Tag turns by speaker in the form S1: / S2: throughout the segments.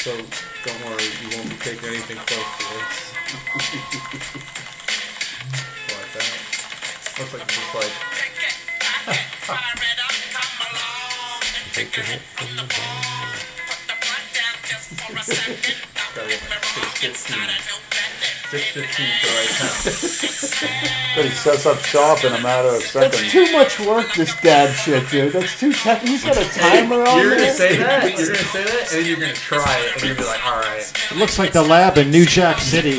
S1: So don't worry, you won't be taking anything close to this. like that. Looks like just like
S2: Take your hit from the ball.
S1: six fifteen to the right time.
S3: But he sets up shop in a matter of
S4: That's
S3: seconds.
S4: too much work, this dab shit, dude. That's too tech. He's got a timer on
S1: You're gonna
S4: there.
S1: say that.
S5: Yes.
S1: You're gonna say that, and then you're gonna try it, and you're gonna be like, all right.
S6: It looks like the lab in New Jack City.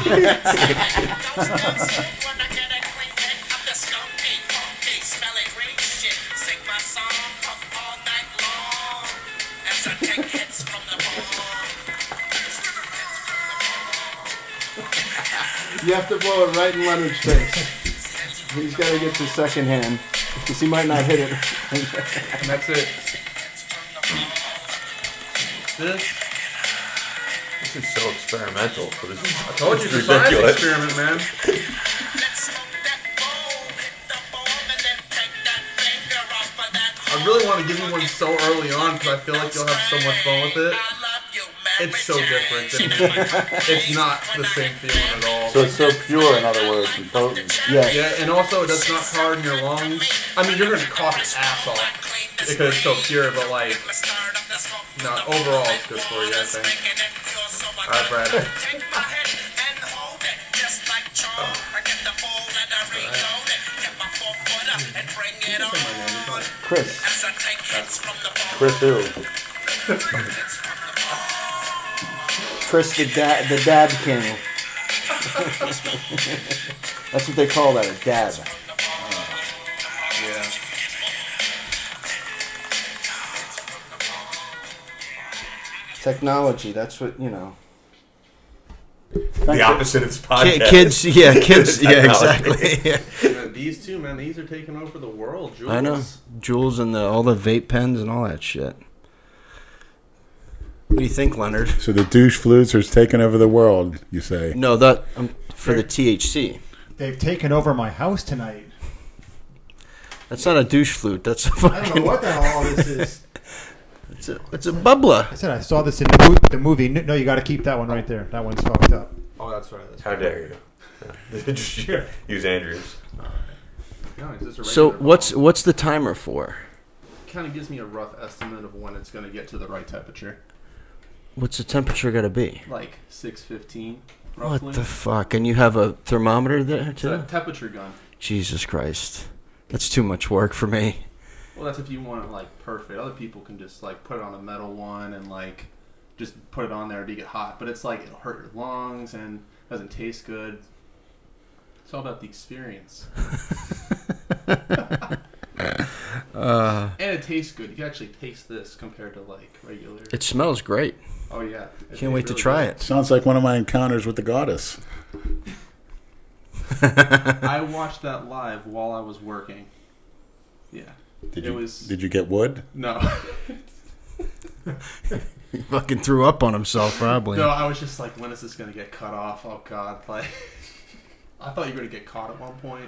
S4: You have to blow it right in Leonard's face. He's got to get to second hand because he might not hit it.
S1: And that's it. This.
S2: This is so experimental. But this is
S1: I told you the
S2: It's
S1: science
S2: ridiculous.
S1: experiment, man. I really want to give you one so early on because I feel like you'll have so much fun with it. It's so different. Than, it's not the same feeling at all.
S3: So it's so pure, in other words, and potent.
S4: Yeah.
S1: Yeah, and also it does not harden your lungs. I mean, you're gonna cough your ass off because it's so pure, but like, no, overall it's good for you, I think. All right, Brad.
S4: Chris.
S3: Chris who?
S4: Chris the, da- the dab king. That's what they call that, a dab.
S1: Yeah.
S4: Technology, that's what, you know.
S2: the opposite of this podcast.
S7: kids, yeah, kids, yeah,
S2: Technology.
S7: exactly.
S5: Man, these two, man, these are taking over the world. Jules.
S7: I know Jules and the, all the vape pens and all that shit. What do you think, Leonard?
S8: So the douche flutes are taking over the world, you say?
S7: No, that um, for the THC.
S6: They've taken over my house tonight.
S7: That's not a douche flute. That's a
S6: I don't know
S7: fucking.
S6: what the hell all this is.
S7: It's a, it's a bubbler.
S6: I said I saw this in the, mo- the movie. No, no, you got to keep that one right there. That one's fucked up.
S1: Oh, that's right. That's
S2: How dare you? Just Use Andrews.
S5: No, it's just a
S7: So
S5: regular
S7: what's what's the timer for?
S5: kind of gives me a rough estimate of when it's going to get to the right temperature.
S7: What's the temperature gonna be?
S5: Like 615, roughly.
S7: What the fuck? And you have a thermometer there
S5: It's a
S7: too?
S5: temperature gun.
S7: Jesus Christ, that's too much work for me.
S5: Well, that's if you want it like perfect. Other people can just like put it on a metal one and like just put it on there to get hot. But it's like it'll hurt your lungs and doesn't taste good. It's all about the experience. and it tastes good. You can actually taste this compared to like regular.
S7: It smells great.
S5: Oh yeah. It tastes
S7: Can't wait to
S5: really
S7: try
S5: good.
S7: it.
S8: Sounds like one of my encounters with the goddess.
S5: I watched that live while I was working. Yeah.
S8: Did
S5: It
S8: you
S5: was-
S8: did you get wood?
S5: No.
S7: He fucking threw up on himself probably.
S5: no, I was just like, when is this gonna get cut off? Oh god, like I thought you were gonna get caught at one point,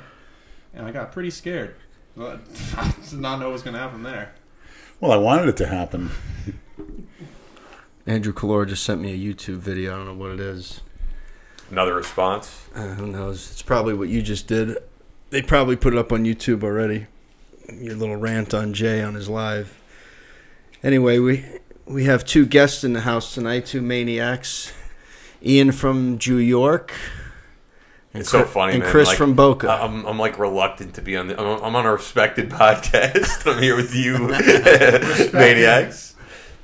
S5: and I got pretty scared. But I did not know what was gonna happen there.
S8: Well, I wanted it to happen.
S7: Andrew Kalora just sent me a YouTube video. I don't know what it is.
S2: Another response.
S7: Uh, who knows? It's probably what you just did. They probably put it up on YouTube already. Your little rant on Jay on his live. Anyway, we we have two guests in the house tonight, two maniacs. Ian from New York. And
S2: It's so
S7: Chri-
S2: funny,
S7: And
S2: man.
S7: Chris
S2: Like,
S7: from Boca.
S2: I- I'm, I'm like reluctant to be on. The, I'm, I'm on a respected podcast. I'm here with you, maniacs.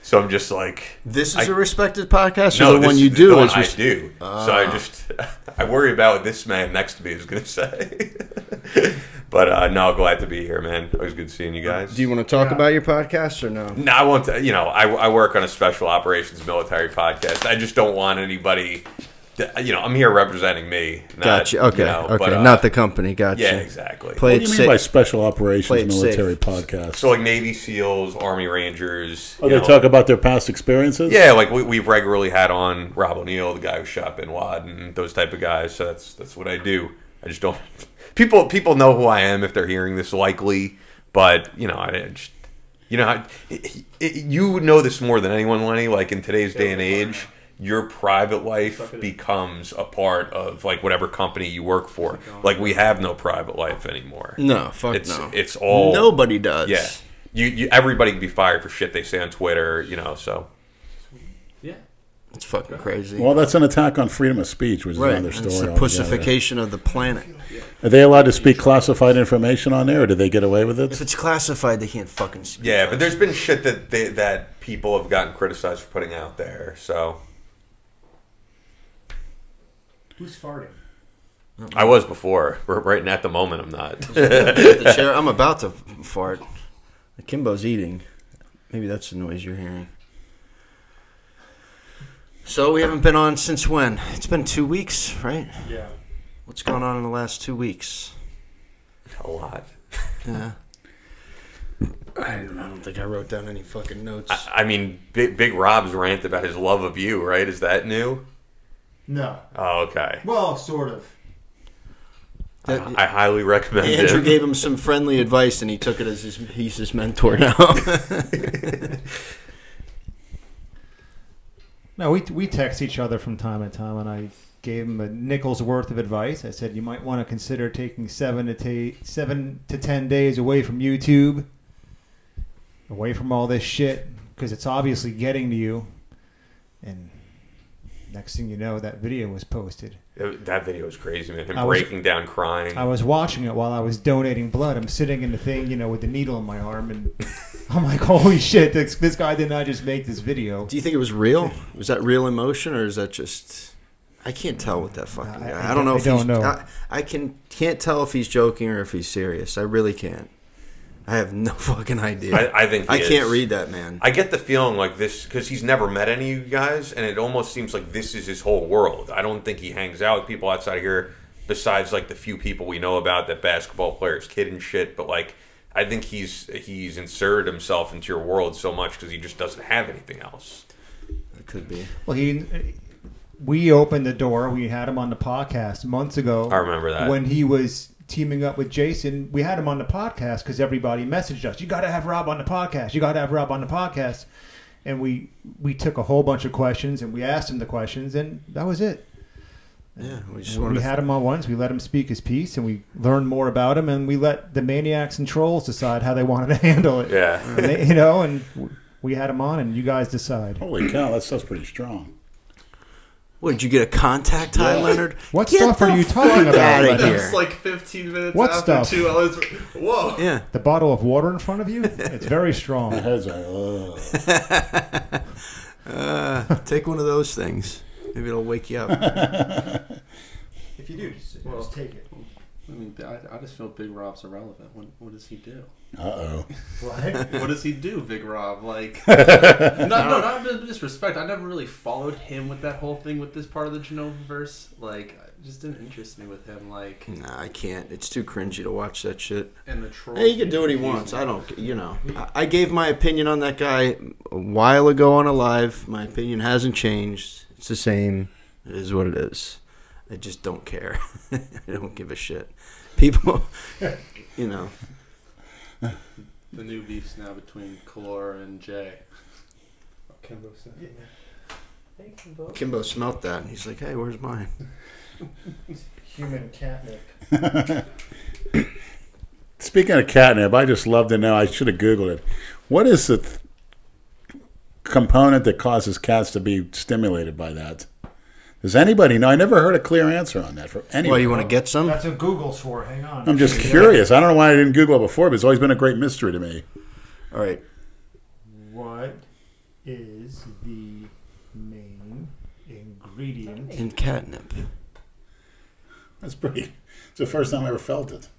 S2: So I'm just like,
S7: this
S2: I-
S7: is a respected podcast, or the
S2: this-
S7: one you do
S2: the one
S7: is
S2: I
S7: res- Ah.
S2: do. so I just I worry about what this man next to me is going to say. but uh, no, glad to be here, man. Always good seeing you guys.
S7: Do you want to talk
S6: Yeah.
S7: about your podcast or no?
S2: No, I want to. You know, I, I work on a special operations military podcast. I just don't want anybody. To, you know, I'm here representing me. Not,
S7: Gotcha. Okay.
S2: you know,
S7: okay.
S2: but, uh,
S7: Not the company. Gotcha.
S2: Yeah, exactly.
S7: Play
S8: What
S7: it
S8: do you mean
S7: safe.
S8: by special operations
S7: Play it safe.
S8: military podcast?
S2: So like Navy SEALs, Army Rangers.
S8: oh,
S2: you
S8: they
S2: know.
S8: talk about their past experiences.
S2: Yeah, like we, we've regularly had on Rob O'Neill, the guy who shot Bin Laden, those type of guys. So that's that's what I do. I just don't. People people know who I am if they're hearing this, likely. But you know, I I just you know, I- it- it- you know this more than anyone, Lenny. Like in today's day and age, your private life
S9: Suck it in.
S2: becomes a part of like whatever company you work for. Like uh, we have no private life anymore.
S7: No, fuck
S2: It's
S7: no.
S2: it's all
S7: Nobody does.
S2: Yeah, you, you everybody can be fired for shit they say on Twitter. You know, so
S9: Yeah.
S7: It's fucking crazy.
S8: Well, that's an attack on freedom of speech, which is
S7: right.
S8: another
S7: It's
S8: story.
S7: the
S8: altogether.
S7: pussification of the planet.
S8: Are they allowed to speak classified information on there, or do they get away with
S7: If
S8: it?
S7: it's classified, they can't fucking speak.
S2: yeah. But there's been shit that they, that people have gotten criticized for putting out there. So
S9: Who's farting?
S2: I was before. R- Right at the moment, I'm not.
S7: the chair. I'm about to fart. Kimbo's eating. Maybe that's the noise you're hearing. So we haven't been on since when? It's been two weeks, right?
S9: Yeah.
S7: What's going on in the last two weeks?
S2: a lot.
S7: Yeah. I don't, I don't think I wrote down any fucking notes.
S2: I, I mean, Big, Big Rob's rant about his love of you. Right? Is that new?
S6: No.
S2: Oh, okay.
S6: Well, sort of.
S7: That-
S2: I highly recommend
S7: Andrew
S2: it.
S7: gave him some friendly advice, and he took it as his, he's his mentor now.
S6: No, we we text each other from time to time, and I gave him a nickel's worth of advice. I said you might want to consider taking seven to ta- seven to ten days away from YouTube, away from all this shit, because it's obviously getting to you. And next thing you know, that video was posted.
S2: It- that video was crazy, man. Him
S6: I was-
S2: breaking down, crying.
S6: I was watching it while I was donating blood. I'm sitting in the thing, you know, with the needle in my arm, and I'm like, holy shit, this, this guy did not just make this video.
S7: Do you think it was real? Was that real emotion, or is that just? I can't tell with that fucking
S6: I-
S7: guy. I,
S6: I
S7: don't know.
S6: don't-
S7: if
S6: I
S7: he's,
S6: don't know.
S7: I, I can can't tell if he's joking or if he's serious. I really can't. I have no fucking idea.
S2: I, I think he
S7: I can't
S2: is.
S7: read that man.
S2: I get the feeling like this because he's never met any of you guys, and it almost seems like this is his whole world. I don't think he hangs out with people outside of here, besides like the few people we know about that basketball players, kid and shit. But like, I think he's he's inserted himself into your world so much because he just doesn't have anything else.
S7: it could be.
S6: Well, he, we opened the door. We had him on the podcast months ago.
S2: I remember that.
S6: when he was teaming up with Jason. We had him on the podcast because everybody messaged us. You got to have Rob on the podcast. You got to have Rob on the podcast. And we we took a whole bunch of questions and we asked him the questions, and that was it.
S7: Yeah, we just
S6: We
S7: wanted
S6: had him on once. We let him speak his piece, and we learned more about him. And we let the maniacs and trolls decide how they wanted to handle it.
S2: Yeah,
S6: And they- you know, and we had him on, and you guys decide.
S8: Holy cow, that stuff's pretty strong.
S7: What did you get a contact high, Leonard?
S6: What
S7: Get
S6: stuff
S7: the
S6: are you talking
S7: fuck
S6: about?
S7: outta
S6: Leonard?
S7: here.
S9: That's like 15 minutes
S6: What
S9: after
S6: stuff?
S9: two. I was, whoa.
S7: Yeah.
S6: The bottle of water in front of you? It's very strong.
S8: Heads are, ugh.
S7: Uh, take one of those things. Maybe it'll wake you up.
S6: If you do, just,
S9: Well-
S6: take it.
S9: I mean, I, I just feel Big Rob's irrelevant. What, what does he do?
S8: Uh-oh.
S9: what does he do, Big Rob? Like, no, no, not with disrespect. I never really followed him with that whole thing with this part of the Genoverse. Like, it just didn't interest me with him. Like,
S7: nah, I can't. It's too cringy to watch that shit.
S9: and the troll.
S7: Yeah, he can do what he wants. I don't, you know. I, I gave my opinion on that guy a while ago on a live. My opinion hasn't changed. It's the same. It is what it is. I just don't care. I don't give a shit. People, you know.
S9: The new beef's now between Kalora and Jay. Kimbo said. Hey, Kimbo.
S7: Kimbo smelt that and he's like, "Hey, where's mine?"
S6: Human catnip.
S8: Speaking of catnip, I just love to know. I should have Googled it. What is the th- component that causes cats to be stimulated by that? Does anybody know? I never heard a clear answer on that from anyone.
S7: Well, you want to get some?
S6: That's what Google's for. Hang on.
S8: I'm just curious. I don't know why I didn't Google it before, but it's always been a great mystery to me.
S7: All right.
S6: What is the main ingredient?
S7: In catnip.
S8: That's pretty. It's the first time I ever felt it.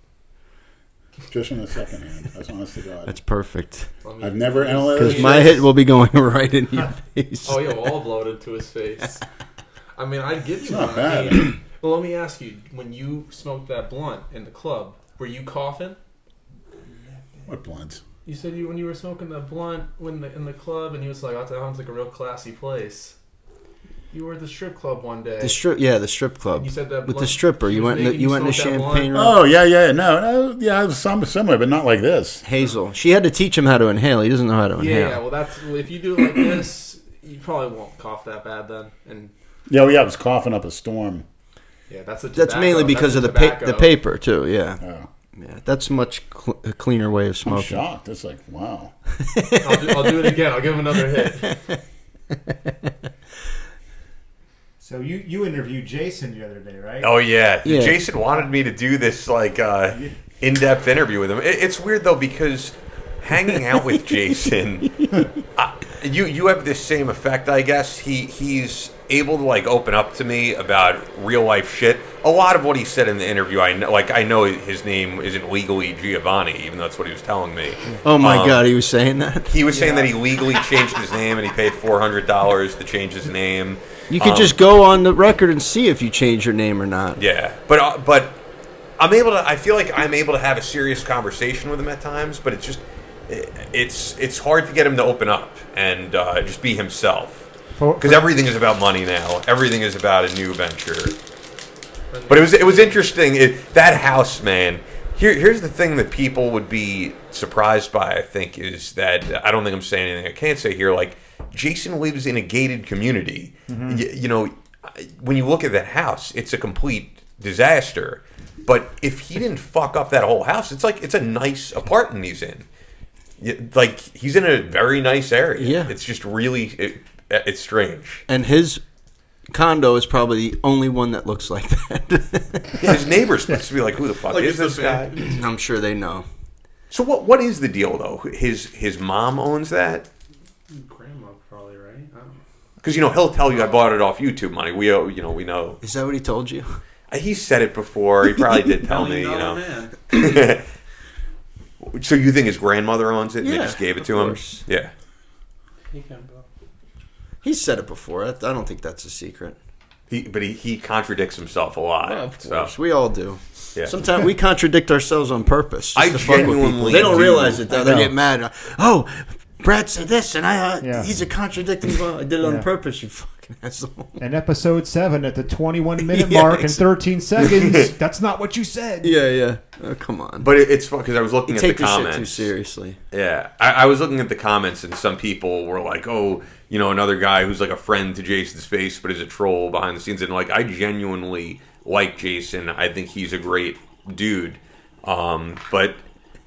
S8: Just in the second hand. That's honest to God.
S7: That's perfect.
S8: I've never analyzed.
S7: Because my hit will be going right in your face.
S9: Oh, yo, all bloated to his face. I mean, I'd give you
S8: not
S9: one.
S8: bad.
S9: I mean, well, let me ask you: When you smoked that blunt in the club, were you coughing?
S8: What blunt?
S9: You said you when you were smoking that blunt when the, in the club, and you was like, "Oh, that sounds like a real classy place." You were at the strip club one day.
S7: The strip, yeah, the strip club.
S9: You said that
S7: with the
S9: blunt-
S7: stripper.
S9: she
S7: You
S9: was
S7: went, in the,
S9: making
S7: you
S9: you
S7: went in the
S9: smoke that blunt.
S7: champagne room.
S8: Oh yeah, yeah, no, no, yeah, it was some similar, but not like this.
S7: Hazel. She had to teach him how to inhale. He doesn't know how to
S9: yeah,
S7: inhale.
S9: yeah, well, that's well, if you do it like this, you probably won't cough that bad then. And
S8: Yeah, well, yeah, I was coughing up a storm.
S9: yeah, that's a
S7: That's
S9: tobacco-
S7: mainly because
S9: a
S7: of the pa-
S9: tobacco.
S7: the paper too. Yeah,
S8: Oh,
S7: yeah. That's a much cl- a cleaner way of
S8: I'm
S7: smoking.
S8: shocked. It's like, wow.
S9: I'll do, I'll do it again. I'll give him another hit.
S6: So you you interviewed Jason the other day, right?
S2: Oh yeah.
S7: Yeah.
S2: Jason wanted me to do this like uh, in-depth interview with him. It, it's weird though because hanging out with Jason, I, you you have this same effect, I guess. He he's able to like open up to me about real life shit. A lot of what he said in the interview, I know, like I know his name isn't legally Giovanni, even though that's what he was telling me.
S7: Oh my god, he was saying that.
S2: He was saying that he legally changed his name and he paid four hundred dollars to change his name.
S7: You could just go on the record and see if you change your name or not.
S2: Yeah, but uh, but I'm able to. I feel like I'm able to have a serious conversation with him at times, but it's just it's it's hard to get him to open up and uh, just be himself
S6: For-
S2: because everything is about money now. Everything is about a new venture. But it was it was interesting. It, that house, man. Here, here's the thing that people would be surprised by. I think is that I don't think I'm saying anything I can't say here. Like Jason lives in a gated community. Y- You, know, I- when you look at that house, it's a complete disaster. But if he didn't fuck up that whole house, it's like it's a nice apartment he's in. Y- Like he's in a very nice area.
S7: Yeah.
S2: it's just really it, it's strange.
S7: And his condo is probably the only one that looks like that.
S2: His neighbors must be like, "Who the fuck is this guy?"
S7: I'm sure they know.
S2: So what what is the deal though? His his mom owns that
S9: Grandma probably right. I don't know.
S2: because you know he'll tell you I bought it off YouTube money. We owe you know we know
S7: Is that what he told you?
S2: he said it before. He probably did tell me you
S9: Million dollar
S2: know.
S9: man.
S2: So you think his grandmother owns it? and They
S7: Yeah,
S2: just gave it
S7: of
S2: to him.
S7: course.
S2: Yeah.
S9: He can go.
S7: He said it before. I I don't think that's a secret.
S2: He, but he, he contradicts himself a lot.
S7: Oh, of
S2: so-
S7: course, we all do.
S2: Yeah.
S7: Sometimes we contradict ourselves on purpose. just
S2: I
S7: to fuck with people.
S2: genuinely
S7: they don't
S2: do.
S7: realize it though. They
S6: know.
S7: get mad. Oh, Brad said this, and I uh,
S6: Yeah.
S7: he's a contradicting. Well, I did it on
S6: Yeah.
S7: purpose. You fucking asshole.
S6: And episode seven at the 21 minute
S7: Yeah,
S6: mark and
S7: ex-
S6: 13 seconds. That's not what you said.
S7: Yeah, yeah. Oh, come on.
S2: But it, it's fun because I was looking
S7: you
S2: at
S7: take
S2: the
S7: this
S2: comments.
S7: shit too seriously.
S2: Yeah, I, I was looking at the comments, and some people were like, "Oh, you know, another guy who's like a friend to Jason's face, but is a troll behind the scenes." And like, I genuinely like Jason. I think he's a great dude. Um, but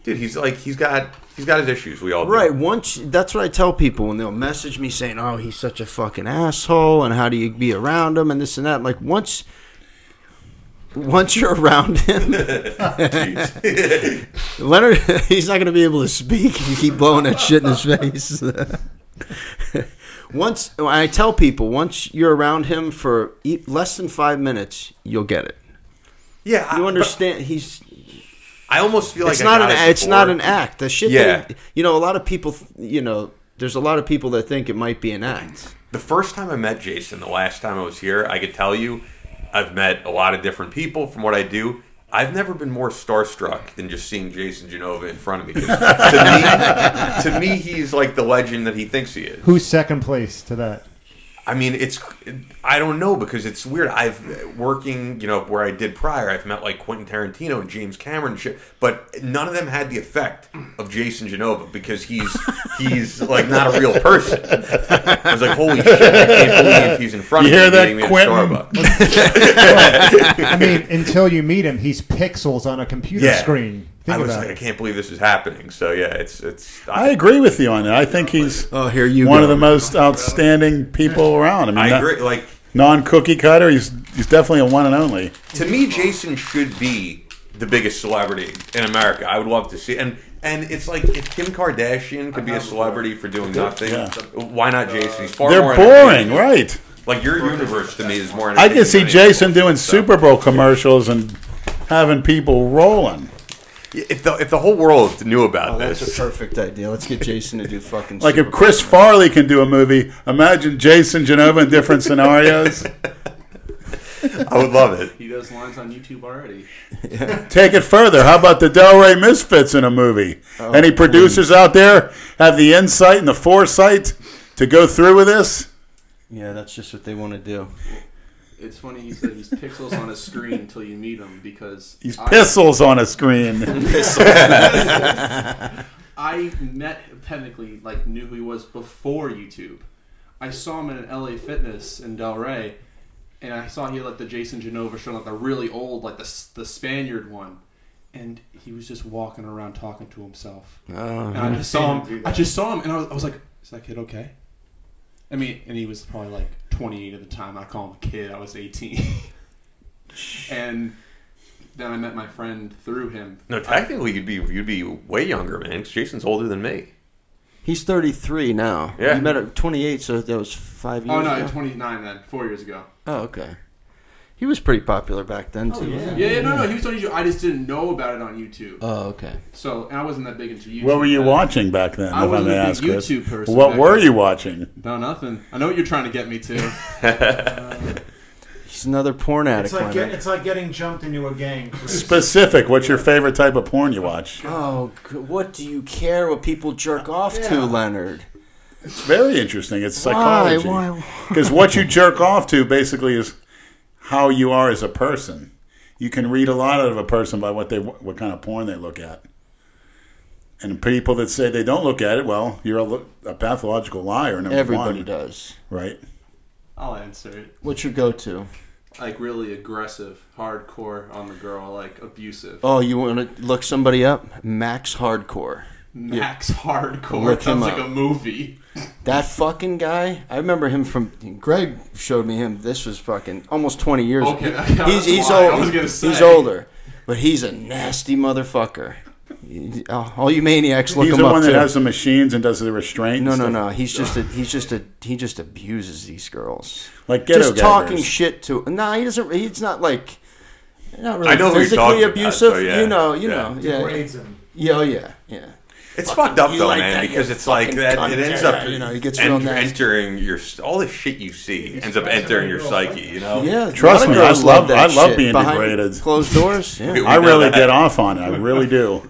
S2: dude, he's like, he's got he's got his issues. We all do.
S7: Right. Once that's what I tell people when they'll message me saying, "Oh, he's such a fucking asshole," and how do you be around him and this and that. I'm like once, once you're around him,
S2: Jeez.
S7: Leonard, he's not going to be able to speak if you keep blowing that shit in his face. once I tell people, once you're around him for e- less than five minutes, you'll get it.
S2: yeah, I-
S7: You
S2: Ah, but
S7: understand? He's
S2: I almost feel like
S7: it's
S2: I
S7: not
S2: got
S7: an
S2: it
S7: it's not
S2: before.
S7: an act. The shit.
S2: Yeah.
S7: That he- you know, a lot of people. You know, there's a lot of people that think it might be an act.
S2: The first time I met Jason, the last time I was here, I could tell you, I've met a lot of different people from what I do. I've never been more starstruck than just seeing Jason Genova in front of me. 'Cause to, me to me, he's like the legend that he thinks he is.
S6: Who's second place to that?
S2: I mean, it's I don't know because it's weird. I've working, you know, where I did prior, I've met like Quentin Tarantino and James Cameron, and shit, but none of them had the effect of Jason Genova because he's he's like not a real person. I was like, holy shit, I can't believe he's in front
S8: You
S2: of me
S8: hear that,
S2: meeting me
S8: Quentin?
S2: at Starbucks.
S6: I mean, until you meet him, he's pixels on a computer
S2: Yeah.
S6: screen.
S2: I
S6: Think
S2: was
S6: about
S2: like, I
S6: it.
S2: can't believe this is happening. So yeah, it's it's.
S8: I agree with you on that. I think he's
S7: Oh, here you
S8: one
S7: go.
S8: of the most outstanding people around. I mean,
S2: I agree. Like
S8: non cookie cutter. He's he's definitely a one and only.
S2: to me, Jason should be the biggest celebrity in America. I would love to see and. And it's like if Kim Kardashian could be a celebrity for doing nothing,
S8: Yeah.
S2: why not Jason? He's far more
S8: They're boring,
S2: entertaining.
S8: right?
S2: Like your universe to me is more.
S8: I can
S2: entertaining
S8: see
S2: than anything.
S8: Jason doing
S2: So,
S8: Super Bowl commercials and having people rolling.
S2: If the if the whole world knew about
S7: Oh,
S2: this,
S7: that's a perfect idea. Let's get Jason to do fucking
S8: Like
S7: Super
S8: if Chris Farley can do a movie, imagine Jason Genova in different scenarios.
S2: I would love it.
S9: He does lines on YouTube already.
S8: Take it further. How about the Delray Misfits in a movie? Any producers out there have the insight and the foresight to go through with this?
S7: Bowl. Yeah, that's just what they want to do.
S9: It's funny he said he's pixels on his screen until you meet him because
S8: These
S9: I-
S8: pistols on a screen.
S9: I met technically like knew who he was before YouTube. I saw him at an LA Fitness in Delray, and I saw he had like the Jason Genova show, like the really old, like the S- the Spaniard one, and he was just walking around talking to himself. and I just saw him. I just saw him, and I was, I was like, "Is that kid okay?" I mean, and he was probably like 28 at the time. I call him a kid. I was 18, and then I met my friend through him.
S2: No, technically you'd be you'd be way younger, man. 'cause Jason's older than me.
S7: He's 33 now.
S2: Yeah.
S7: You met at 28, so that was five years
S9: Oh no,
S7: ago.
S9: 29 then, four years ago.
S7: oh, okay. He was pretty popular back then, too.
S9: Yeah, yeah, no, no, he was on YouTube. I just didn't know about it on YouTube.
S7: Oh, okay.
S9: So and I wasn't that big into YouTube.
S8: What were you
S9: then.
S8: watching back then?
S9: I
S8: if I
S9: wasn't
S8: may
S9: a big
S8: ask, Chris?
S9: YouTube person
S8: What
S9: back
S8: were
S9: then.
S8: you watching?
S9: No, nothing. I know what you're trying to get me to.
S7: He's another porn addict.
S6: It's like
S7: my
S6: get,
S7: man.
S6: it's like getting jumped into a gang. Chris.
S8: Specific. What's your favorite type of porn you watch?
S7: oh, g- what do you care what people jerk off to, Leonard?
S8: It's very interesting. It's psychology.
S7: Why? Why?
S8: Because what you jerk off to basically is how you are as a person. You can read a lot out of a person by what they what kind of porn they look at. And people that say they don't look at it, well, you're a, lo- a pathological liar. Number
S7: Everybody
S8: one,
S7: does.
S8: right?
S9: I'll answer it.
S7: What's your go-to?
S9: Like really aggressive, hardcore on the girl, like abusive.
S7: Oh, you want to look somebody up? Max Hardcore.
S9: Max hardcore
S7: Look him
S9: sounds like
S7: up.
S9: a movie.
S7: That fucking guy. I remember him from Greg showed me him. This was fucking almost twenty years.
S9: Okay,
S7: ago.
S9: that-
S7: he's
S9: that's
S7: he's
S9: why. I
S7: old.
S9: was gonna
S7: He's
S9: say.
S7: older, but he's a nasty motherfucker. You- All you maniacs, look
S8: He's
S7: him
S8: the
S7: up.
S8: one that
S7: too.
S8: has the machines and does the restraint.
S7: no,
S8: and
S7: no,
S8: stuff.
S7: no. He's just a, he's just a he just abuses these girls.
S8: Like ghetto
S7: just talking
S8: gathers.
S7: shit to. Nah, he doesn't. He's not like. Not really
S2: I know who you're
S7: physically
S2: talking about,
S7: abusive.
S2: so yeah.
S7: You know. You
S2: Yeah.
S7: know. Yeah.
S6: Degrades him.
S7: Yeah. Oh yeah. Yeah.
S2: It's fucked up
S7: you
S2: though,
S7: like
S2: man,
S7: that, you
S2: because it's like
S7: fucking
S2: that.
S7: cunt.
S2: It ends
S7: Yeah,
S2: up,
S7: you know, it gets
S2: en-
S7: real nasty.
S2: entering your all the shit you see ends up entering your psyche. You know,
S7: Yeah.
S8: Trust
S7: a lot of
S8: me, I
S7: girls
S8: love-
S7: that
S8: I love
S7: shit.
S8: being
S7: Behind
S8: degraded.
S7: Closed doors. Yeah.
S2: We
S8: I
S2: know
S8: really
S2: that.
S8: get off on it. I really do.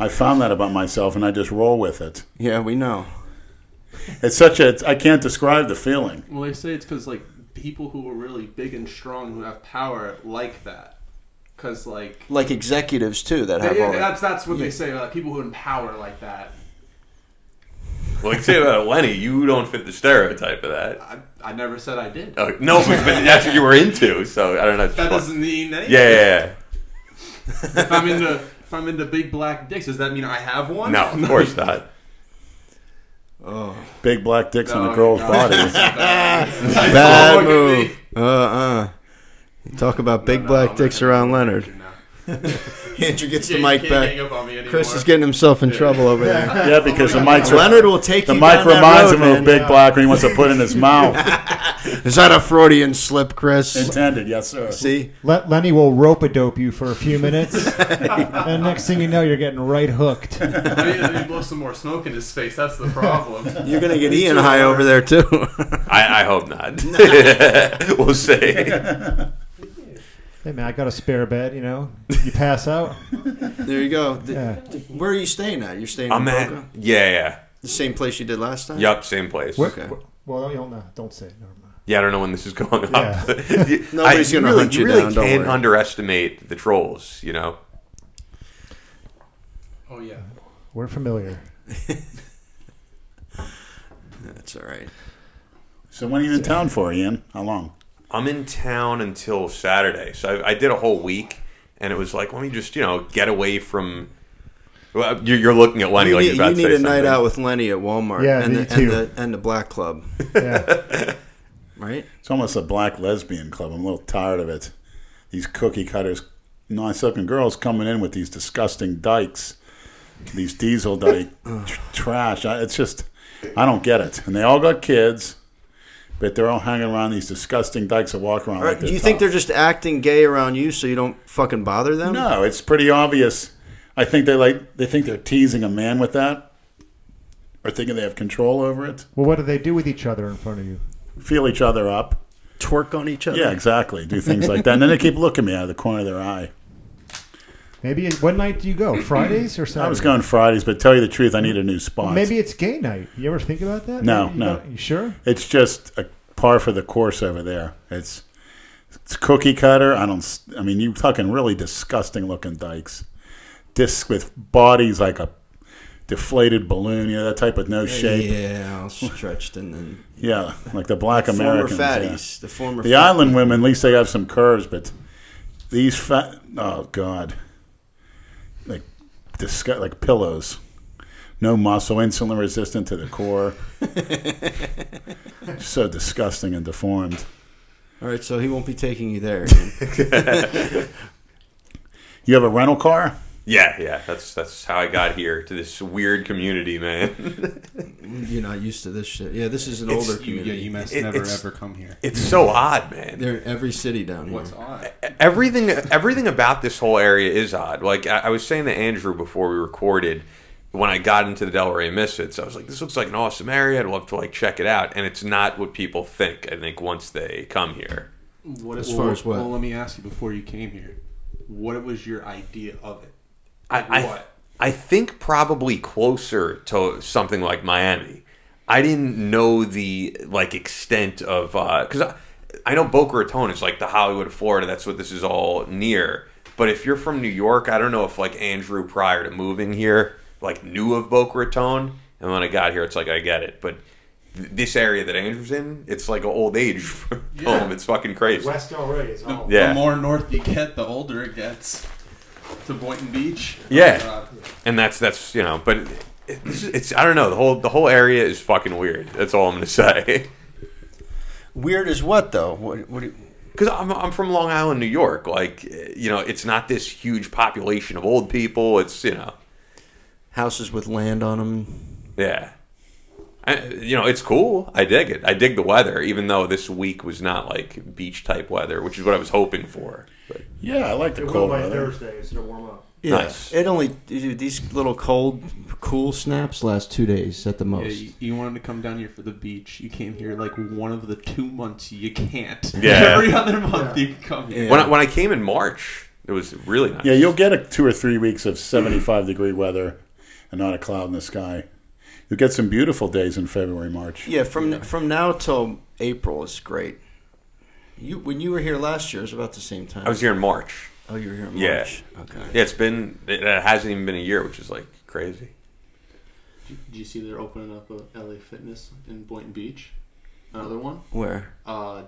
S8: I found that about myself, and I just roll with it.
S7: Yeah, we know.
S8: It's such a. I can't describe the feeling.
S9: Well, they say it's because like people who are really big and strong who have power like that. Because like
S7: Like executives too that have
S9: yeah,
S7: all
S9: that's
S7: that.
S9: that's what they say about people who in power like that.
S2: Like say about Lenny, you don't fit the stereotype of that.
S9: I, I never said I did.
S2: Uh, no, but but that's what you were into. So I don't know. It's
S9: that
S2: fun.
S9: doesn't mean anything.
S2: yeah, yeah,
S9: If I'm into if I'm into big black dicks, does that mean I have
S2: yeah.
S9: one?
S2: No, of course not.
S8: Big black dicks on
S9: No,
S8: a girl's
S9: no.
S8: body.
S7: Bad
S9: Look at
S7: move.
S9: me.
S7: Uh uh Talk about big black dicks around Leonard. Andrew gets the
S9: Yeah, you
S7: mic
S9: can't hang
S7: back.
S9: up on me anymore.
S7: Chris is getting himself in trouble over there.
S8: Yeah, because the mic
S7: Oh Leonard will take
S8: the
S7: you
S8: mic
S7: down that
S8: reminds
S7: road,
S8: him of
S7: man.
S8: a big black when he wants to put in his mouth.
S7: Is that a Freudian slip, Chris?
S8: Intended, yes sir.
S7: See,
S6: Let Lenny will rope a dope you for a few minutes, and next thing you know, you're getting right hooked.
S9: I need to blow some more smoke in his face. That's the problem.
S7: you're gonna get Ian high over there too.
S2: I, I hope not. we'll see.
S6: Hey man, I got a spare bed. You know, you pass out.
S7: there you go. Th-
S6: Yeah.
S7: th- Where are you staying at? You're staying in
S2: I'm at
S7: Boca?
S2: yeah, yeah.
S7: the same place you did last time.
S2: Yup, same place.
S6: Where-
S7: Okay.
S6: Well, you don't know. Don't say. It. Never mind.
S2: Yeah, I don't know when this is going up. You-
S7: Nobody's
S2: I- you
S7: gonna
S2: really,
S7: hunt you
S2: really
S7: down, don't
S2: can't
S7: worry.
S2: underestimate the trolls. You know,
S9: Oh yeah.
S6: We're familiar.
S7: That's all right.
S8: So when are you in town for, Ian? How long?
S2: I'm in town until Saturday, so I, I did a whole week, and it was like, let me just you know get away from. Well, you're, you're looking at Lenny
S7: You
S2: like
S7: need,
S2: you're about
S7: you need
S2: to say
S7: a night
S2: something.
S7: out with Lenny at Walmart.
S6: Yeah,
S7: and
S6: me
S7: the, and
S6: too.
S7: the and the Black Club,
S6: Yeah.
S7: right?
S8: It's almost a black lesbian club. I'm a little tired of it. These cookie cutters, non-sucking girls coming in with these disgusting dykes, these diesel dyke tr- trash. I, it's just, I don't get it. And they all got kids, but they're all hanging around these disgusting dykes that walk around.
S7: All right,
S8: like
S7: do you think
S8: tough.
S7: they're just acting gay around you so you don't fucking bother them?
S8: No, it's pretty obvious. I think they like they think they're teasing a man with that, or thinking they have control over it.
S6: well, what do they do with each other in front of you?
S8: Feel each other up.
S7: Twerk on each other.
S8: Yeah, exactly. Do things like that, and then they keep looking at me out of the corner of their eye.
S6: Maybe what night do you go? Fridays or Saturdays?
S8: I was going Fridays, but tell you the truth, I need a new spot.
S6: Maybe it's gay night. You ever think about that?
S8: No,
S6: Maybe you
S8: no.
S6: don't- You sure?
S8: it's just a par for the course over there. It's it's cookie cutter. I don't. s- I mean, you fucking really disgusting looking dykes, discs with bodies like a deflated balloon, you know, that type of no shape. Yeah.
S7: Yeah, all stretched and then
S8: like the black
S7: former
S8: Americans. yeah.
S7: fatties. The former
S8: The island women, at least they have some curves, but these fat, oh god, like disgust, like pillows, no muscle, insulin resistant to the core, so disgusting and deformed.
S7: All right, so he won't be taking you there. again.
S8: You have a rental car?
S2: Yeah, yeah. That's that's how I got here to this weird community, man.
S7: You're not used to this shit. Yeah, this is an
S2: It's-
S7: older
S9: You,
S7: community.
S9: yeah, you must
S2: It-
S9: never
S2: it's-
S9: ever come here.
S2: It's so odd, man.
S7: They're in every city down here.
S9: What's odd?
S2: everything everything about this whole area is odd. Like I, I was saying to Andrew before we recorded, when I got into the Delray Misfits, I was like, "This looks like an awesome area. I'd love to like check it out." And it's not what people think. I think once they come here,
S9: What
S7: As
S9: well,
S7: far as what?
S9: Well, let me ask you before you came here. What was your idea of it?
S2: I I,
S9: What?
S2: I think probably closer to something like Miami. I didn't know the like extent of because I, I know Boca Raton is like the Hollywood of Florida. That's what this is all near. But if you're from New York, I don't know if like Andrew prior to moving here like knew of Boca Raton, and when I got here, it's like I get it. But th- this area that Andrew's in, it's like an old age
S9: Yeah.
S2: home. It's fucking crazy.
S3: West Delray is all.
S2: Yeah.
S9: The more north you get, the older it gets. To Boynton Beach.
S2: Yeah.
S9: Uh,
S2: and that's that's you know, but it, it's, it's I don't know the whole the whole area is fucking weird. That's all I'm gonna say.
S7: Weird as what though? What? what do you,
S2: Because I'm I'm from Long Island, New York. Like you know, it's not this huge population of old people. It's you know,
S7: houses with land on them.
S2: yeah. I, you know, it's cool. I dig it. I dig the weather, even though this week was not like beach type weather, which is what I was hoping for. But
S8: Yeah, I like the
S3: It will
S8: cold
S3: by
S8: weather.
S3: Thursday. It's gonna warm up.
S7: Yeah,
S2: Nice.
S7: It only dude, these little cold, cool snaps last two days at the
S9: yeah,
S7: most.
S9: you, you wanted to come down here for the beach. You came here like one of the two months you can't.
S2: Yeah.
S9: Every other month you can come here.
S2: when I, when I came in March, it was really nice.
S8: Yeah, you'll get a two or three weeks of 75 degree weather and not a cloud in the sky. You'll get some beautiful days in February, March.
S7: Yeah, from from now till April is great. You when you were here last year, it was about the same time.
S2: I was here in March.
S7: oh, you were here in
S2: Yeah.
S7: March. Okay.
S2: Yeah, it's been it, it hasn't even been a year, which is like crazy.
S9: Did you see they're opening up a LA Fitness in Boynton Beach? Another one?
S7: Where?
S9: Uh, I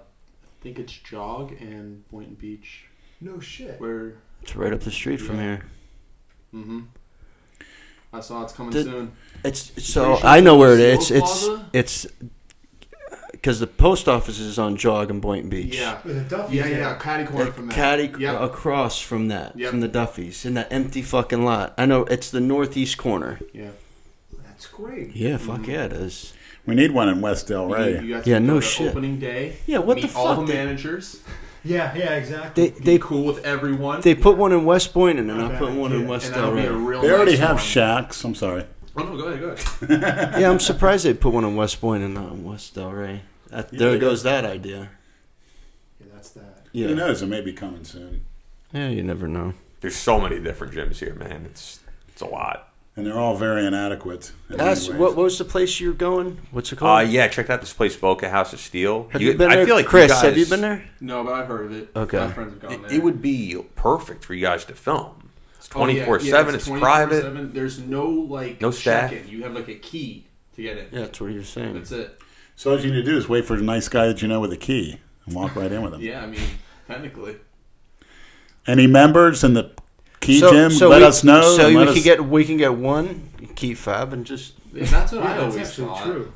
S9: think it's Jog and Boynton Beach.
S3: No shit.
S9: Where?
S7: It's right up the street from
S9: Yeah.
S7: here.
S9: Mm-hmm. I saw it's coming
S7: Did-
S9: soon.
S7: It's
S9: Pretty
S7: so
S9: sure
S7: I know where it is.
S9: it's Seoul
S7: It's
S9: Plaza?
S7: it's because the post office is on Jog and Boynton Beach.
S9: Yeah.
S3: With a Duffy.
S9: Yeah, yeah, catty corner
S7: Like,
S9: from that.
S7: Caddy
S9: Yep.
S7: across from that,
S9: Yep.
S7: from the Duffy's, in that empty fucking lot. I know it's the northeast corner.
S9: yeah.
S3: That's great.
S7: Yeah, fuck
S9: Mm-hmm.
S7: yeah, it is.
S8: We need one in West Delray.
S9: You, you guys
S7: Yeah,
S9: can go
S7: no
S9: to
S7: shit.
S9: Opening day.
S7: Yeah, what
S9: meet
S7: the
S9: All
S7: fuck,
S9: the
S7: they-
S9: managers.
S3: Yeah, yeah, exactly.
S7: They
S9: They
S7: they
S9: cool with everyone.
S7: they put one in West Boynton, and I
S3: Okay,
S7: put one in
S3: yeah,
S7: West
S9: and that'll be a
S7: Delray.
S9: real.
S8: They already
S9: nice
S8: have
S9: one.
S8: shacks. I'm sorry.
S9: Oh no, go ahead, go ahead.
S7: Yeah, I'm surprised they put one in West Boynton, not in West Delray. That,
S8: Yeah,
S7: there
S8: they
S7: goes that idea.
S3: Yeah, that's that.
S7: Yeah,
S8: Who knows? It may be coming soon.
S7: yeah, you never know.
S2: There's so many different gyms here, man. It's it's a lot.
S8: And they're all very inadequate. in many
S7: That's,
S8: ways.
S7: what, what was the place you were going? What's it
S2: Uh,
S7: called?
S2: yeah, check out this place, Boca House of Steel.
S7: Have you, been there, Chris? have you been there?
S9: No, but I've heard of it.
S7: Okay.
S9: My friends have gone
S2: It,
S9: there.
S2: it would be perfect for you guys to film. It's
S9: Oh, yeah,
S2: twenty
S9: yeah,
S2: four seven. It's
S9: 24/7.
S2: private.
S9: There's no like
S2: No staff.
S9: check-in. You have like a key to get in.
S7: Yeah, that's what you're saying.
S9: That's it.
S8: So all you need to do is wait for a nice guy that you know with a key and walk right in with him.
S9: Yeah, I mean, technically.
S8: Any members in the key gym? let
S7: we,
S8: us know.
S7: So
S8: and
S7: we
S8: let
S7: can
S8: us-
S7: get we can get one key fob and just.
S9: Yeah, That's what
S3: Yeah,
S9: I
S3: that's
S9: always
S3: actually
S9: thought.
S3: true.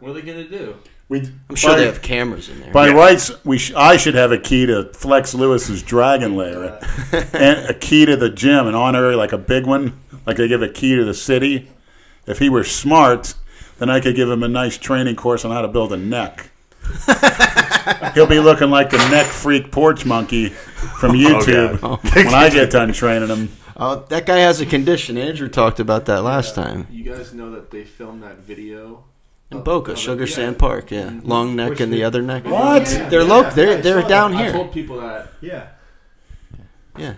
S9: What are they gonna do?
S8: We,
S7: I'm sure
S8: by,
S7: they have cameras in there.
S8: by rights, we sh- I should have a key to Flex Lewis's Dragon Lair, and a key to the gym, an honorary like a big one, like they give a key to the city. If he were smart, then I could give him a nice training course on how to build a neck. He'll be looking like the neck freak porch monkey from YouTube when I get done training him.
S7: Oh, that guy has a condition. Andrew talked about that last time.
S9: You guys know that they filmed that video
S7: In
S9: of-
S7: Boca,
S9: of it-
S7: Sugar
S9: yeah.
S7: Sand Park, yeah. Long neck
S3: Which
S7: and
S3: they-
S7: the other neck.
S8: What?
S3: Yeah,
S7: They're
S3: yeah,
S7: local.
S3: yeah,
S7: They're
S3: I
S7: they're
S3: saw
S7: down
S9: I
S7: here.
S9: told people that.
S3: Yeah.
S7: Yeah,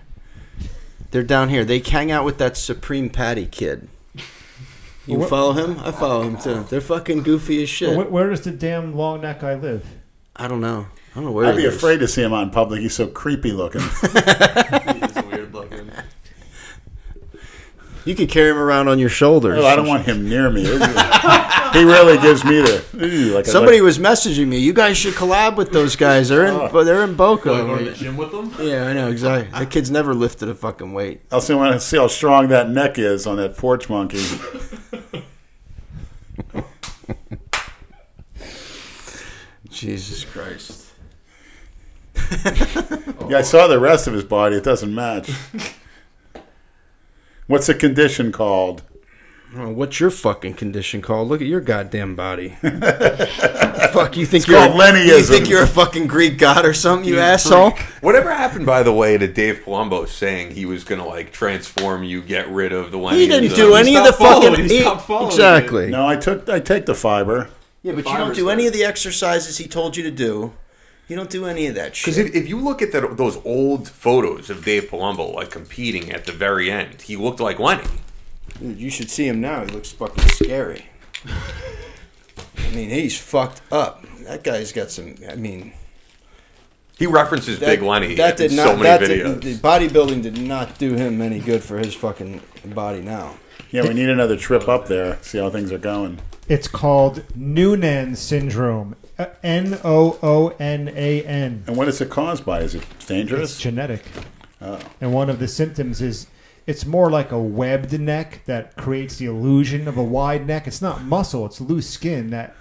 S7: they're down here. They hang out with that Supreme Patty kid. You
S6: What-
S7: follow him? I follow him too. They're fucking goofy as shit.
S6: Where, where does the damn long neck guy live?
S7: I don't know. I don't know where.
S8: I'd be
S7: he lives.
S8: afraid to see him out in public. He's so creepy looking.
S7: Oh,
S9: He's weird looking.
S7: You could carry him around on your shoulders.
S8: Oh, I don't want him near me. he really gives me the ooh, like a-
S7: Somebody was messaging me. You guys should collab with those guys. They're in, but they're in Boca.
S5: Going
S9: Oh,
S5: to
S7: I'm
S5: the
S7: like,
S5: gym with them?
S7: yeah, I know exactly. That kid's never lifted a fucking weight.
S8: I'll see, when I see how strong that neck is on that porch monkey.
S7: Jesus Christ.
S8: Yeah, I saw the rest of his body. It doesn't match. What's the condition called?
S7: Well, what's your fucking condition called? Look at your goddamn body. Fuck, you think
S8: It's
S7: you're
S8: called Lennyism.
S7: You think you're a fucking Greek god or something? You, asshole.
S2: Whatever happened, by the way, to Dave Palumbo saying he was going to like transform you, get rid of the Lennyism?
S7: He didn't do any of the
S9: stopped following-
S7: fucking. e-
S9: he stopped following it.
S7: exactly.
S8: No, I took I take the fiber.
S7: Yeah, but you
S9: Fiber
S7: don't do
S9: stuff.
S7: any of the exercises he told you to do. You don't do any of that shit.
S2: Because if, if you look at that, those old photos of Dave Palumbo like competing at the very end, he looked like Lenny.
S7: Dude, you should see him now. He looks fucking scary. I mean, he's fucked up. That guy's got some. I mean,
S2: He references
S7: that,
S2: Big Lenny
S7: That
S2: in
S7: did not.
S2: so many
S7: that
S2: videos.
S7: did, the bodybuilding did not do him any good for his fucking body now.
S8: Yeah, we need another trip up there. See how things are going.
S6: It's called Noonan syndrome. Uh, N O O N A N.
S8: And what is it caused by? Is it
S6: It's
S8: dangerous?
S6: genetic. And one of the symptoms is it's more like a webbed neck that creates the illusion of a wide neck. It's not muscle, it's loose skin that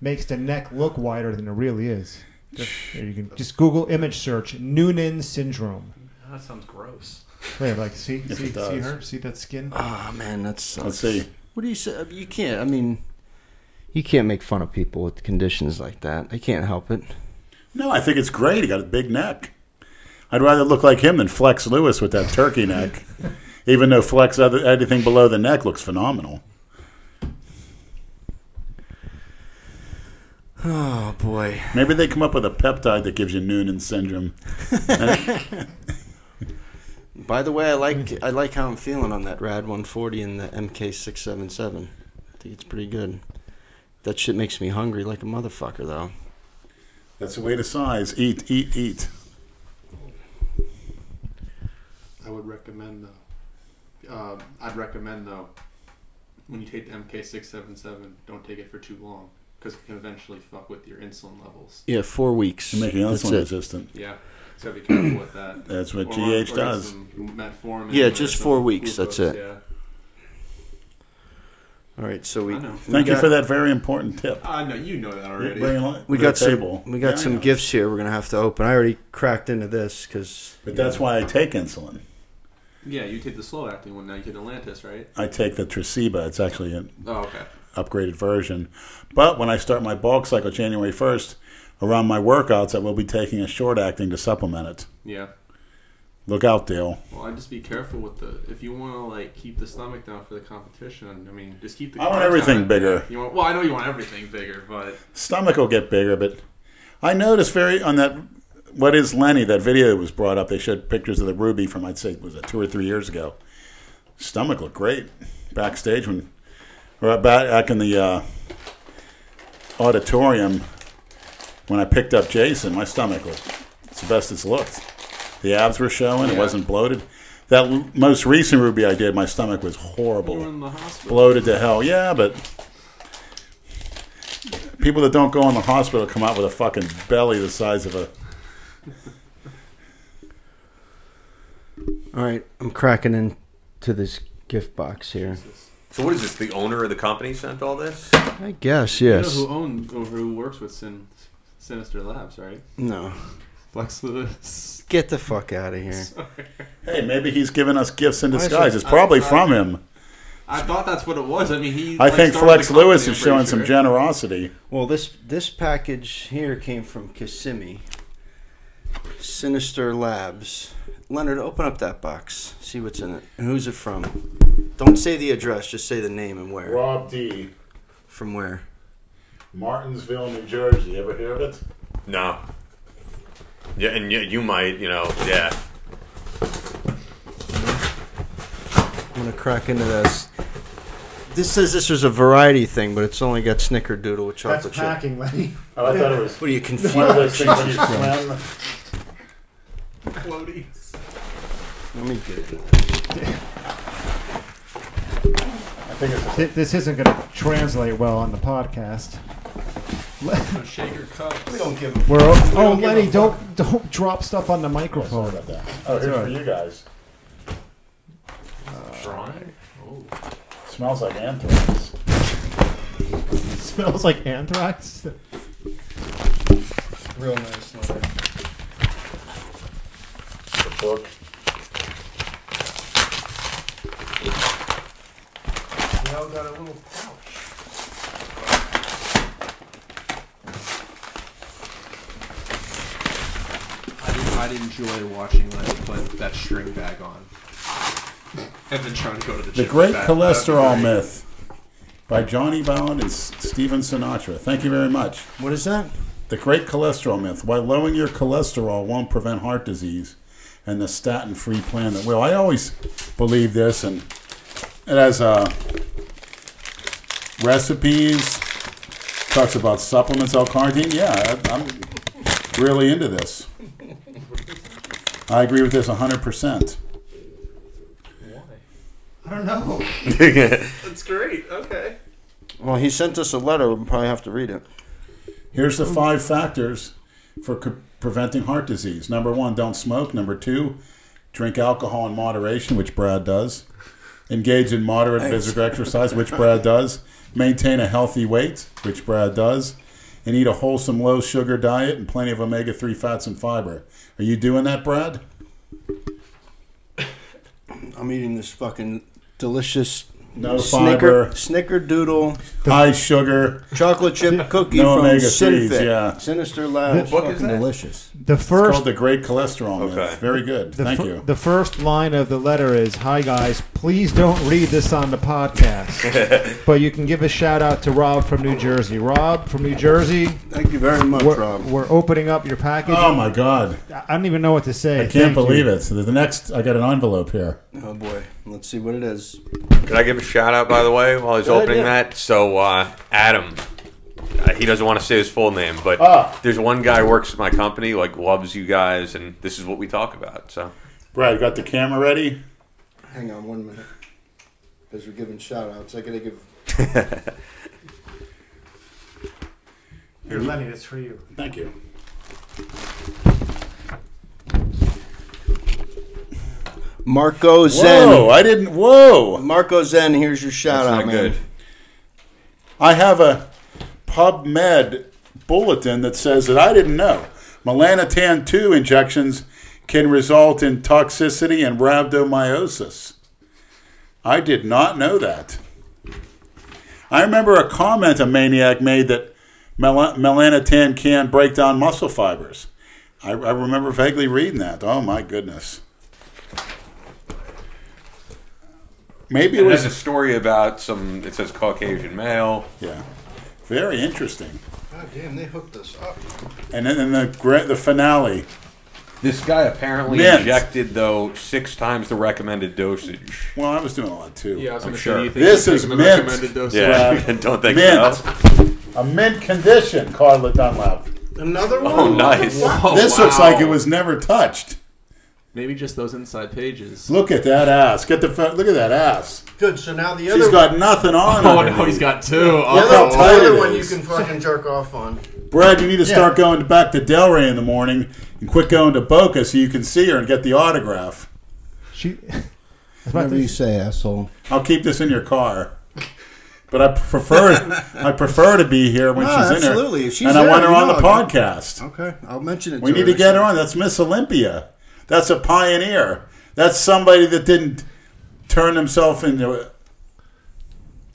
S6: makes the neck look wider than it really is. There you can just Google image search Noonan syndrome.
S5: That sounds gross.
S6: Wait, like see see,
S8: it
S6: see
S8: does. Oh,
S6: her? See that skin?
S7: Ah man, that sucks.
S8: Let's see.
S7: What do you say? You can't. I mean, you can't make fun of people with conditions like that. They can't help it.
S8: No, I think it's great. He got a big neck. I'd rather look like him than Flex Lewis with that turkey neck. Even though Flex other, anything below the neck looks phenomenal.
S7: Oh boy.
S8: Maybe they come up with a peptide that gives you Noonan syndrome.
S7: By the way, I like I like how I'm feeling on that Rad 140 and the MK 677. I think it's pretty good. That shit makes me hungry like a motherfucker, though.
S8: That's the way to size. Eat, eat, eat.
S9: I would recommend though. Um, I'd recommend though, when you take the MK six seven seven, don't take it for too long because it can eventually fuck with your insulin levels.
S7: Yeah, four weeks.
S8: You're making
S7: That's
S8: insulin
S7: it.
S8: resistant.
S9: Yeah, so be careful with that.
S8: That's what
S9: Or-
S8: GH
S9: or
S8: does.
S9: some Metformin
S7: Yeah,
S9: or
S7: just
S9: some
S7: four weeks,
S9: glucose,
S7: that's it.
S9: Yeah,
S7: All right, so we
S9: I know.
S8: Thank
S7: We
S8: you
S7: got-
S8: for that very important tip.
S9: I know Ah, you know that already.
S8: Bring it to
S7: we
S8: the
S7: got some
S8: table.
S7: we
S8: Yeah,
S7: got
S8: I
S7: some
S8: know.
S7: gifts here. We're gonna have to open. I already cracked into this because
S8: But that's why I take insulin.
S9: Yeah, you take the slow acting one now. You take Atlantis, right?
S8: I take the Traceba. It's actually an
S9: Oh, okay.
S8: upgraded version. But when I start my bulk cycle January 1st, around my workouts, I will be taking a short acting to supplement it.
S9: Yeah.
S8: Look out, Dale.
S9: Well, I'd just be careful with the. If you want to like keep the stomach down for the competition, I mean, just keep the.
S8: I want
S9: carbs
S8: everything
S9: down.
S8: bigger.
S9: You want? Well, I know you want everything bigger, but
S8: Stomach will get bigger, but I noticed very on that. What is Lenny? That video that was brought up. They showed pictures of the Ruby from I'd say was it two or three years ago. Stomach looked great backstage when, or back, back in the uh, auditorium when I picked up Jason. My stomach looked it's the best it's looked. The abs were showing. It
S9: Yeah.
S8: wasn't bloated. That l- most recent Ruby I did, my stomach was horrible
S9: you were in the hospital.
S8: bloated to hell. Yeah, but people that don't go in the hospital come out with a fucking belly the size of a.
S7: all right, I'm cracking into this gift box here.
S2: so what is this? The owner of the company sent all this?
S7: I guess
S9: You
S7: yes.
S9: know who owns or who works with Sin, Sinister Labs, right?
S7: No,
S9: Flex Lewis.
S7: get the fuck out of here.
S8: Hey, maybe he's giving us gifts in
S7: is
S8: disguise.
S7: it-
S8: It's probably
S9: I- I-
S8: from him.
S9: I thought that's what it was. I mean, he.
S8: I
S9: like,
S8: think
S9: started
S8: Flex
S9: the company,
S8: Lewis
S9: I'm
S8: is showing
S9: pretty
S8: some
S9: sure.
S8: generosity.
S7: Well, this this package here came from Kissimmee, Sinister Labs. Leonard, open up that box. See what's in it and who's it from. Don't say the address, just say the name and where.
S8: Rob D,
S7: From where?
S8: Martinsville, New Jersey. Ever hear of it?
S2: No. Yeah, and you, you might, you know, yeah.
S7: I'm gonna crack into this. This says this was a variety thing, but it's only got snickerdoodle with
S3: That's
S7: chocolate chip.
S3: packing, Lenny.
S8: Oh, I thought it was
S7: What are you confused?
S8: one of those things when you slam.
S9: Floaties.
S7: Let me get it.
S8: think it's
S6: Th- This isn't going to translate well on the podcast.
S9: So shake your cup.
S3: We don't give a
S6: We're oh,
S3: don't give
S6: Lenny,
S3: a
S6: don't don't drop stuff on the
S8: Sorry
S6: microphone.
S8: about that. Oh, here's for you guys.
S9: Oh.
S8: Smells like anthrax.
S6: It smells like anthrax.
S7: Real nice.
S8: The book.
S9: We all got a little pouch. I did, I'd enjoy watching Lenny put that string bag on. And then trying to go to the
S8: The
S9: gym
S8: Great
S9: with that.
S8: Cholesterol Myth by Johnny Bowen and S- Stephen Sinatra. Thank you very much.
S7: What is that?
S8: The Great Cholesterol Myth Why Lowering Your Cholesterol Won't Prevent Heart Disease and the Statin Free Plan That Will. I always believe this, and it has uh, recipes, talks about supplements, L carnitine. Yeah, I, I'm really into this. I agree with this 100%.
S9: I don't know.
S2: That's
S9: That's great. Okay.
S7: Well, he sent us a letter. We'll probably have to read it.
S8: Here's the five factors for c- preventing heart disease. Number one, don't smoke. Number two, drink alcohol in moderation, which Brad does. Engage in moderate physical exercise, which Brad does. Maintain a healthy weight, which Brad does. And eat a wholesome, low sugar diet and plenty of omega 3 fats and fiber. Are you doing that, Brad?
S7: I'm eating this fucking delicious
S8: No
S7: snicker,
S8: fiber,
S7: snickerdoodle
S8: high sugar.
S7: chocolate chip cookie
S8: No
S7: from
S8: omega-3s,
S7: Sinfit.
S8: yeah.
S7: Sinister Labs.
S2: book
S7: fucking
S2: is that?
S7: delicious.
S6: The
S8: It's
S6: first
S8: called the Great Cholesterol
S2: Okay.
S8: Myth. Very good.
S6: The,
S8: Thank
S6: fir-
S8: you.
S6: the first line of the letter is Hi, guys. Please don't read this on the podcast. but you can give a shout out to Rob from New Jersey. Rob from New Jersey,
S7: Thank you very much,
S6: we're,
S7: Rob.
S6: we're opening up your package.
S8: Oh, my God.
S6: I I don't even know what to say.
S8: I can't believe it. So the next, I got an envelope here.
S7: Oh boy, let's see what it is.
S2: Can I give a shout out, by the way, while he's
S7: Yeah,
S2: opening
S7: yeah.
S2: that? So, uh, Adam, uh, he doesn't want to say his full name, but
S6: Ah.
S2: there's one guy who works at my company, like loves you guys, and this is what we talk about. So,
S8: Brad, got the camera ready?
S7: Hang on one minute, because we're giving shout outs. I gotta give.
S6: Here, Lenny, that's for you.
S8: Thank you.
S7: Marco Zen.
S8: Whoa! I didn't. Whoa!
S7: Marco Zen, here's your shout
S2: that's
S7: out,
S2: not
S7: man.
S2: good.
S8: I have a PubMed bulletin that says that I didn't know melanotan two injections can result in toxicity and rhabdomyosis. I did not know that. I remember a comment a maniac made that mel- melanotan can break down muscle fibers. I, I remember vaguely reading that. Oh my goodness. Maybe it
S2: It
S8: was
S2: has a story about some. It says Caucasian male.
S8: Yeah, very interesting.
S7: God damn, they hooked us up.
S8: And then in the gra- the finale,
S2: This guy apparently
S8: Mint.
S2: injected though six times the recommended dosage.
S8: well, I was doing a lot too.
S5: Yeah, I was
S2: I'm
S5: going to
S2: sure.
S5: say, do you think
S8: This
S5: you're
S8: is
S5: taking the
S8: mint.
S5: recommended dose?
S2: Yeah,
S8: Brad.
S2: don't think
S8: Mint.
S2: so.
S8: A mint condition, Carla Dunlap.
S7: Another one.
S2: Oh, nice.
S9: Whoa,
S8: this looks
S9: wow.
S8: like it was never touched.
S9: Maybe just those inside pages.
S8: Look at that ass. Get the fo- look at that ass.
S7: Good. So now the
S8: She's
S7: other
S8: got nothing on.
S9: Oh no,
S8: underneath.
S9: he's got two. Oh,
S7: the
S8: how
S7: other, the
S8: tight
S7: other
S8: it
S7: one you
S8: is.
S7: can fucking jerk off on.
S8: Brad, you need to start going back to Delray in the morning and quit going to Boca so you can see her and get the autograph.
S6: She,
S7: Whatever you say, asshole.
S8: I'll keep this in your car. But I prefer I prefer to be here when
S7: No,
S8: she's in there.
S7: absolutely. If she's
S8: and I
S7: there,
S8: want her
S7: you
S8: on
S7: know,
S8: the
S7: I'll
S8: podcast.
S7: Okay, I'll mention it.
S8: We need to get her on. That's Miss Olympia. That's a pioneer. That's somebody that didn't turn himself into.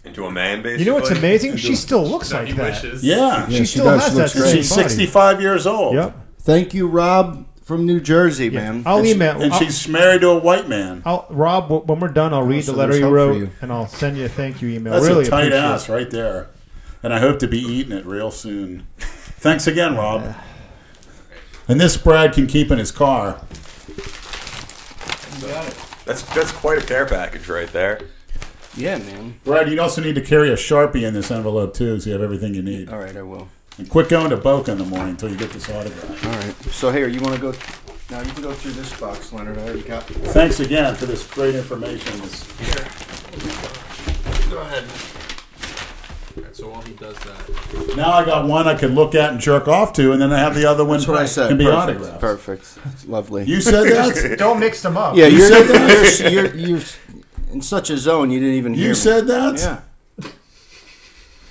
S2: Into a man, basically.
S6: you know what's amazing?
S8: She
S6: She still looks
S9: he
S6: like that.
S9: wishes.
S8: Yeah,
S6: She still has that same
S8: she's
S6: body.
S8: sixty-five years old.
S6: Yep.
S7: Thank you, Rob from New Jersey, man.
S6: I'll
S7: It's-
S6: email.
S8: and
S6: I'll-
S8: she's married to a white man.
S6: I'll, Rob, w- when we're done, I'll read
S7: so
S6: the letter
S7: there's
S6: you
S7: hope for
S6: wrote,
S7: you.
S6: and I'll send you a thank you email.
S8: That's
S6: really
S8: a tight
S6: appreciate it.
S8: ass right there, and I hope to be eating it real soon. Thanks again, Rob. And this Brad can keep in his car.
S2: That's that's quite a care package right there.
S7: Yeah, man.
S8: Brad, you also need to carry a sharpie in this envelope too, so you have everything you need.
S7: All right, I will.
S8: And quit going to Boca in the morning until you get this autograph.
S7: All right. So here, you want to go? Now you can go through this box, Leonard. I already got.
S8: Thanks again for this great information. This
S7: Here.
S3: Go ahead.
S5: Alright, so while he does that,
S8: Now I got one I can look at and jerk off to, and then I have the other one
S7: That's what I said.
S8: can be
S7: Perfect.
S8: autographed.
S7: Perfect. It's lovely.
S8: You said that.
S6: Don't mix them up.
S7: yeah,
S8: you
S7: you are
S8: said
S7: you're, you're, you're in such a zone. You didn't even hear.
S8: you
S7: me.
S8: said that.
S7: Yeah.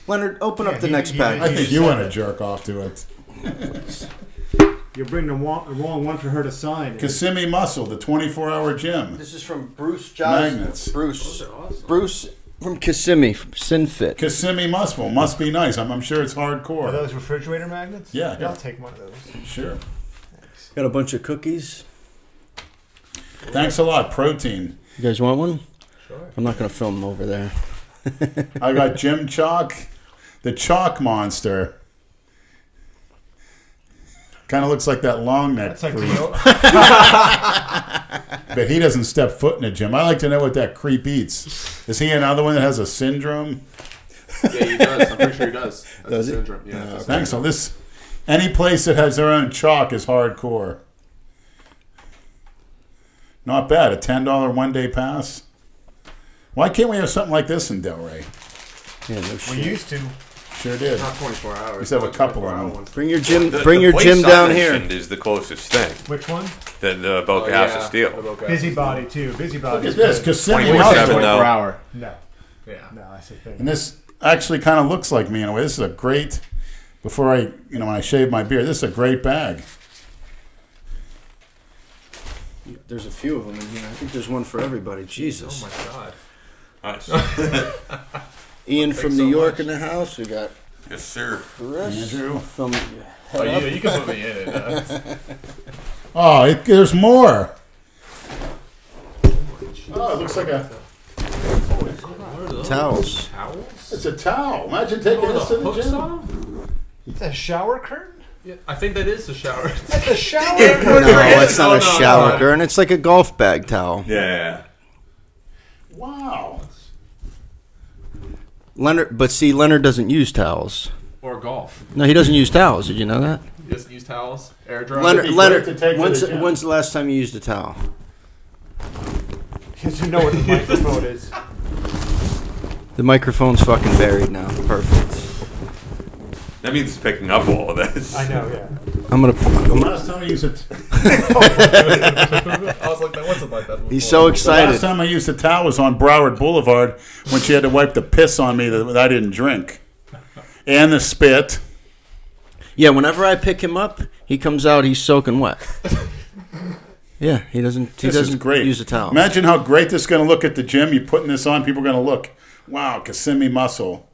S7: Leonard, open
S6: Yeah,
S7: up the
S6: he-
S7: next
S6: he-
S7: pack.
S8: I think
S6: just
S8: you
S6: said
S8: want to
S6: it.
S8: jerk off to it.
S6: You're bringing the wrong, the wrong one for her to sign.
S8: Kissimmee Muscle, the 24-hour gym.
S7: This is from Bruce Johnson.
S8: Magnets.
S7: Bruce.
S5: they're awesome.
S7: Bruce from Kissimmee, from Sinfit.
S8: Kissimmee Muscle must be nice. I'm, I'm sure it's hardcore.
S6: Are those refrigerator magnets?
S8: Yeah, yeah.
S6: I'll take one of those.
S8: Sure.
S7: Got a bunch of cookies.
S8: Thanks a lot, protein.
S7: You guys want one?
S5: Sure.
S7: I'm not going to film over there.
S8: I got Jim Chalk, the Chalk Monster. Kind of looks like that long neck,
S6: That's like
S8: creep,
S6: the,
S8: but he doesn't step foot in a gym. I like to know what that creep eats. Is he another one that has a syndrome?
S9: Yeah, he does. I'm pretty sure he does.
S7: Does
S9: That's
S7: Uh,
S9: a
S7: he?
S9: syndrome. Yeah, that's a
S8: Thanks on this. Any place that has their own chalk is hardcore. Not bad. A ten dollar one day pass. Why can't we have something like this in Delray?
S7: Yeah, no
S6: we
S7: shit.
S6: used to.
S8: Sure did.
S9: Not 24 hours.
S8: Just have a couple of
S9: 24
S8: them.
S9: hour ones.
S7: Bring your gym.
S2: The-
S7: bring
S2: the
S7: your
S2: place
S7: gym
S2: I
S7: down here.
S2: mentioned Is the closest thing.
S6: Which one?
S2: The the Boca
S9: Oh,
S2: House of
S9: yeah, the
S2: Steel.
S9: Boca
S6: Busybody too. Busybody.
S8: Look at this. Kissimmee
S2: 24/7 though.
S8: Muscle.
S9: House. 24 hour.
S6: No,
S9: Yeah.
S6: no, that's the
S8: And
S6: thing.
S8: this actually kind of looks like me in a way. This is a great. Before I, you know, when I shave my beard, this is a great bag.
S7: There's a few of them in here. I think there's one for everybody. Jesus.
S5: Oh my god.
S2: Nice.
S7: Ian from
S5: Thanks
S7: New
S5: so
S7: York
S5: much.
S7: in the house. We got
S2: yes, sir.
S7: Chris.
S8: Andrew.
S7: From
S9: Oh,
S7: head
S9: you,
S7: up.
S9: you can put me in it. Uh,
S8: Oh, it, there's more. Oh, it looks like a.
S7: towels.
S5: Towels?
S8: It's a towel. Imagine taking this to the
S5: Hooks
S8: gym.
S5: on 'em?
S6: It's a shower curtain.
S5: Yeah, I think that is the shower.
S6: That's a shower curtain.
S7: No, it's not
S5: No,
S7: a
S5: no,
S7: shower
S5: no.
S7: curtain. It's like a golf bag towel.
S2: Yeah.
S8: Wow.
S7: Leonard, but see, Leonard doesn't use towels.
S9: or golf.
S7: No, he doesn't use towels. Did you know that?
S9: You just use towels, air dry.
S7: Leonard,
S8: be great to take
S7: Leonard
S8: to
S7: when's,
S8: the gym.
S7: when's the last time you used a towel?
S6: Because you know what the microphone is.
S7: The microphone's fucking buried now. Perfect.
S2: That means it's picking up all of this.
S6: I know. Yeah.
S7: I'm gonna. I'm gonna-
S8: Last time I used a t-
S5: I was like, that wasn't like that before.
S7: he's so
S8: last
S7: excited.
S8: time I used a towel was on Broward Boulevard when she had to wipe the piss on me that, that I didn't drink, and the spit.
S7: Yeah, whenever I pick him up, he comes out. He's soaking wet. yeah, he doesn't. He
S8: This is
S7: doesn't
S8: great.
S7: use a towel.
S8: Imagine how great this is going to look at the gym. You putting this on, people are going to look. Wow, Kissimmee Muscle.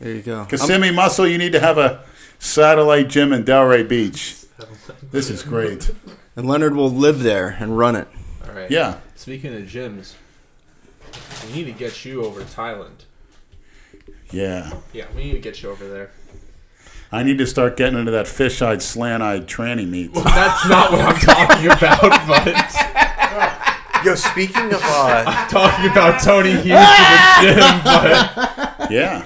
S7: there you go. I'm-
S8: Kissimmee Muscle. You need to have a satellite gym in Delray Beach. This is great.
S7: and Leonard will live there and run it.
S5: All right.
S8: Yeah.
S5: Speaking of gyms, we need to get you over to Thailand.
S8: Yeah.
S5: Yeah, we need to get you over there.
S8: I need to start getting into that fish-eyed, slant-eyed tranny meat.
S5: That's not what I'm talking about, but
S2: Yo, speaking of uh,
S5: talking about Tony Hughes in the gym. But
S8: Yeah.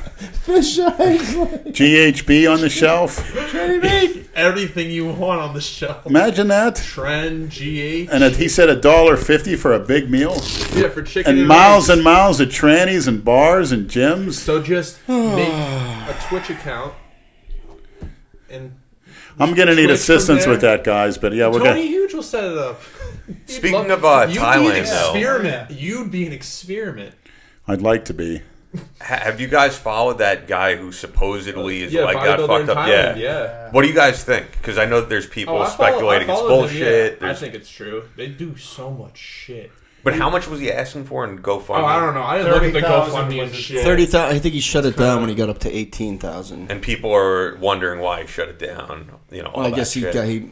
S8: GHB on the shelf.
S5: everything you want on the shelf.
S8: Imagine that.
S5: Trend GH.
S8: And it, he said a dollar fifty for a big meal,
S5: yeah, for chicken
S8: and
S5: and
S8: miles
S5: rice.
S8: and miles of trannies and bars and gyms.
S5: So just make a Twitch account and
S8: I'm gonna need
S5: Switch from
S8: assistance with
S5: there.
S8: that, guys. But yeah, we're
S5: Tony
S8: gonna.
S5: Huge will set it up. You'd
S2: Speaking
S5: love-
S2: of, uh,
S5: you'd be an
S2: Thailand, though.
S5: experiment. You'd be an experiment.
S8: I'd like to be.
S2: ha- have you guys followed that guy who supposedly is like got
S5: bodybuilder
S2: fucked
S5: in
S2: up?
S5: Thailand,
S2: yeah. What do you guys think? Because I know that there's people
S5: Oh, I follow- I
S2: speculating
S5: follow
S2: it's
S5: them, yeah.
S2: bullshit.
S5: I
S2: there's-
S5: think it's true. They do so much shit.
S2: but how much was he asking for in GoFundMe?
S5: Oh, I don't know. I didn't look at the
S6: 30,000
S5: GoFundMe and
S6: was
S5: shit.
S7: Thirty thousand. I think he shut it down when he got up to eighteen thousand.
S2: And people are wondering why he shut it down. You know, all
S7: Well, I
S2: that
S7: guess he
S2: shit. Uh,
S7: got, he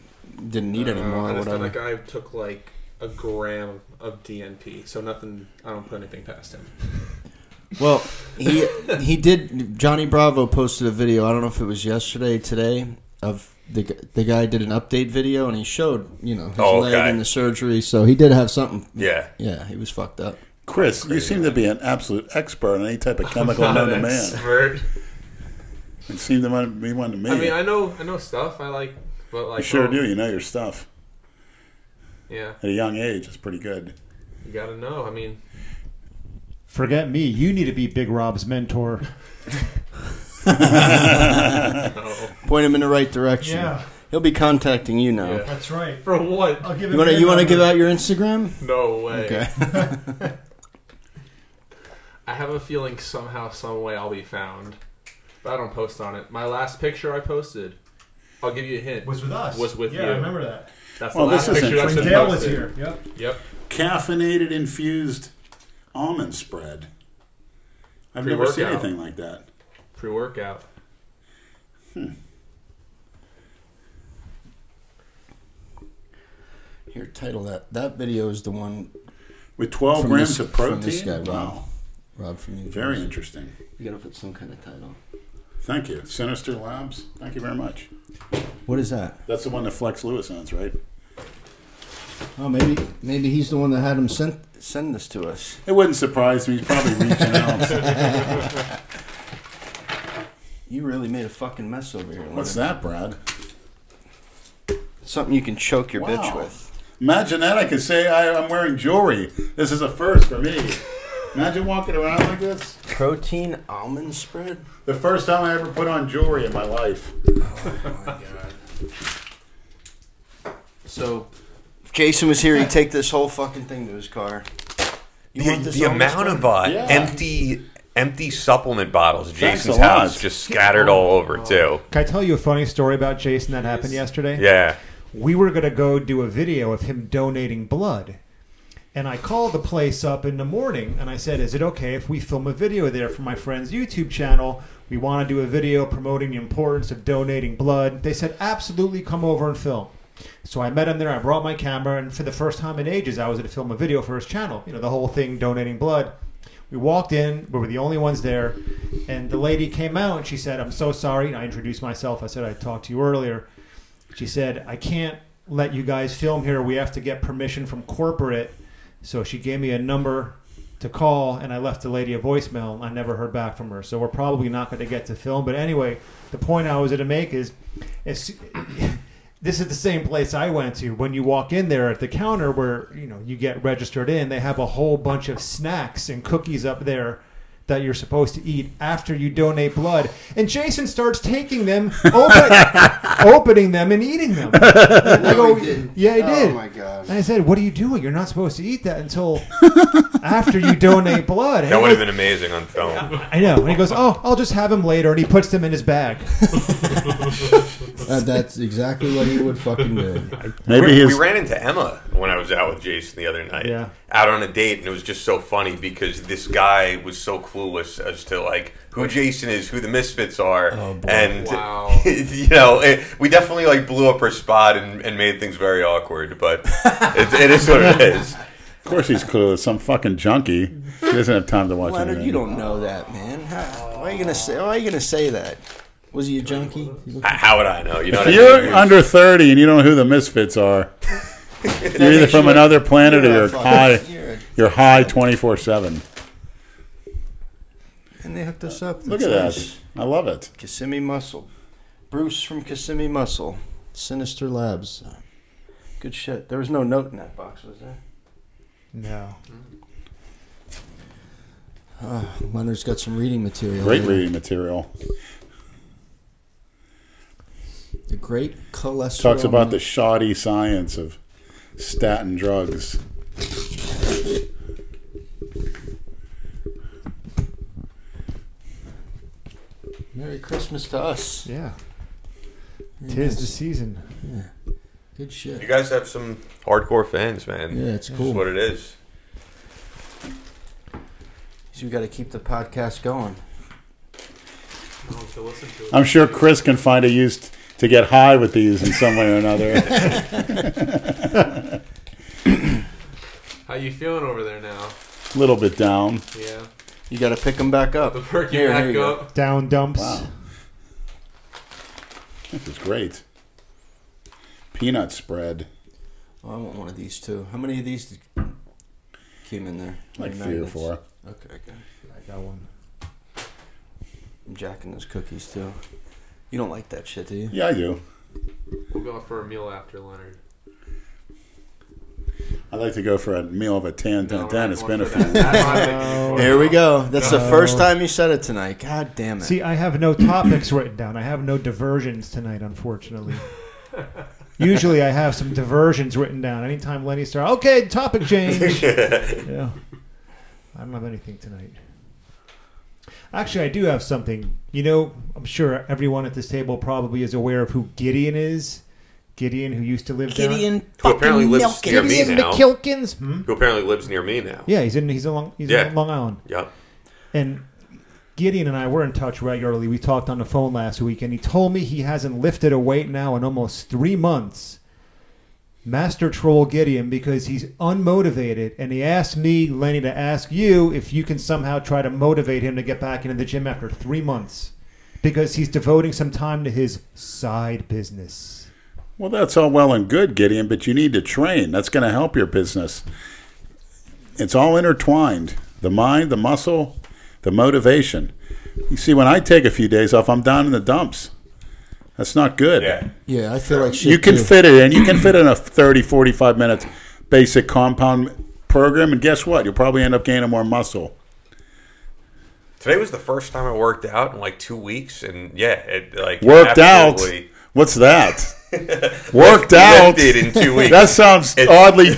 S7: didn't need
S5: I don't know.
S7: anymore
S5: I
S7: or
S5: just thought
S7: whatever.
S5: that guy took like a gram of DNP, so nothing. I don't put anything past him.
S7: Well, he he did. Johnny Bravo posted a video. I don't know if it was yesterday, today, of the gu- the guy did an update video and he showed you know his
S2: Oh,
S7: leg
S2: okay.
S7: and the surgery. So he did have something.
S2: Yeah.
S7: yeah, he was fucked up.
S8: Chris, you seem to be an absolute expert on any type of chemical
S5: Not
S8: known
S5: an
S8: to man.
S5: expert.
S8: It seemed to be one to me.
S5: I mean, I know, I know stuff. I like, but like,
S8: you sure
S5: oh,
S8: do. You know your stuff
S5: Yeah,
S8: at a young age. It's pretty good.
S5: you gotta know. I mean,
S6: Forget me. You need to be Big Rob's mentor.
S7: Point him in the right direction. He'll be contacting you now.
S5: Yeah.
S6: that's right.
S5: For what?
S6: I'll give
S7: You want to you want to give out your Instagram?
S5: No way.
S7: Okay.
S5: I have a feeling somehow, some way, I'll be found. But I don't post on it. My last picture I posted. I'll give you a hint.
S6: was with us.
S5: Was with
S6: yeah,
S5: you.
S6: I remember that.
S5: That's
S8: Well,
S5: the last
S8: this isn't
S5: picture that's
S6: When
S5: been
S6: Dale was
S5: posted.
S6: here. Yep.
S5: Yep.
S8: Caffeinated infused almond spread. I've never seen
S5: Pre-workout.
S8: anything like that.
S5: Pre-workout.
S7: Here, title that. That video is the one
S8: With 12
S7: From
S8: grams
S7: this-
S8: of protein?
S7: from this guy, wow.
S8: wow.
S7: Rob from New
S8: Very
S7: Jersey.
S8: interesting.
S7: You gotta put some kind of title.
S8: Thank you. Sinister Labs, thank you very much.
S7: What is that?
S8: That's the one that Flex Lewis owns, right?
S7: Oh, maybe maybe he's the one that had him send send this to us.
S8: It wouldn't surprise me. He's probably reaching out.
S7: You really made a fucking mess over here.
S8: What's
S7: Leonard.
S8: that, Brad?
S7: Something you can choke your bitch
S8: Wow.
S7: with.
S8: Imagine that. I could say I, I'm wearing jewelry. This is a first for me. Imagine walking around like this.
S7: Protein almond spread.
S8: The first time I ever put on jewelry in my life.
S7: Oh, So, if Jason was here, he'd take this whole fucking thing to his car. You
S2: The,
S7: want this
S2: the
S7: almond
S2: amount
S7: spread?
S2: of uh,
S8: Yeah.
S2: empty empty supplement bottles at
S8: Thanks
S2: Jason's
S8: a lot.
S2: house just scattered all over
S5: Oh.
S2: too.
S6: Can I tell you a funny story about Jason that happened yesterday?
S2: Yeah.
S6: we were going to go do a video of him donating blood. And I called the place up in the morning and I said, Is it okay if we film a video there for my friend's YouTube channel? We want to do a video promoting the importance of donating blood. They said, Absolutely, come over and film. So I met him there. I brought my camera, and for the first time in ages, I was going to film a video for his channel. You know, the whole thing, donating blood. We walked in. We were the only ones there, and the lady came out and she said, "I'm so sorry." And I introduced myself. I said, "I talked to you earlier." She said, "I can't let you guys film here. We have to get permission from corporate." So she gave me a number to call, and I left the lady a voicemail. I never heard back from her, so we're probably not going to get to film. But anyway, the point I was going to make is, as, this is the same place I went to. When you walk in there at the counter where you know you get registered in, they have a whole bunch of snacks and cookies up there that you're supposed to eat after you donate blood. And Jason starts taking them, open, opening them, and eating them. And I go, yeah, I did.
S7: Oh my god.
S6: And I said, "What are you doing? You're not supposed to eat that until after you donate blood." And
S2: That
S6: he
S2: would have
S6: goes-
S2: been amazing on film.
S6: I know. And he goes, "Oh, I'll just have him later," and he puts them in his bag.
S7: Uh, that's exactly what he would fucking do.
S8: Maybe
S2: We, we
S8: his
S2: ran into Emma when I was out with Jason the other night.
S6: Yeah.
S2: Out on a date, and it was just so funny because this guy was so clueless as to like who Jason is, who the Misfits are,
S8: Oh,
S2: and
S5: Wow.
S2: you know, it, we definitely like blew up her spot and, and made things very awkward. But it, it is what it is.
S8: Of course he's clueless. Some fucking junkie. He doesn't have time to watch
S7: Leonard,
S8: anything.
S7: you don't know that, man. How, why are you gonna say? Why are you gonna say that? Was he a junkie?
S2: H- How would I know? You know, what
S8: If
S2: I mean?
S8: you're under 30 and you don't know who the Misfits are, you're either from another planet or
S7: You're a
S8: you're
S7: fucking-
S8: high.
S7: you're a-
S8: You're high 24 7.
S7: And they hooked us up.
S8: Look at
S7: That's
S8: that.
S7: nice.
S8: I love it.
S7: Kissimmee Muscle. Bruce from Kissimmee Muscle. Sinister Labs. Good shit. There was no note in that box, was there?
S6: No,
S7: Leonard's got some reading material.
S8: Great
S7: here.
S8: reading material.
S7: The great cholesterol.
S8: Talks about the shoddy science of statin drugs.
S7: Merry Christmas to us.
S6: yeah,
S7: Very
S6: tis the
S7: nice.
S6: season.
S7: Good
S2: You
S7: shit.
S2: guys have some hardcore fans, man.
S7: Yeah, it's
S2: That's
S7: cool.
S2: what it is.
S7: So we got to keep the podcast going.
S5: No one can listen to it.
S8: I'm sure Chris can find a use to get high with these in some way or another.
S5: How you feeling over there now?
S8: A little bit down.
S5: Yeah.
S7: You got to pick them back up.
S5: The perk you
S7: Here,
S5: back
S7: here you
S5: up.
S6: Down dumps.
S8: Wow. This is great. Peanut spread.
S7: Oh, I want one of these too. How many of these did came in there?
S8: Like
S7: Any
S8: three or
S7: magnets?
S8: four.
S7: Okay, okay.
S6: I got one.
S7: I'm jacking those cookies too. You don't like that shit, do you?
S8: Yeah, I do.
S5: We'll go out for a meal after Leonard.
S8: I'd like to go for a meal of a tan tan tan. It's been a few.
S7: Here we go. That's the first
S8: Uh,
S7: time you said it tonight. God damn it.
S6: See, I have no topics written down. I have no diversions tonight, unfortunately. Usually, I have some diversions written down. Anytime Lenny starts, okay, topic change. yeah. I don't have anything tonight. Actually, I do have something. You know, I'm sure everyone at this table probably is aware of who Gideon is. Gideon, who used to live down-
S7: Gideon
S2: Who apparently
S7: fucking
S2: lives near
S7: Milken.
S2: me
S6: Gideon
S2: now.
S6: McKilkins. Hmm?
S2: Who apparently lives near me now.
S6: Yeah, he's in. He's along. He's
S2: Yeah.
S6: on Long Island.
S2: Yep.
S6: And Gideon and I were in touch regularly. We talked on the phone last week, and he told me he hasn't lifted a weight now in almost three months. Master Troll Gideon, because he's unmotivated, and he asked me, Lenny, to ask you if you can somehow try to motivate him to get back into the gym after three months, because he's devoting some time to his side business.
S8: Well, that's all well and good, Gideon, but you need to train. That's going to help your business. It's all intertwined the mind, the muscle, the motivation. You see, when I take a few days off, I'm down in the dumps. That's not good.
S2: Yeah.
S7: Yeah, I feel like shit.
S8: You can
S7: too.
S8: fit it in. You can fit in a 30, 45 minutes basic compound program, and guess what? You'll probably end up gaining more muscle.
S2: Today was the first time I worked out in like two weeks, and yeah, it like
S8: Worked out.
S2: absolutely
S8: What's that? Worked out.
S2: lifted in two weeks.
S8: That sounds
S2: It's-
S8: oddly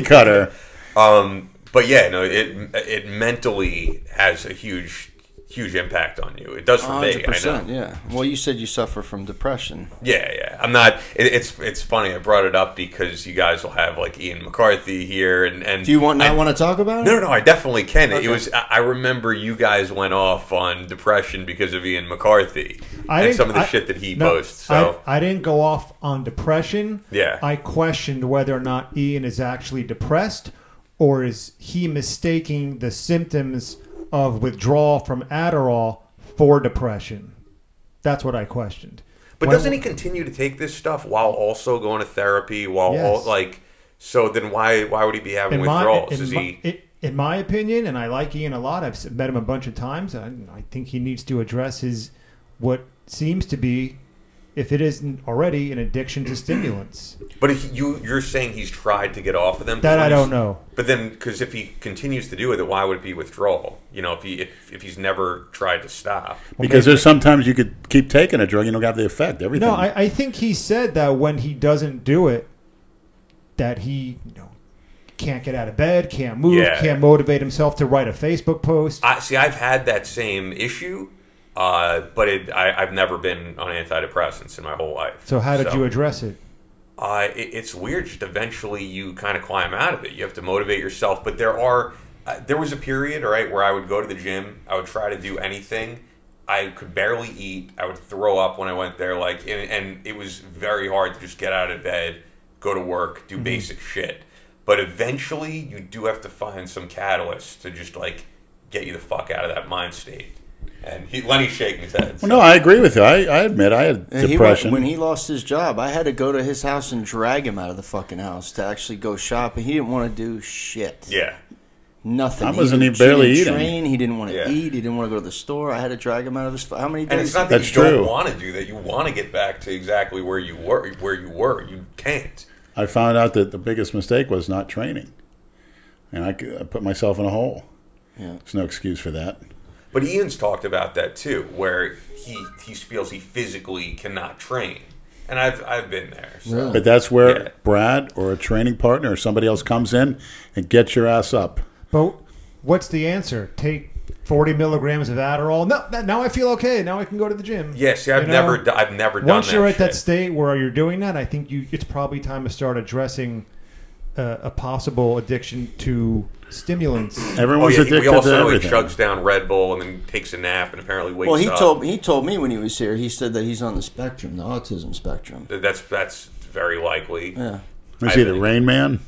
S8: cutter.
S2: Um, but yeah, no, it it mentally has a huge huge impact on you. It does for me. I know.
S7: 100%. Yeah. Well, you said you suffer from depression.
S2: Yeah, yeah. I'm not. It, it's it's funny. I brought it up because you guys will have like Ian McCarthy here, and and
S7: Do you want not
S2: I,
S7: want to talk about it?
S2: No, no, I definitely can.
S7: Okay.
S2: It was. I I remember you guys went off on depression because of Ian McCarthy and
S6: didn't-
S2: some of the
S6: I-
S2: shit that he
S6: no,
S2: posts. So
S6: I, I didn't go off on depression.
S2: Yeah.
S6: I questioned whether or not Ian is actually depressed or is he mistaking the symptoms of withdrawal from Adderall for depression. That's what I questioned.
S2: But
S6: When-
S2: doesn't he continue to take this stuff while also going to therapy? While
S6: Yes.
S2: all, like, so then why why would he be having
S6: in my-
S2: withdrawals?
S6: in
S2: Is
S6: my-
S2: he?
S6: i- in my opinion, and I like Ian a lot. I've s- met him a bunch of times. I, I think he needs to address his what seems to be, if it isn't already, an addiction to stimulants.
S2: But if you you're saying he's tried to get off of them.
S6: That I
S2: because-
S6: don't know.
S2: But then, because if he continues to do it, then why would it be withdrawal? You know, if he if, if he's never tried to stop.
S8: Because there's sometimes you could keep taking a drug, you don't have the effect. Everything.
S6: No, I, I think he said that when he doesn't do it, that he you know, can't get out of bed, can't move,
S2: Yeah.
S6: can't motivate himself to write a Facebook post.
S2: I see. I've had that same issue, uh, but it, I, I've never been on antidepressants in my whole life.
S6: so how did you address it?
S2: uh, it, it's weird. Just eventually, you kind of climb out of it. You have to motivate yourself. But there are, uh, there was a period, all right, where I would go to the gym. I would try to do anything. I could barely eat. I would throw up when I went there. Like, and, and it was very hard to just get out of bed, go to work,
S8: Mm-hmm.
S2: do basic shit. But eventually, you do have to find some catalyst to just like get you the fuck out of that mind state. And he, Lenny's shaking his head. so-
S8: Well, no, I agree with you. I, I admit I had
S7: And he
S8: depression.
S7: went- when he lost his job, I had to go to his house and drag him out of the fucking house to actually go shopping. He didn't want to do shit.
S2: yeah.
S7: Nothing.
S8: I wasn't
S7: didn't-
S8: even barely
S7: didn't
S8: eating.
S7: Train. He didn't want to
S2: Yeah.
S7: eat. He didn't want to go to the store. I had to drag him out of his. How many days?
S2: And it's not that
S8: That's
S2: you
S8: true.
S2: don't want to do that. You want to get back to exactly where you were. Where you were, you can't.
S8: I found out that the biggest mistake was not training, and I, c- I put myself in a hole.
S7: Yeah.
S8: There's no excuse for that.
S2: But Ian's talked about that too, where he he feels he physically cannot train, and I've I've been there. So.
S8: But that's where
S2: Yeah.
S8: Brad or a training partner or somebody else comes in and gets your ass up.
S6: But what's the answer? Take 40 milligrams of Adderall. No, that, now I feel okay. Now I can go to the gym.
S2: Yeah, see, I've
S6: You know?
S2: never do- I've never done
S6: Once
S2: that
S6: you're at that
S2: shit.
S6: state where you're doing that, I think you it's probably time to start addressing uh, a possible addiction to stimulants.
S2: Oh,
S8: Everyone's
S2: yeah, he- we
S8: addicted
S2: also
S8: to
S2: know he
S8: everything.
S2: chugs down Red Bull and then takes a nap and apparently wakes
S7: Well, he
S2: up.
S7: told he told me when he was here. He said that he's on the spectrum, the autism spectrum.
S2: that's that's very likely.
S7: Yeah,
S8: Was he the Rain Man?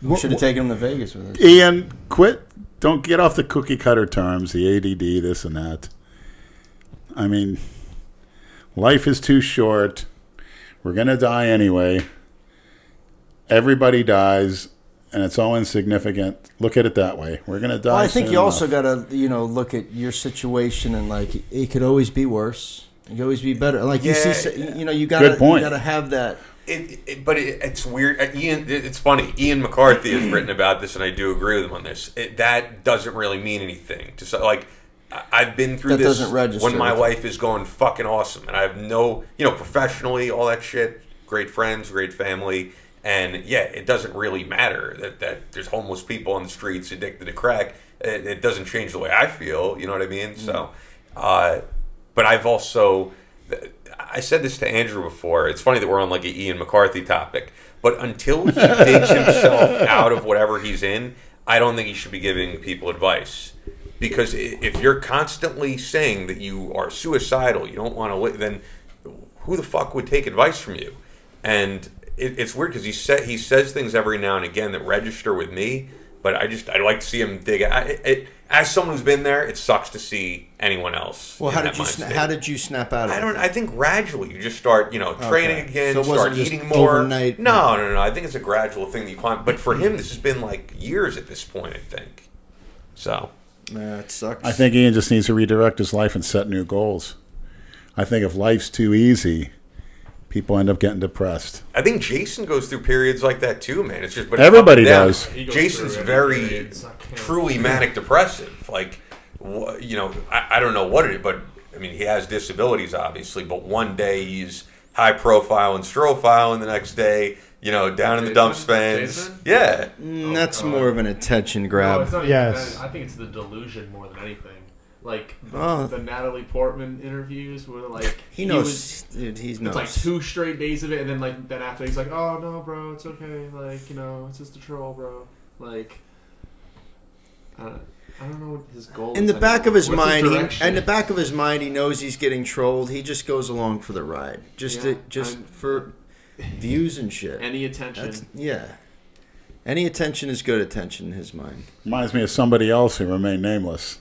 S6: What-
S7: should have taken him to Vegas with us.
S8: Ian, quit. Don't get off the cookie cutter terms, the ADD, this and that. I mean, life is too short. We're going to die anyway. Everybody dies, and it's all insignificant. Look at it that way. We're going to die.
S7: Well, I think
S8: soon
S7: you also
S8: enough.
S7: got to you know look at your situation and like it could always be worse. You always be better. Like
S2: Yeah,
S7: you see, you know, you gotta,
S8: Good point.
S7: you gotta have that.
S2: It, it, but it, it's weird. Uh, Ian, it- it's funny. Ian McCarthy has written about this, and I do agree with him on this. It, that doesn't really mean anything. Just like I- I've been through
S7: That
S2: this
S7: doesn't register
S2: when my
S7: with
S2: life is going fucking awesome, and I have no, you know, professionally, all that shit. Great friends, great family, and yeah, it doesn't really matter that that there's homeless people on the streets addicted to crack. It, it doesn't change the way I feel. You know what I mean? So. Uh, but I've also, I said this to Andrew before. It's funny that we're on like an Ian McCarthy topic, but until he digs himself out of whatever he's in, I don't think he should be giving people advice. Because i- if you're constantly saying that you are suicidal, you don't want to live, then who the fuck would take advice from you? And it, it's weird because he sa he says things every now and again that register with me, but I just I'd like to see him dig. I, it, it, as someone who's been there, it sucks to see anyone else.
S7: Well,
S2: in
S7: how
S2: that
S7: did you?
S2: mind
S7: Sna-
S2: state.
S7: how did you snap out of
S2: I
S7: it?
S2: don't. I think gradually you just start, you know, training again,
S7: So it wasn't
S2: start
S7: just
S2: eating more.
S7: overnight?
S2: No, no, no. I think it's a gradual thing that you climb. But for him, this has been like years at this point. I think. So
S7: Nah, it sucks.
S8: I think Ian just needs to redirect his life and set new goals. I think if life's too easy, people end up getting depressed.
S2: I think Jason goes through periods like that too, man. It's just but
S8: Everybody
S2: it's up and
S8: does.
S2: down.
S5: He goes
S2: Jason's
S5: through it.
S2: very
S5: It's not him.
S2: truly manic depressive. Like, wh- you know, I, I don't know what it, but I mean, he has disabilities obviously. But one day he's high profile and strophile, and the next day, you know, down in the dump
S5: Jason?
S2: spans.
S5: Jason?
S2: Yeah.
S7: Mm, that's
S5: God.
S7: more of an attention
S5: No,
S7: grab.
S5: it's not even
S6: Yes.
S5: that. I think it's the delusion more than anything. Like the,
S7: Oh.
S5: the Natalie Portman interviews were like
S7: he knows.
S5: was-
S7: dude, he
S5: it's
S7: knows.
S5: like two straight days of it, and then like then after he's like, "Oh no, bro, it's okay. Like you know, it's just a troll, bro." Like, I don't, I don't know what his goal.
S7: in
S5: is
S7: the back of his
S5: anymore. What's
S7: mind, he,
S5: direction?
S7: in the back of his mind, he knows he's getting trolled. He just goes along for the ride, just
S5: Yeah,
S7: to, just
S5: I'm-
S7: for views and shit.
S5: any attention. Oh,
S7: That's yeah. Any attention is good attention in his mind.
S8: Reminds me of somebody else who remained nameless,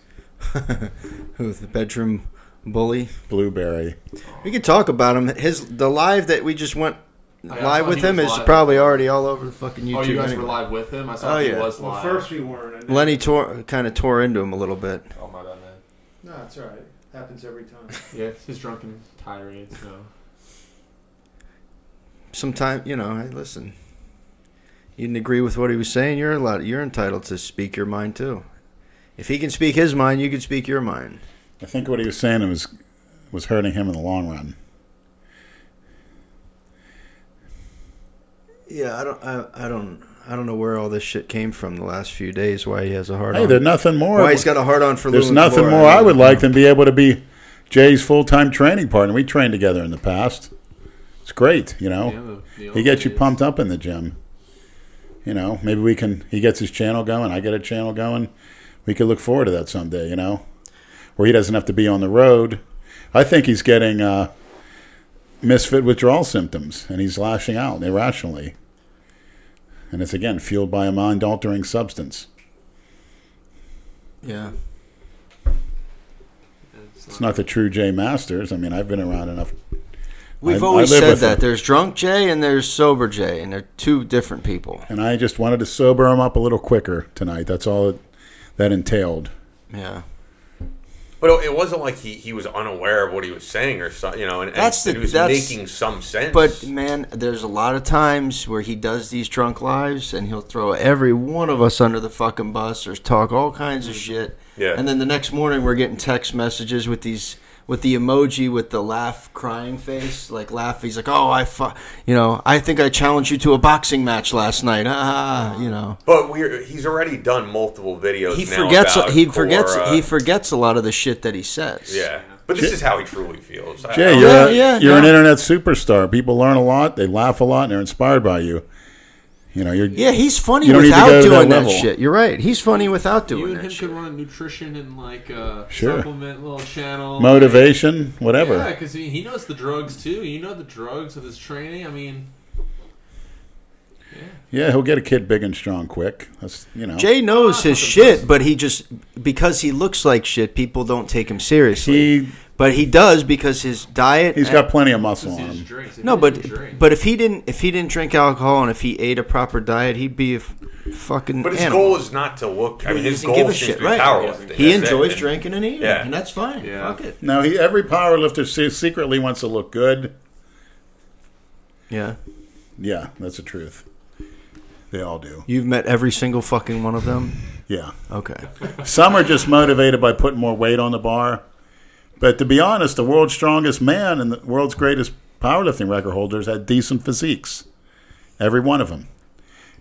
S7: Who the bedroom bully?
S8: Blueberry.
S7: We could talk about him. His the live that we just went
S5: I
S7: live
S5: thought
S7: with
S5: he
S7: him
S5: was
S7: is
S5: live.
S7: probably already all over the fucking YouTube.
S5: oh, you guys
S7: anyway.
S5: were live with him. I
S7: Oh,
S5: saw he
S7: yeah.
S5: was
S6: Well,
S5: live.
S6: first we weren't. and then-
S7: Lenny tore kind of tore into him a little bit.
S5: oh my bad, man.
S6: No, it's all right. Happens every time.
S5: Yeah, it's his drunken tirades. No,
S7: Sometimes you know, hey, listen. You didn't agree with what he was saying. You're allowed. You're entitled to speak your mind too. If he can speak his mind, you can speak your mind.
S8: I think what he was saying was was hurting him in the long run.
S7: Yeah, I don't. I, I don't. I don't know where all this shit came from the last few days. Why he has a hard
S8: Hey,
S7: on.
S8: there's nothing more.
S7: why he's got a hard on for.
S8: there's
S7: Lou and
S8: nothing
S7: Laura.
S8: more I would like than be able to be Jay's full time training partner. We trained together in the past. It's great, you know. He gets you pumped up in the gym. You know, maybe we can. He gets his channel going. I get a channel going. We could look forward to that someday. You know, where he doesn't have to be on the road. I think he's getting uh, misfit withdrawal symptoms, and he's lashing out irrationally. And it's again fueled by a mind altering substance.
S7: Yeah.
S8: It's not the true Jay Masters. I mean, I've been around enough.
S7: We've
S8: I- I
S7: always
S8: live
S7: said
S8: with
S7: that
S8: him.
S7: there's drunk Jay and there's sober Jay, and they're two different people.
S8: And I just wanted to sober him up a little quicker tonight. That's all it, that entailed.
S7: Yeah.
S2: But it wasn't like he, he was unaware of what he was saying or something, you know, and, and
S7: That's the-
S2: it was
S7: that's-
S2: making some sense.
S7: But man, there's a lot of times where he does these drunk lives, and he'll throw every one of us under the fucking bus, or talk all kinds of shit.
S2: Mm. Yeah.
S7: And then the next morning, we're getting text messages with these with the emoji with the laugh crying face, like laugh. He's like, "Oh, I, fu- you know, I think I challenged you to a boxing match last night." Ah, you know.
S2: but we're, he's already done multiple videos.
S7: He
S2: now
S7: forgets.
S2: about
S7: He forgets.
S2: Cora.
S7: He forgets a lot of the shit that he says.
S2: yeah. But this is how he truly feels. I-
S8: Jay,
S2: I-
S8: you're, a-
S7: yeah,
S8: you're an
S7: no.
S8: internet superstar. People learn a lot, they laugh a lot, and they're inspired by you. You know, you're
S7: Yeah, he's funny
S8: You don't need to
S7: without
S8: go to that
S7: doing that,
S8: level.
S7: shit. You're right. He's funny without
S5: you
S7: doing
S5: and him
S7: that shit.
S5: could run a nutrition and like a
S8: Sure.
S5: supplement little channel.
S8: motivation, whatever.
S5: Yeah, because he knows the drugs too. You know the drugs of his training. I mean,
S8: Yeah, he'll get a kid big and strong quick. That's you know,
S7: Jay knows his shit, but he just because he looks like shit, people don't take him seriously.
S8: he
S7: But he does because his diet.
S8: He's got plenty of muscle on
S5: Just
S8: him.
S5: drinks. If
S7: no,
S5: he
S7: but
S5: didn't drink-
S7: but if he didn't if he didn't drink alcohol and if he ate a proper diet, he'd be a f- fucking.
S2: But his
S7: animal.
S2: goal is not to look. I mean,
S7: He
S2: his
S7: doesn't
S2: goal
S7: give a
S2: is to
S7: shit,
S2: be
S7: right?
S2: powerlifting.
S7: He
S2: That's it.
S7: enjoys
S2: And-
S7: drinking and eating,
S2: Yeah.
S7: and that's fine.
S5: Yeah.
S7: Fuck it.
S8: No, he, every powerlifter se- secretly wants to look good.
S7: Yeah,
S8: Yeah, that's the truth. They all do.
S7: you've met every single fucking one of them.
S8: Yeah.
S7: Okay.
S8: Some are just motivated by putting more weight on the bar. But to be honest, the world's strongest man and the world's greatest powerlifting record holders had decent physiques. Every one of them.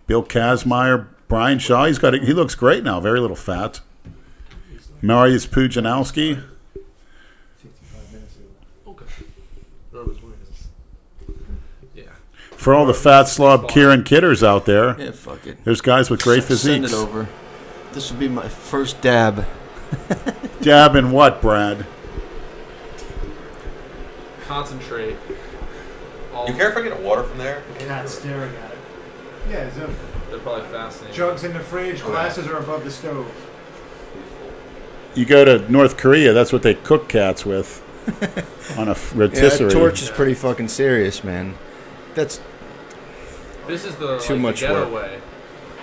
S8: Bill Kazmaier, Brian Shaw, he's got a, he looks great now, very little fat. Marius Pujanowski.
S5: Yeah.
S8: For all the fat slob Kieran Kidders out there,
S7: Yeah, fuck it.
S8: there's guys with great
S7: Send it
S8: physiques.
S7: over. This will be my first dab.
S8: Dab in what, Brad?
S5: Concentrate. All
S2: You care if I get a water from there?
S6: Not staring at it. Yeah, so
S5: They're probably fascinating.
S6: jugs in the fridge,
S5: Oh,
S6: glasses are above the stove.
S8: You go to North Korea, that's what they cook cats with on a f-
S7: Yeah,
S8: rotisserie.
S7: that torch is pretty fucking serious, man. That's
S5: This is the,
S7: Too
S5: like,
S7: much
S5: the
S7: work.
S5: getaway.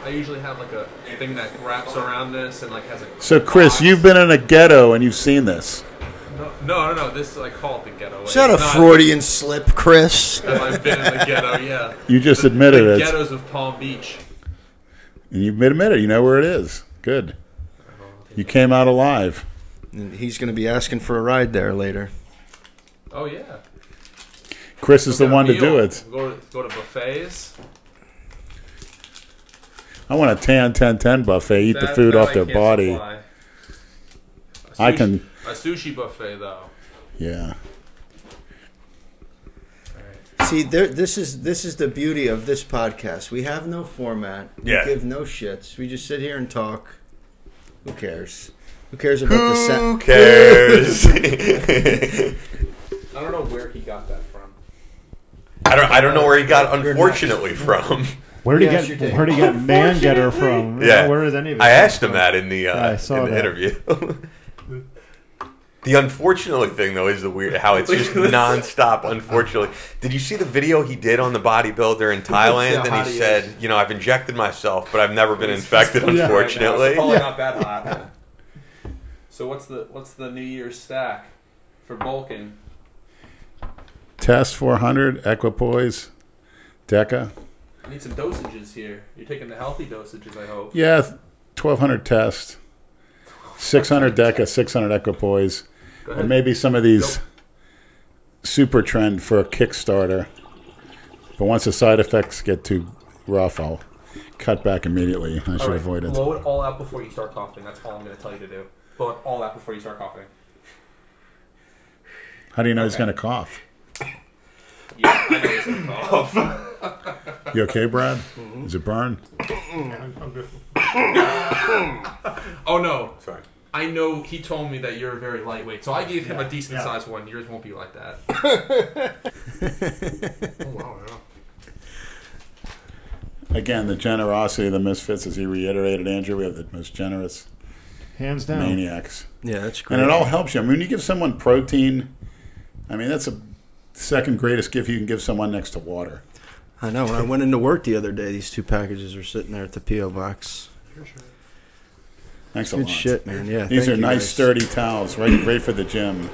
S5: I usually have like a thing that wraps around this and like has a.
S8: So, Chris,
S5: box.
S8: you've been in a ghetto and you've seen this.
S5: No, no, no. no, This I call it the getaway.
S7: is that a
S5: It's not
S7: Freudian slip, Chris?
S5: that I've been in the ghetto. Yeah.
S8: You just
S5: The-
S8: admitted
S5: the
S8: it.
S5: Ghettos of Palm Beach.
S8: And you admit it. You know where it is. Good. You came out alive.
S7: And He's gonna be asking for a ride there later.
S5: Oh yeah.
S8: Chris is the
S5: Got a
S8: one to
S5: meal.
S8: do it.
S5: Go to, go to buffets.
S8: I want a tan 10 10 buffet. Eat the
S5: That-
S8: food
S5: that
S8: off
S5: I
S8: their
S5: can't
S8: body.
S5: supply. A
S8: I
S5: sushi-
S8: can-
S5: A sushi buffet though.
S8: Yeah.
S7: See, there, this is this is the beauty of this podcast. We have no format. We
S2: Yeah.
S7: give no shits. We just sit here and talk. Who cares? Who cares about the
S2: Who
S7: sound?
S2: cares?
S5: I don't know where he got that from.
S2: I don't. I don't know where he got unfortunately from.
S6: Where did
S7: Yes,
S6: he
S7: you
S6: get?
S7: did.
S6: Where did he get man getter from?
S2: Yeah.
S6: Where is any of it?
S2: I asked him that in the uh,
S6: I saw
S2: in the
S6: that.
S2: interview. the unfortunately thing though is the weird how it's just nonstop. Unfortunately, did you see the video he did on the bodybuilder in Thailand?
S5: how
S2: And he
S5: he
S2: said, "You know, I've injected myself, but I've never been infected.
S6: Yeah.
S2: Unfortunately,
S5: It's probably not that hot. so what's the what's the New Year's stack for bulking?
S8: Test 400, Equipoise, Deca.
S5: I need some dosages here. You're taking the healthy dosages, I hope.
S8: Yeah, 1200 test, 600 Deca, 600 Equipoise,
S5: Go
S8: and
S5: ahead.
S8: maybe some of these super trend for a Kickstarter. But once the side effects get too rough, I'll cut back immediately. I should
S5: All right,
S8: avoid it.
S5: Blow it all out before you start coughing. That's all I'm going to tell you to do. Blow it all out before you start coughing.
S8: How do you know he's going to cough?
S5: Yeah, I know it's gonna cough.
S8: You okay, Brad?
S5: Mm-hmm.
S8: Is it burn?
S5: Oh no.
S2: sorry.
S5: I know he told me that you're very lightweight, so I gave him a decent sized one. Yours won't be like that. oh, wow, yeah.
S8: Again, the generosity of the misfits, as he reiterated, Andrew, we have the most generous
S6: Hands
S5: Oh.
S6: down.
S8: maniacs.
S7: Yeah, that's great.
S8: And it all helps you. I mean, when you give someone protein, I mean, that's the second greatest gift you can give someone next to water.
S7: I know. When I went into work the other day, these two packages were sitting there at the PO box.
S8: Thanks a
S7: Good
S8: lot.
S7: shit, man. Yeah.
S8: These
S7: thank
S8: are
S7: you
S8: nice,
S7: guys.
S8: sturdy towels, right? Great for the gym.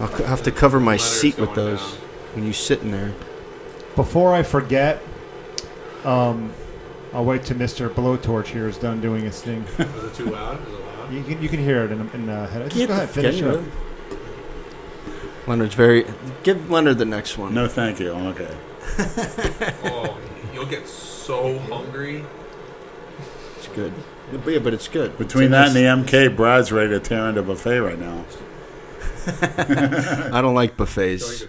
S7: I'll c- have to cover my
S5: Letters
S7: seat with
S5: going
S7: those when you sit in there.
S6: Before I forget, um, I'll wait till Mister Blowtorch here is done doing his thing.
S5: Is it too loud? Is it loud?
S6: you can you can hear it in in uh, head. Just go ahead, finish it. up.
S7: Leonard's very. Give Leonard the next one.
S8: No, thank you. I'm okay.
S5: Oh, you'll get so hungry.
S7: It's good. But yeah, but it's good.
S8: Between
S7: It's a
S8: that
S7: nice-
S8: and the MK, Brad's ready to tear into buffet right now.
S7: I don't like
S5: It's all
S7: buffets.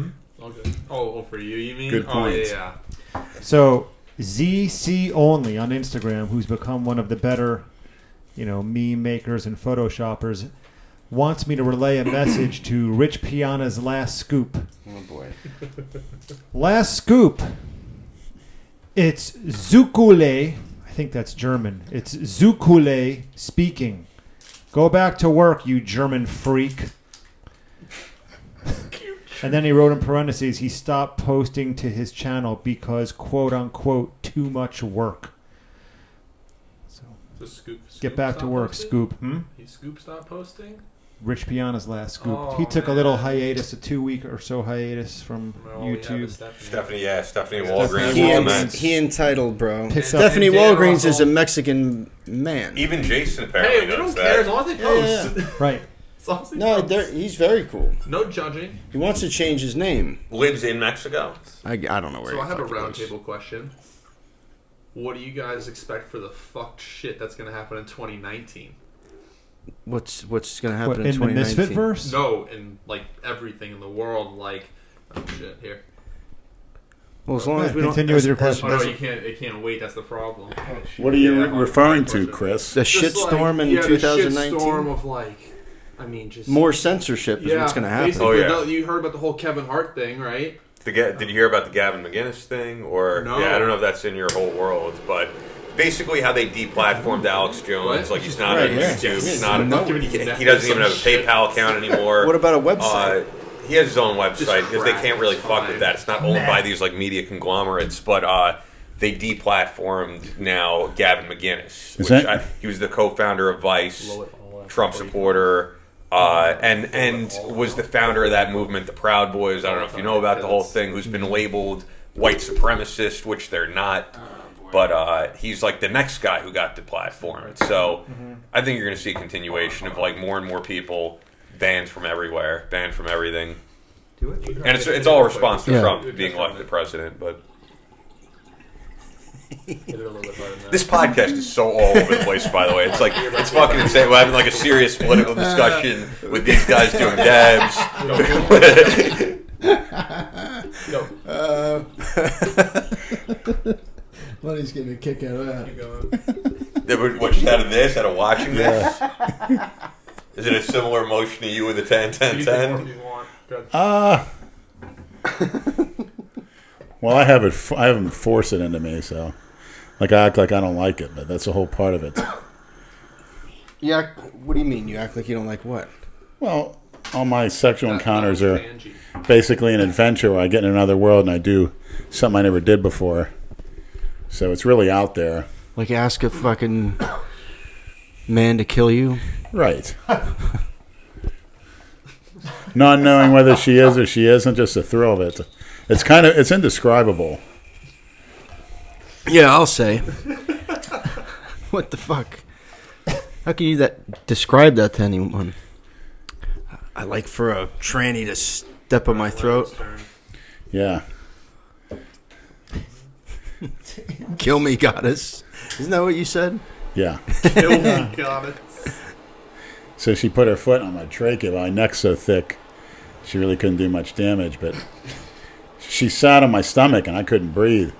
S5: good. All good. Oh, oh, for you, you mean?
S8: Good
S5: Oh, yeah,
S8: point.
S5: yeah.
S6: So ZC only on Instagram, who's become one of the better, you know, meme makers and photoshoppers, wants me to relay a message to Rich Piana's last scoop.
S7: Oh boy.
S6: Last scoop. It's Zukule. I think that's German. It's Zukule speaking. Go back to work, you German freak. and then he wrote in parentheses, he stopped posting to his channel because, quote unquote, too much work. So
S5: Just scoop, scoop
S6: get back to
S5: stop
S6: work,
S5: posting?
S6: Scoop. Hmm?
S5: He scoop stop posting.
S6: Rich Piana's last scoop.
S5: Oh,
S6: he took a little
S5: man.
S6: hiatus, a two week or so hiatus from
S5: Well, all we have
S6: YouTube.
S5: is Stephanie.
S2: Stephanie, yeah, Stephanie
S6: Stephanie
S2: Walgreens.
S7: He,
S6: Walgreens.
S2: man.
S7: en- he entitled, bro.
S6: Picks up-
S7: Stephanie
S5: And Dan
S7: Walgreens is a
S5: Russell.
S7: Mexican man.
S2: Even Jason apparently
S5: Hey, we
S2: does
S5: don't
S2: that.
S5: care as long as they
S7: Yeah, yeah,
S5: post.
S6: Right.
S5: As long as they
S7: No,
S5: post.
S7: they're- he's very cool.
S5: no judging.
S7: He wants to change his name.
S2: Lives in Mexico.
S7: I, I don't know where.
S5: So
S7: he
S5: I have a
S7: fucking lives.
S5: roundtable question. What do you guys expect for the fucked shit that's going to happen in 2019?
S7: What's what's gonna happen
S6: What,
S7: in
S6: in the
S7: 2019?
S6: Misfit verse?
S5: No, and like everything in the world, like oh shit here.
S7: Well, as long
S6: Yeah,
S7: as we don't
S6: continue with your
S7: as- as-
S5: Oh
S6: question.
S5: no,
S7: as-
S5: you can't. It can't wait. That's the problem.
S8: What are you
S5: Yeah,
S8: re-
S5: I'm
S8: referring to,
S5: question.
S8: Chris?
S7: The shitstorm in 2019.
S5: Storm of like, I mean, just
S7: More censorship is
S5: Yeah,
S7: what's gonna happen.
S5: basically,
S2: Oh, yeah.
S5: no, you heard about the whole Kevin Hart thing, right?
S2: The ga- did you hear about the Gavin McGinnis thing? Or
S5: No.
S2: yeah, I don't know if that's in your whole world, but basically how they deplatformed Alex Jones,
S5: What?
S2: like he's not
S7: Right,
S2: on
S7: yeah.
S2: YouTube,
S7: Yeah,
S2: he's
S7: he's
S2: not.
S7: not
S2: he,
S5: giving you
S2: he doesn't even have a
S5: some shit.
S2: PayPal account anymore.
S7: What about a website?
S2: Uh, he has his own website because they
S5: crap,
S2: can't really
S5: it's
S2: fuck
S5: fine.
S2: with that. It's not owned by these like media conglomerates, but uh, they deplatformed now Gavin McGinnis, which
S8: that-
S2: I, he was the co-founder of Vice,
S5: Blow it all up.
S2: Trump supporter, uh, and and was the founder of that movement, the Proud Boys. I don't know if you know about the whole thing. Who's been labeled white supremacist, which they're
S5: Oh,
S2: not. But uh, he's like the next guy who got deplatformed. So
S5: Mm-hmm.
S2: I think you're going to see a continuation of like more and more people banned from everywhere, banned from everything.
S5: Do it.
S2: And it's, it's all a response to
S7: Yeah.
S2: Trump being elected president, but
S5: Hit it a little bit harder than that.
S2: this podcast is so all over the place. By the way, it's like it's fucking insane. We're having like a serious political discussion with these guys doing dabs.
S5: Go.
S3: Uh, Lenny's getting a kick out of that.
S5: Keep going.
S2: They were- What you out of this? Out of watching this? Is it a similar emotion to you with the 10, 10,
S5: You can more
S2: 10?
S5: if you want. Good.
S8: Uh, well, I have it. f- I haven't forced it into me, so like I act like I don't like it, but that's a whole part of it.
S7: You act, what do you mean? You act like you don't like what?
S8: Well, all my sexual encounters are
S5: Angie.
S8: basically an adventure where I get in another world and I do something I never did before. So it's really out there,
S7: Like ask a fucking man to kill you?
S8: right? Not knowing whether she is or she isn't, just the thrill of it. It's kind of it's indescribable.
S7: Yeah, I'll say. what the fuck? How can you that describe that to anyone? I like for a tranny to step on my throat,
S8: Yeah.
S7: kill me, goddess. Isn't that what you said?
S8: Yeah.
S5: Kill me, God.
S8: So she put her foot on my trachea. My neck's so thick, she really couldn't do much damage. But she sat on my stomach, and I couldn't breathe.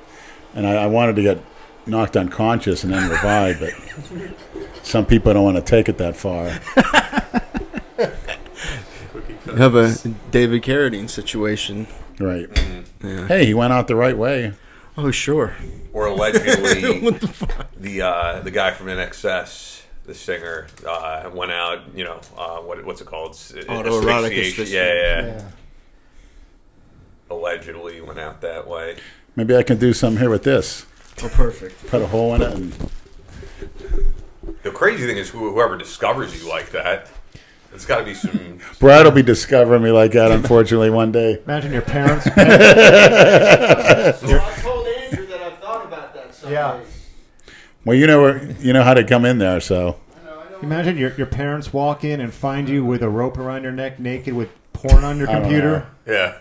S8: And I, I wanted to get knocked unconscious and then revived, but some people don't want to take it that far.
S5: Cookie
S7: You
S5: cut.
S7: have a David Carradine situation.
S8: Right. Hey, he went out the right way.
S7: Oh, sure.
S2: Or allegedly, the, uh, the guy from NXS, the singer, uh, went out, you know, uh, what, what's it called? S-
S7: Autoerotic
S2: asphyxiation. Yeah, yeah, yeah. Allegedly went out that way.
S8: Maybe I can do something here with this.
S7: Oh, perfect.
S8: Put a hole in it, and
S2: The crazy thing is who- whoever discovers you like that, it's got to be some.
S8: Brad will be discovering me like that. Unfortunately, one day.
S6: Imagine your parents.
S10: Well, I told Andrew that I've thought about that some
S6: Yeah.
S10: days.
S8: Well, you know where, you know how to come in there. So
S10: I know, I know.
S6: imagine your, your parents walk in and find you with a rope around your neck, naked with porn on your
S8: I don't
S6: computer.
S2: Yeah.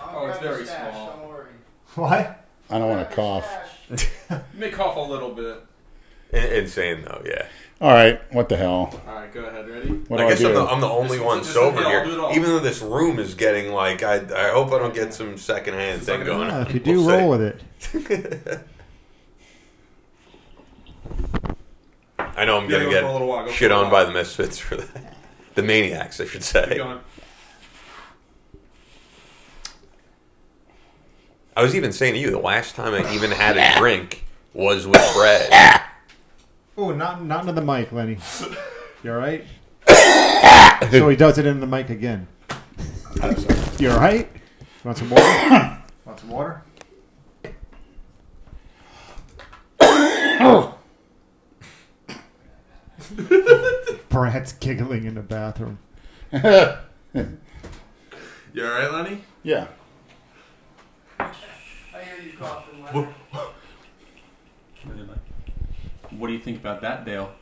S10: I'll
S5: Oh, it's
S10: grab your
S5: very
S10: stash,
S5: small.
S10: Don't worry.
S6: What?
S8: I don't want to cough.
S10: Stash.
S5: You may cough a little bit.
S2: In- Insane, though, yeah.
S8: All right, what the hell?
S5: All right, go ahead. Ready?
S8: What
S2: I guess
S8: do I
S2: I'm
S8: do?
S2: the, um, I'm the only
S5: Just-
S2: one
S5: just-
S2: sober
S5: yeah, I'll
S2: here.
S5: do it all.
S2: Even though this room is getting like, I, I hope I don't get some secondhand thing going.
S6: Yeah,
S2: on.
S6: if you do roll with it.
S2: I know I'm
S5: Yeah,
S2: gonna
S5: go for a little while,
S2: get
S5: go
S2: shit
S5: for a
S2: on
S5: while.
S2: by the misfits for that. The maniacs, I should
S5: Keep
S2: say.
S5: going.
S2: I was even saying to you the last time I even had a drink was with Brad.
S6: Oh, not not into the mic, Lenny. You all right? so he does it in the mic again. You all right? You want some water?
S9: Want some water?
S6: Brad's giggling in the bathroom.
S5: You alright, Lenny?
S8: Yeah.
S10: I hear you coughing. Leonard.
S9: What do you think about that, Dale?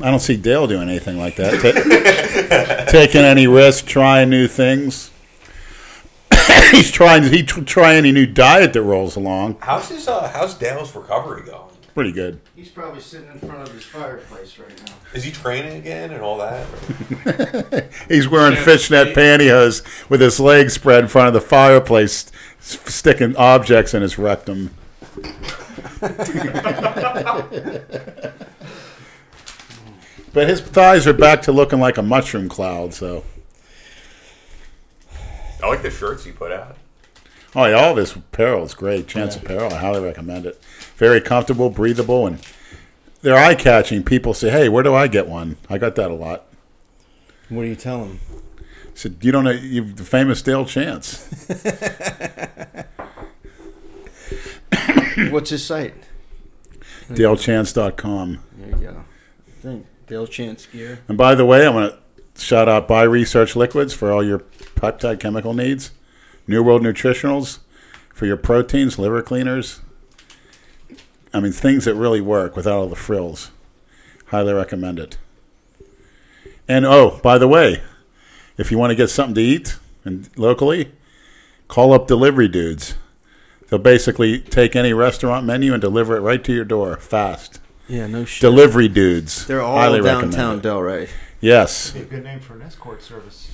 S8: I don't see Dale doing anything like that. Ta- taking any risk, trying new things. He's trying. He tr- try any new diet that rolls along.
S2: How's his uh, how's Dale's recovery going?
S8: Pretty good.
S10: He's probably sitting in front of his fireplace right now.
S2: Is he training again and all that?
S8: He's wearing fishnet pantyhose with his legs spread in front of the fireplace, s- sticking objects in his rectum. but his thighs are back to looking like a mushroom cloud. So,
S2: I like the shirts he put out.
S8: oh yeah, all this apparel is great. Chance apparel, I highly recommend it. Very comfortable, breathable, and they're eye catching. People say, "Hey, where do I get one?" I got that a lot.
S7: What do you tell him?
S8: said, "You don't know you've the famous Dale Chance."
S7: What's his site?
S8: DaleChance.com.
S7: There you go. I think Dale Chance Gear.
S8: And by the way, I want to shout out Buy Research Liquids for all your peptide chemical needs, New World Nutritionals for your proteins, liver cleaners. I mean, things that really work without all the frills. Highly recommend it. And oh, by the way, if you want to get something to eat and locally, call up delivery dudes. They'll basically take any restaurant menu and deliver it right to your door fast.
S7: Yeah, no shit.
S8: Delivery dudes.
S7: They're all
S8: Highly recommend
S7: downtown
S8: it.
S7: Delray.
S8: Yes.
S6: a good name for an escort service.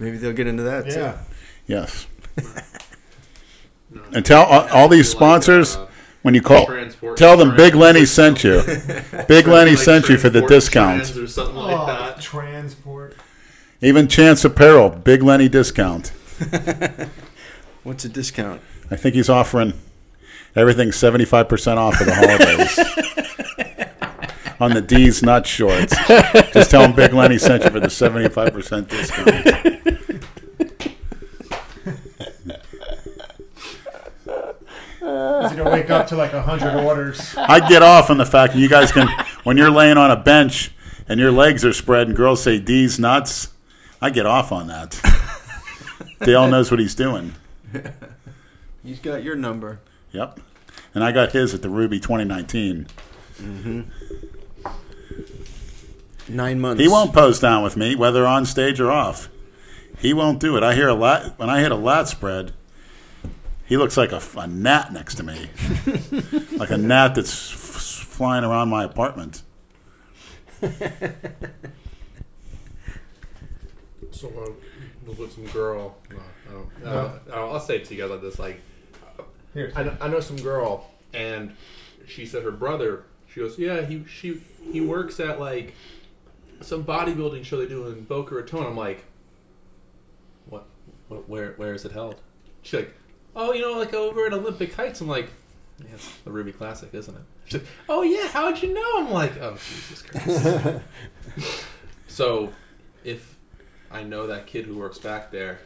S7: Maybe they'll get into that
S6: Yeah.
S8: Yes. and tell all, all these sponsors when you call,
S5: uh, Transport
S8: tell them Big
S5: Trans-
S8: Lenny sent you. Big Lenny sent you for the
S5: Transport Trans
S8: discount.
S5: Or something
S6: Oh,
S5: like that.
S6: transport.
S8: Even Chance Apparel, Big Lenny discount.
S7: too. What's a discount?
S8: I think he's offering everything 75% off for the holidays. On the D's nut shorts. Just tell him Big Lenny sent you for the 75% discount.
S6: Is he gonna wake up to like hundred orders?
S8: I get off on the fact that you guys can, when you're laying on a bench and your legs are spread and girls say D's nuts, I get off on that. Dale knows what he's doing.
S7: He's got your number.
S8: Yep. And I got his at the Ruby 2019.
S7: Nine months.
S8: He won't pose down with me, whether on stage or off. He won't do it. I hear a lat when I hit a lat spread. He looks like a, a gnat next to me, like a gnat that's f- flying around my apartment.
S5: So uh, we'll put some girl. No, I don't. I don't- I don't- I'll say it to you guys like this: like,
S6: Here.
S5: I know, I know some girl, and she said her brother. She goes, yeah, he she he works at like some bodybuilding show they do in Boca Raton. I'm like, what? what where? Where is it held? She's like, oh, you know, like over at Olympic Heights. I'm like, yeah, it's the Ruby Classic, isn't it? She's like, oh yeah, how'd you know? I'm like, oh Jesus Christ. so, if I know that kid who works back there,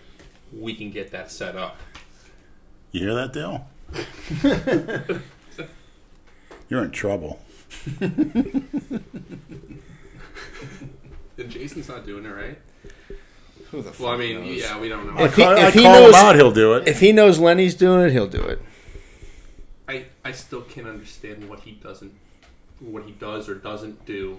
S5: we can get that set up.
S8: You hear that, Dale? You're in trouble.
S5: And Jason's not doing it, right?
S7: Who the fuck
S5: Well, I mean,
S7: knows?
S5: yeah, we don't know.
S7: If he,
S8: I
S7: if he
S8: call
S7: knows,
S8: him out, he'll do it.
S7: if he knows Lenny's doing it, he'll do it.
S5: I, I still can't understand what he doesn't, what he does or doesn't do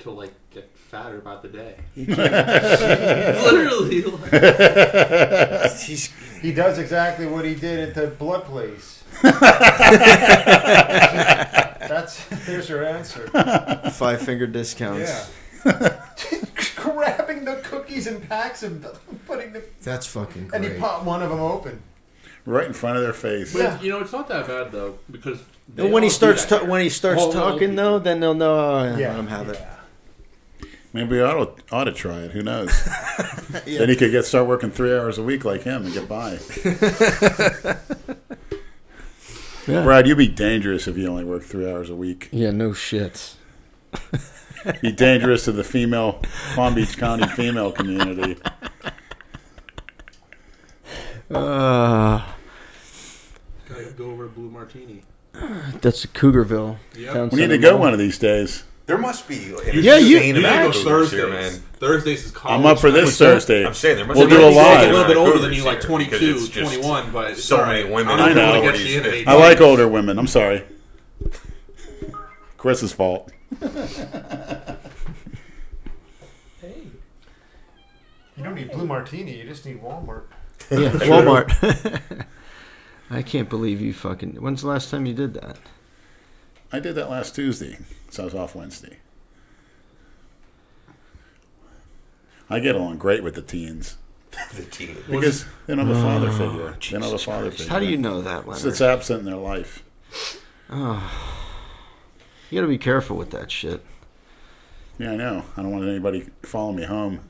S5: to like get fatter by the day. Literally, like,
S7: He's
S6: He does exactly what he did at the blood place. That's there's your answer.
S7: five finger discounts.
S6: Yeah. Grabbing the cookies and packs and putting the
S7: That's fucking
S6: and he
S7: great.
S6: popped one of them open.
S8: Right in front of their face.
S5: but
S6: Yeah.
S5: you know, it's not that bad though because they
S7: And when he
S5: all do
S7: starts
S5: that
S7: ta-
S5: here.
S7: when he starts
S5: Well,
S7: talking though, then they'll know. Oh, yeah,
S6: Yeah.
S7: let him have it.
S8: Maybe I ought to, ought to try it. Who knows? Then he could get start working three hours a week like him and get by.
S7: Yeah.
S8: Brad, you'd be dangerous if you only worked three hours a week.
S7: Yeah, no shit.
S8: Be dangerous to the female Palm Beach County female community.
S7: Uh,
S5: Gotta go over to Blue Martini.
S7: that's Cougarville.
S5: Yep.
S7: down
S8: We need to
S7: Center
S8: go
S7: Mall.
S8: one of these days.
S2: There must be an
S7: Yeah, you-
S2: insane
S5: You gotta
S2: amount
S5: go
S2: of Cougars
S5: Thursdays.
S2: here, man.
S5: Thursdays is college.
S8: I'm up for
S5: night.
S8: this Thursday.
S2: I'm saying there must
S8: We'll
S2: be
S8: do a
S2: an insane
S8: live.
S2: amount
S5: A little bit
S2: of
S5: older
S2: Cougars
S5: than you, like
S2: here,
S5: 22,
S2: because it's just
S5: 21, but it's
S2: so
S5: all
S2: many
S5: right.
S2: women
S5: I'm
S8: in
S5: gonna
S8: college.
S5: get you in at
S2: I
S8: I
S5: 18.
S8: like older women. I'm sorry. Chris's fault.
S10: You don't need Blue Martini, you just need Walmart.
S7: Yeah, Walmart. I can't believe you fucking. When's the last time you did that?
S8: I did that last Tuesday, so I was off Wednesday. I get along great with the teens
S2: the team.
S8: because they don't have a father figure. They don't have a father figure.
S7: Oh, How do you know that,
S8: It's,
S7: Leonard?
S8: it's absent in their life.
S7: you gotta be careful with that shit.
S8: Yeah, I know. I don't want anybody following me home,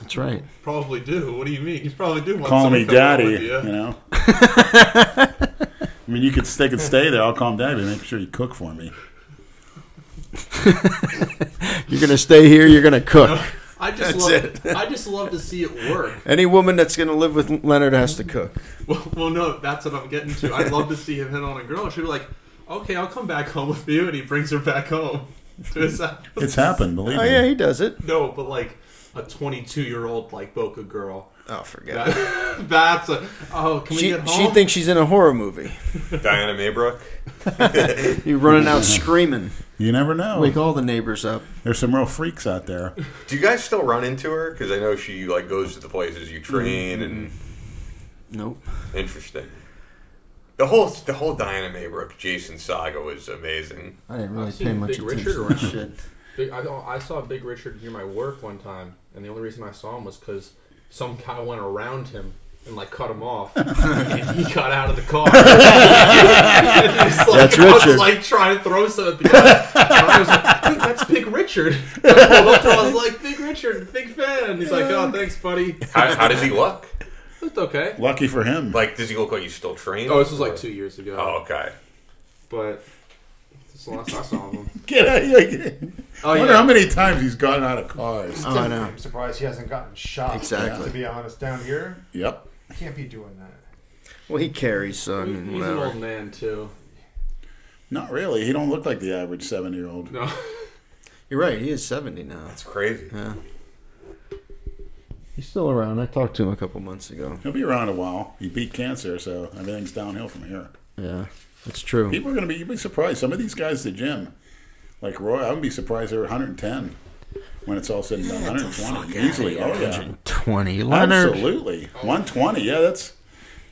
S7: That's right.
S5: Probably do. What do you mean? He's probably do. want
S8: calling
S5: someone to
S8: me
S5: come
S8: daddy.
S5: with
S8: You.
S5: you.
S8: know. I mean, you could they could stay there. I'll call him daddy. Make sure you cook for me.
S7: You're gonna stay here. You're gonna cook.
S5: I just love. I just love to see it work.
S7: Any woman that's gonna live with Leonard has to cook.
S5: Well, well, no, that's what I'm getting to. I'd love to see him hit on a girl. She'd be like, "Okay, I'll come back home with you," and he brings her back home to his house.
S8: It's happened. Believe
S7: Oh
S8: me.
S7: yeah, he does it.
S5: No, but like a 22 year old like Boca girl.
S7: Oh, forget it.
S5: That, that's a oh. Can we
S7: She
S5: get
S7: she
S5: home?
S7: thinks she's in a horror movie.
S2: Diana Maybrook.
S7: You're running out screaming,
S8: You never know.
S7: wake all the neighbors up.
S8: There's some real freaks out there.
S2: Do you guys still run into her? Because I know she like goes to the places you
S5: Mm-hmm.
S2: train and
S7: Nope.
S2: interesting. The whole the whole Diana Maybrook Jason saga was amazing.
S7: I didn't really
S5: I've
S7: pay
S5: seen
S7: much
S5: Big
S7: attention to
S5: Richard
S7: that
S5: around.
S7: shit.
S5: Big, I, don't- I saw Big Richard near my work one time, and the only reason I saw him was because some guy went around him and like cut him off, and he got out of the car. He's like,
S7: That's
S5: I was,
S7: Richard.
S5: like trying to throw some at the guy. And I was like, "Hey, that's Big Richard. I pulled up to him, I was like, Big Richard, big fan. And he's like, oh, thanks, buddy.
S2: How, how does he look?
S5: It's okay.
S8: Lucky for him.
S2: Like, does he look like he's still training?
S5: Oh, this was like two years ago,
S2: Oh, okay.
S5: but it's the last I saw of him.
S8: Get out of here.
S5: Oh
S8: I wonder how
S5: yeah, Um,
S8: many times he's gotten out of cars.
S7: Oh, I know.
S10: I'm surprised he hasn't gotten shot.
S7: Exactly.
S10: To be honest, down here,
S8: Yep.
S10: I can't be doing that.
S7: Well, he carries, so I
S5: He-
S7: mean,
S5: he's an old
S7: whatever.
S5: man too.
S8: Not really. He don't look like the average seven year old.
S5: No,
S7: You're right. He is 70 now.
S2: That's crazy.
S7: He's still around. I talked to him a couple months ago.
S8: He'll be around a while. He beat cancer, so everything's downhill from here.
S7: Yeah, that's true.
S8: People are gonna be you'd be surprised. Some of these guys at the gym, like Roy, I would be surprised they're 110 when it's all said and done. 120 easily. Oh yeah.
S7: 120. Leonard.
S8: Absolutely. 120. Yeah, that's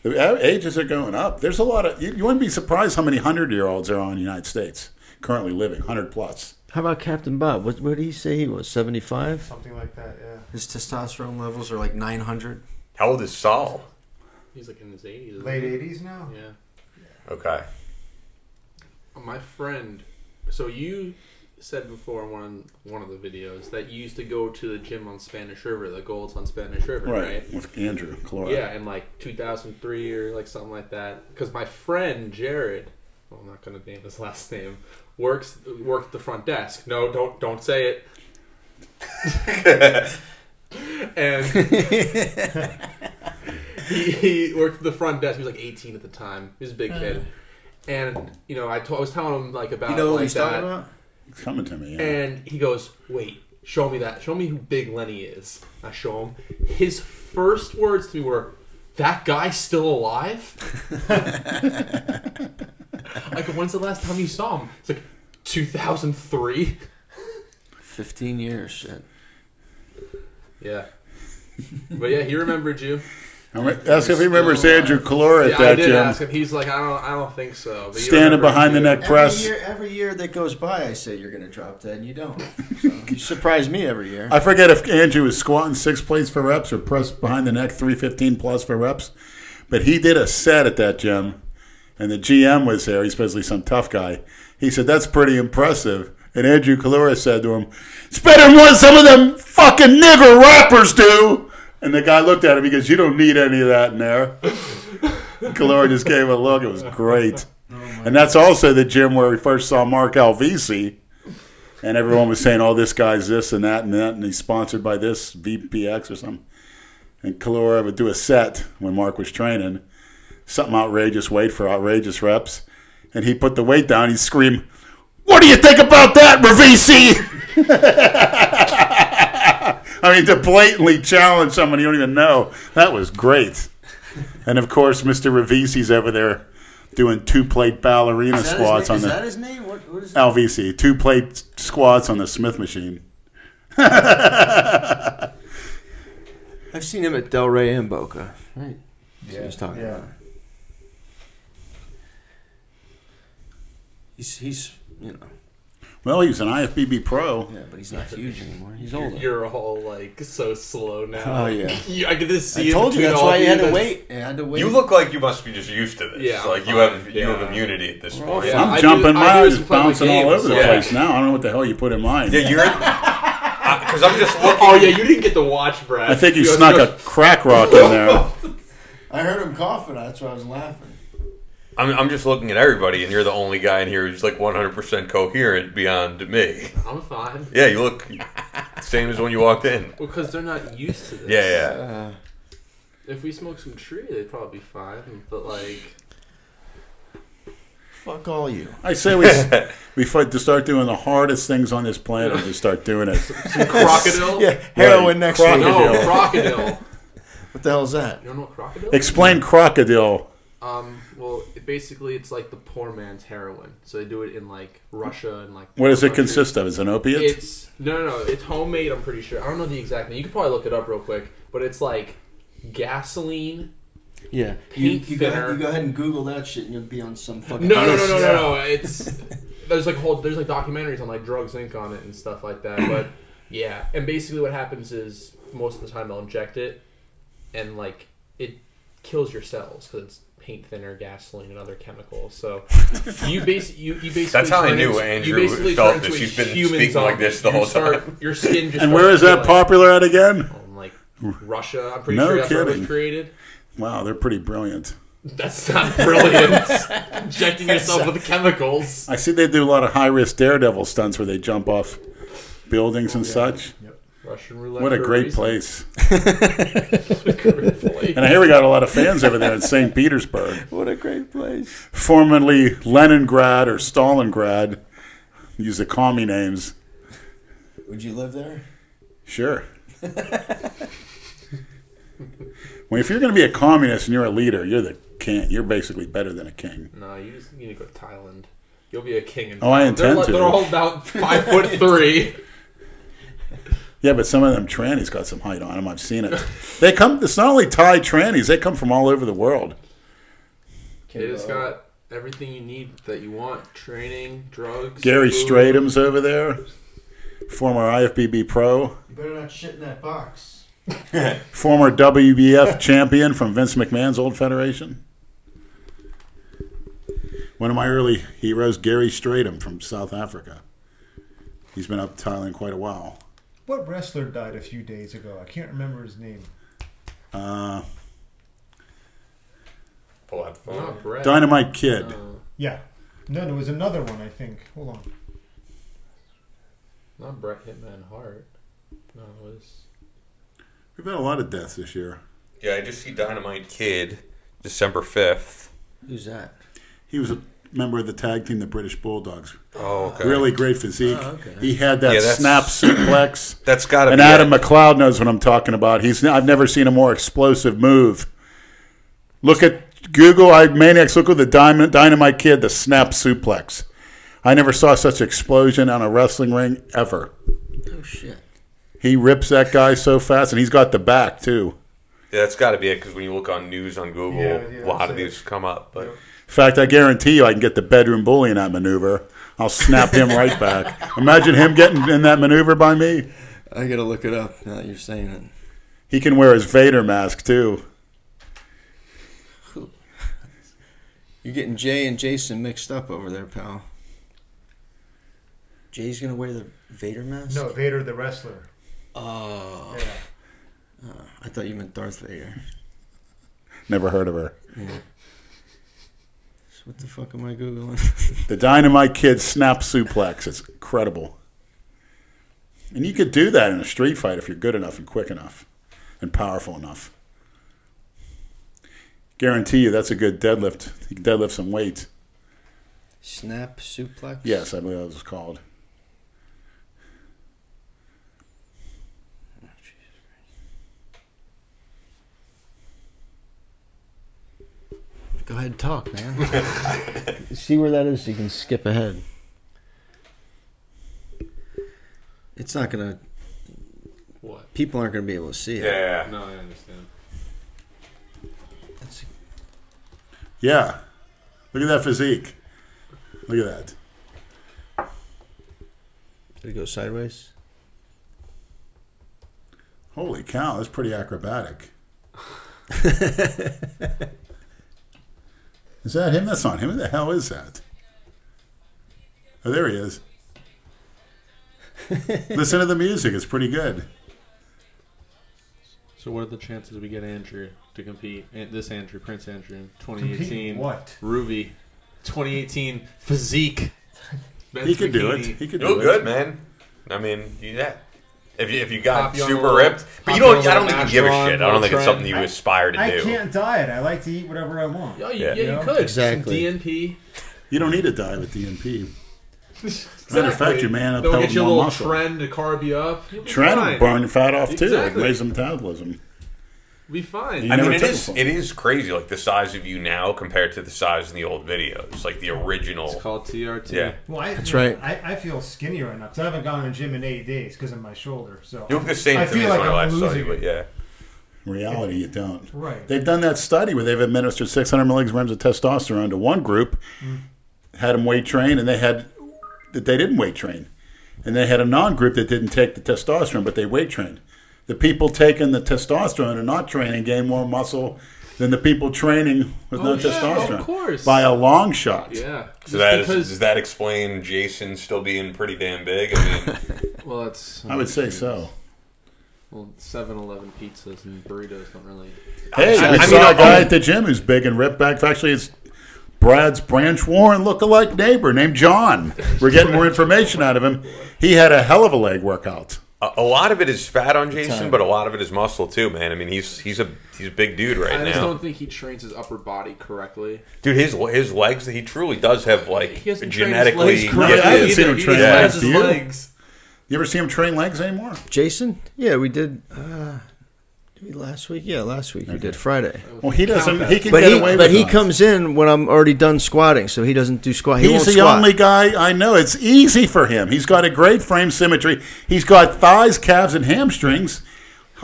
S8: the a- ages are going up. There's a lot of you, you wouldn't be surprised how many hundred year olds there are in the United States currently living. Hundred plus.
S7: How about Captain Bob? What, what did he say he was? 75?
S10: Something like that, yeah.
S7: His testosterone levels are like 900.
S2: How old is Saul?
S5: he's like in his eighties.
S10: Late 80s now?
S5: Yeah.
S2: Okay.
S5: My friend, so you said before in one one of the videos that you used to go to the gym on Spanish River, the Golds on Spanish River,
S8: Right.
S5: right?
S8: With Andrew Calora.
S5: Yeah, in like 2003 or like something like that. Because my friend Jared, well, I'm not gonna name his last name, works worked the front desk. No, don't don't say it. and he, he worked the front desk. He was like 18 at the time. He was a big kid. And you know, I, told I was telling him like about
S7: You know what
S5: like
S7: he's
S5: that.
S7: talking about?
S8: It's coming to me. Yeah.
S5: And he goes, Wait, show me that. Show me who Big Lenny is. I show him. His first words to me were, That guy's still alive? I go, When's the last time you saw him? It's like, 2003?
S7: 15 years. Shit.
S5: Yeah. But yeah, he remembered you.
S8: All right, Ask if he remembers Andrew Calora
S5: Yeah,
S8: at
S5: I
S8: that
S5: did ask
S8: gym.
S5: him. He's like, I don't, I don't think so. But he
S8: Standing
S5: remembered
S8: behind the
S5: you.
S8: neck
S7: Every
S8: press.
S7: year, every year that goes by, I say you're going to drop dead, and you don't. So, you surprise me every year.
S8: I forget if Andrew was squatting six plates for reps or press behind the neck 315 plus for reps, but he did a set at that gym, and the GM was there. He's supposedly some tough guy. He said, That's pretty impressive. And Andrew Calora said to him, It's better than what some of them fucking nigger rappers do. And the guy looked at him. He goes, You don't need any of that in there. Kalora just gave a look. It was great. and that's also the gym where we first saw Mark Alvisi. And everyone was saying, oh, this guy's this and that and that. And he's sponsored by this VPX or something. And Kalora would do a set when Mark was training, something outrageous weight for outrageous reps. And he put the weight down. He'd scream, what do you think about that, Ravisi? I mean, to blatantly challenge someone you don't even know. That was great. And of course, Mr. Ravisi's over there doing two plate ballerina
S11: Is that
S8: squats
S11: his, name? Is
S8: on
S11: that
S8: the
S11: his name? What, what is it?
S8: LVC, two plate squats on the Smith machine.
S7: I've seen him at Del Rey and Boca. Right. Yeah. He's talking
S10: Yeah.
S7: about.
S11: He's, he's, you know,
S8: Well, he was an IFBB pro.
S11: yeah, but he's not huge anymore. He's
S5: You're,
S11: older.
S5: you're all like so slow now.
S7: Oh, yeah.
S5: You- I could just
S11: I
S5: see. it
S11: told you
S5: between
S11: that's
S5: all
S11: why
S5: of
S11: you had to
S5: that's-
S11: wait. You had to wait.
S2: You look like you must be just used to this.
S5: Yeah, I'm
S2: like you
S5: fine.
S2: have you
S5: Yeah.
S2: have immunity at this point.
S5: fine.
S8: I'm
S5: I do-
S8: jumping.
S5: I
S8: mine
S5: do
S8: is
S5: just play my
S8: bouncing all
S5: games,
S8: over the
S2: yeah.
S8: place now. I don't know what the hell you put in mine.
S2: Yeah, you're because I'm just looking.
S5: Oh yeah, you didn't get to watch Brad.
S8: I think you
S5: He goes-
S8: snuck
S5: he
S8: a
S5: goes,
S8: crack rock in there.
S11: I heard him coughing. That's why I was laughing.
S2: I'm, I'm just looking at everybody, and you're the only guy in here who's like 100% coherent beyond me.
S5: I'm fine.
S2: Yeah, you look same as when you walked in.
S5: Well, because they're not used to this.
S2: Yeah, yeah.
S5: If we smoke some tree, they'd probably be fine. But like,
S7: Fuck all you.
S8: I say we we fight to start doing the hardest things on this planet. and We start doing it.
S5: some crocodile.
S7: Yeah, heroin next week.
S5: No, crocodile.
S7: What the hell's that?
S5: You don't know what crocodile? is?
S8: Explain crocodile.
S5: Um. Well, it basically, it's like the poor man's heroin. So they do it in like Russia and like.
S8: What does it
S5: countries.
S8: consist of? Is it an opiate?
S5: It's no, no, no. It's homemade. I'm pretty sure. I don't know the exact name. You could probably look it up real quick. But it's like gasoline.
S7: Yeah.
S11: You,
S5: Paint
S11: you, go
S5: thinner.
S11: ahead, you go ahead and Google that shit, and you'll be on some fucking.
S5: No, no, no,
S11: list.
S5: no, no, no. It's there's like whole there's like documentaries on like drugs Inc. on it and stuff like that. But yeah, and basically what happens is most of the time they'll inject it, and like it kills your cells because it's paint thinner, gasoline, and other chemicals. So you base you, you basically
S2: That's how I
S5: turn
S2: knew
S5: into-
S2: Andrew
S5: you basically
S2: felt
S5: turn
S2: that
S5: into a
S2: she's been
S5: human
S2: speaking like
S5: zombie.
S2: this the
S5: You
S2: whole
S5: start-
S2: time.
S5: Your skin just
S8: and where is that
S5: starts
S8: popular at again?
S5: peeling. Like Russia, I'm pretty
S8: No
S5: sure that's where it
S8: kidding.
S5: was created.
S8: Wow, they're pretty brilliant.
S5: That's not brilliant. Injecting yourself with chemicals.
S8: I see they do a lot of high risk daredevil stunts where they jump off buildings and such.
S5: Russian roulette.
S8: What a
S5: for
S8: great
S5: reason.
S8: place.
S5: Great place.
S8: And I hear we got a lot of fans over there in St. Petersburg,
S7: What a great place.
S8: formerly Leningrad or Stalingrad. Use the commie names.
S11: Would you live there?
S8: Sure. well, if you're going to be a communist and you're a leader, you're the king. You're basically better than a king.
S5: no, you just need to go to Thailand. You'll be a king. In
S8: Oh, I
S5: Thailand.
S8: intend
S5: they're,
S8: to.
S5: They're all about five foot three.
S8: Yeah, but some of them trannies got some height on them. I've seen it. They come. It's not only Thai trannies. They come from all over the world.
S5: They just got everything you need that you want: training, drugs.
S8: Gary
S5: food.
S8: Stratum's over there, former IFBB pro,
S10: You better not shit in that box.
S8: former WBF champion from Vince McMahon's old federation. One of my early heroes, Gary Stratum from South Africa. He's been up Thailand quite a while.
S6: What wrestler died a few days ago? I can't remember his name.
S8: Uh,
S2: Pull out the phone.
S5: Not bread.
S8: Dynamite Kid.
S6: Yeah. No, there was another one, I think. Hold on.
S5: Not Bret Hitman Hart. No, it was.
S8: We've had a lot of deaths this year.
S2: Yeah, I just see Dynamite Kid, December 5th.
S11: Who's that?
S8: He was a member of the tag team, the British Bulldogs.
S2: Oh, okay. Oh,
S8: Really great physique. He had
S2: Yeah,
S8: that
S2: that's-
S8: snap suplex.
S2: That's got to be
S8: And Adam
S2: it.
S8: McLeod knows what I'm talking about. He's I've never seen a more explosive move. Look at Google I Maniacs. Look at the Diamond Dynamite Kid, the snap suplex. I never saw such explosion on a wrestling ring ever.
S11: Oh shit!
S8: He rips that guy so fast, and he's got the back too.
S2: Yeah, that's got to be it because when you look on news on Google,
S10: Yeah, yeah,
S2: a lot of
S10: that's it.
S2: these come up. But
S8: In fact, I guarantee you, I can get the bedroom bully in that maneuver. I'll snap him right back. Imagine him getting in that maneuver by me.
S7: I gotta look it up now that you're saying it.
S8: He can wear his Vader mask too.
S7: You're getting Jay and Jason mixed up over there, pal.
S11: Jay's gonna wear the Vader mask.
S6: No, Vader the wrestler.
S11: Oh,
S6: Yeah.
S11: I thought you meant Darth Vader.
S8: Never heard of her.
S7: So what the fuck am I googling?
S8: The Dynamite Kid snap suplex. It's incredible. And you could do that in a street fight if you're good enough and quick enough and powerful enough. Guarantee you that's a good deadlift. You can deadlift some weight.
S7: Snap suplex.
S8: Yes, I believe that was called.
S7: Go ahead and talk, man. See where that is. so You can skip ahead. It's not gonna.
S5: What?
S7: People aren't gonna be able to see it.
S5: No, I understand.
S8: Yeah. Look at that physique. Look at that.
S7: Did it go sideways?
S8: Holy cow, that's pretty acrobatic. is that him? That's not him. Who the hell is that? Oh, there he is. Listen to the music. It's pretty good.
S5: So what are the chances we get Andrew to compete? An- This Andrew, Prince Andrew, in 2018.
S6: Compete what?
S5: Ruby, 2018 physique.
S8: He could do it. He could
S2: You
S8: do
S2: look
S8: it.
S2: Oh, good, man. I mean, you- yeah. If you, if you got
S5: Pop you on
S2: super
S5: a little-
S2: ripped, but
S5: pop
S2: you
S5: you on
S2: don't.
S5: a
S2: I don't
S5: little
S2: think you give a
S5: Astron,
S2: shit. I don't think it's
S5: Voltron.
S2: something you aspire to
S6: I
S2: do.
S6: can't diet. I like to eat whatever I want.
S5: Oh, you, yeah,
S2: Yeah.
S5: you
S6: Yeah.
S5: could.
S7: Exactly.
S5: Some DNP.
S8: You don't need to dive at DNP.
S5: Exactly.
S8: Matter of fact, you man up
S5: They'll
S8: held
S5: get you a
S8: more
S5: little
S8: muscle.
S5: trend to carb you up. You'll be
S8: Trying
S5: fine.
S8: to burn your fat off too.
S5: Exactly.
S8: Raise the metabolism.
S5: Be fine.
S8: You
S2: I mean,
S8: never
S2: it
S8: took
S2: is
S8: before.
S2: it is crazy. Like the size of you now compared to the size in the old videos, like the
S5: It's
S2: original.
S5: called TRT.
S2: Yeah,
S6: Well, I,
S7: That's right.
S6: I, I feel skinny right now because I haven't gone to the gym in eight days because of my shoulder. So
S2: you look the same
S6: I
S2: to me
S6: feel
S2: as
S6: like
S2: when I
S6: I'm
S2: last saw you,
S6: losing
S2: but
S6: it.
S2: yeah.
S8: In reality, you don't.
S6: Right.
S8: They've done that study where they've administered 600 milligrams of testosterone to one group,
S5: Mm.
S8: had them weight train, and they had that they didn't weight train, and they had a non-group that didn't take the testosterone but they weight trained. The people taking the testosterone and not training gain more muscle than the people training with no
S5: Oh, yeah,
S8: testosterone
S5: of course.
S8: by a long shot.
S5: Yeah.
S2: So that is,
S5: because,
S2: does that explain Jason still being pretty damn big? I mean,
S5: well, it's
S8: I would say so.
S5: Well, 7-Eleven pizzas and burritos don't really.
S8: Hey, I,
S2: I mean,
S8: saw a
S2: I-
S8: guy
S2: I-
S8: at the gym who's big and ripped back. Actually, it's Brad's Branch Warren look-alike neighbor named John. We're getting more information out of him. He had a hell of a leg workout.
S2: a, a lot of it is fat on Jason, but a lot of it is muscle too, man. I mean, he's he's a he's a big dude right
S5: I just
S2: now,
S5: don't think he trains his upper body correctly.
S2: dude. His his legs, he truly does have like
S5: He hasn't trained his
S2: genetically.
S5: legs
S8: correctly.
S2: gifted-
S8: I haven't seen him
S5: He
S8: train
S5: just has
S8: legs.
S5: his
S8: Do you?
S5: legs.
S8: You ever see him train legs anymore?
S7: Jason? Yeah, we did. Uh, did we last week? Yeah, last week we did Friday.
S8: Well, he doesn't. He can
S7: But
S8: get
S7: he,
S8: away
S7: but
S8: with
S7: he
S8: us.
S7: comes in when I'm already done squatting, so he doesn't do squat. He
S8: He's
S7: won't
S8: the
S7: squat.
S8: only guy I know. It's easy for him. He's got a great frame symmetry. He's got thighs, calves, and hamstrings.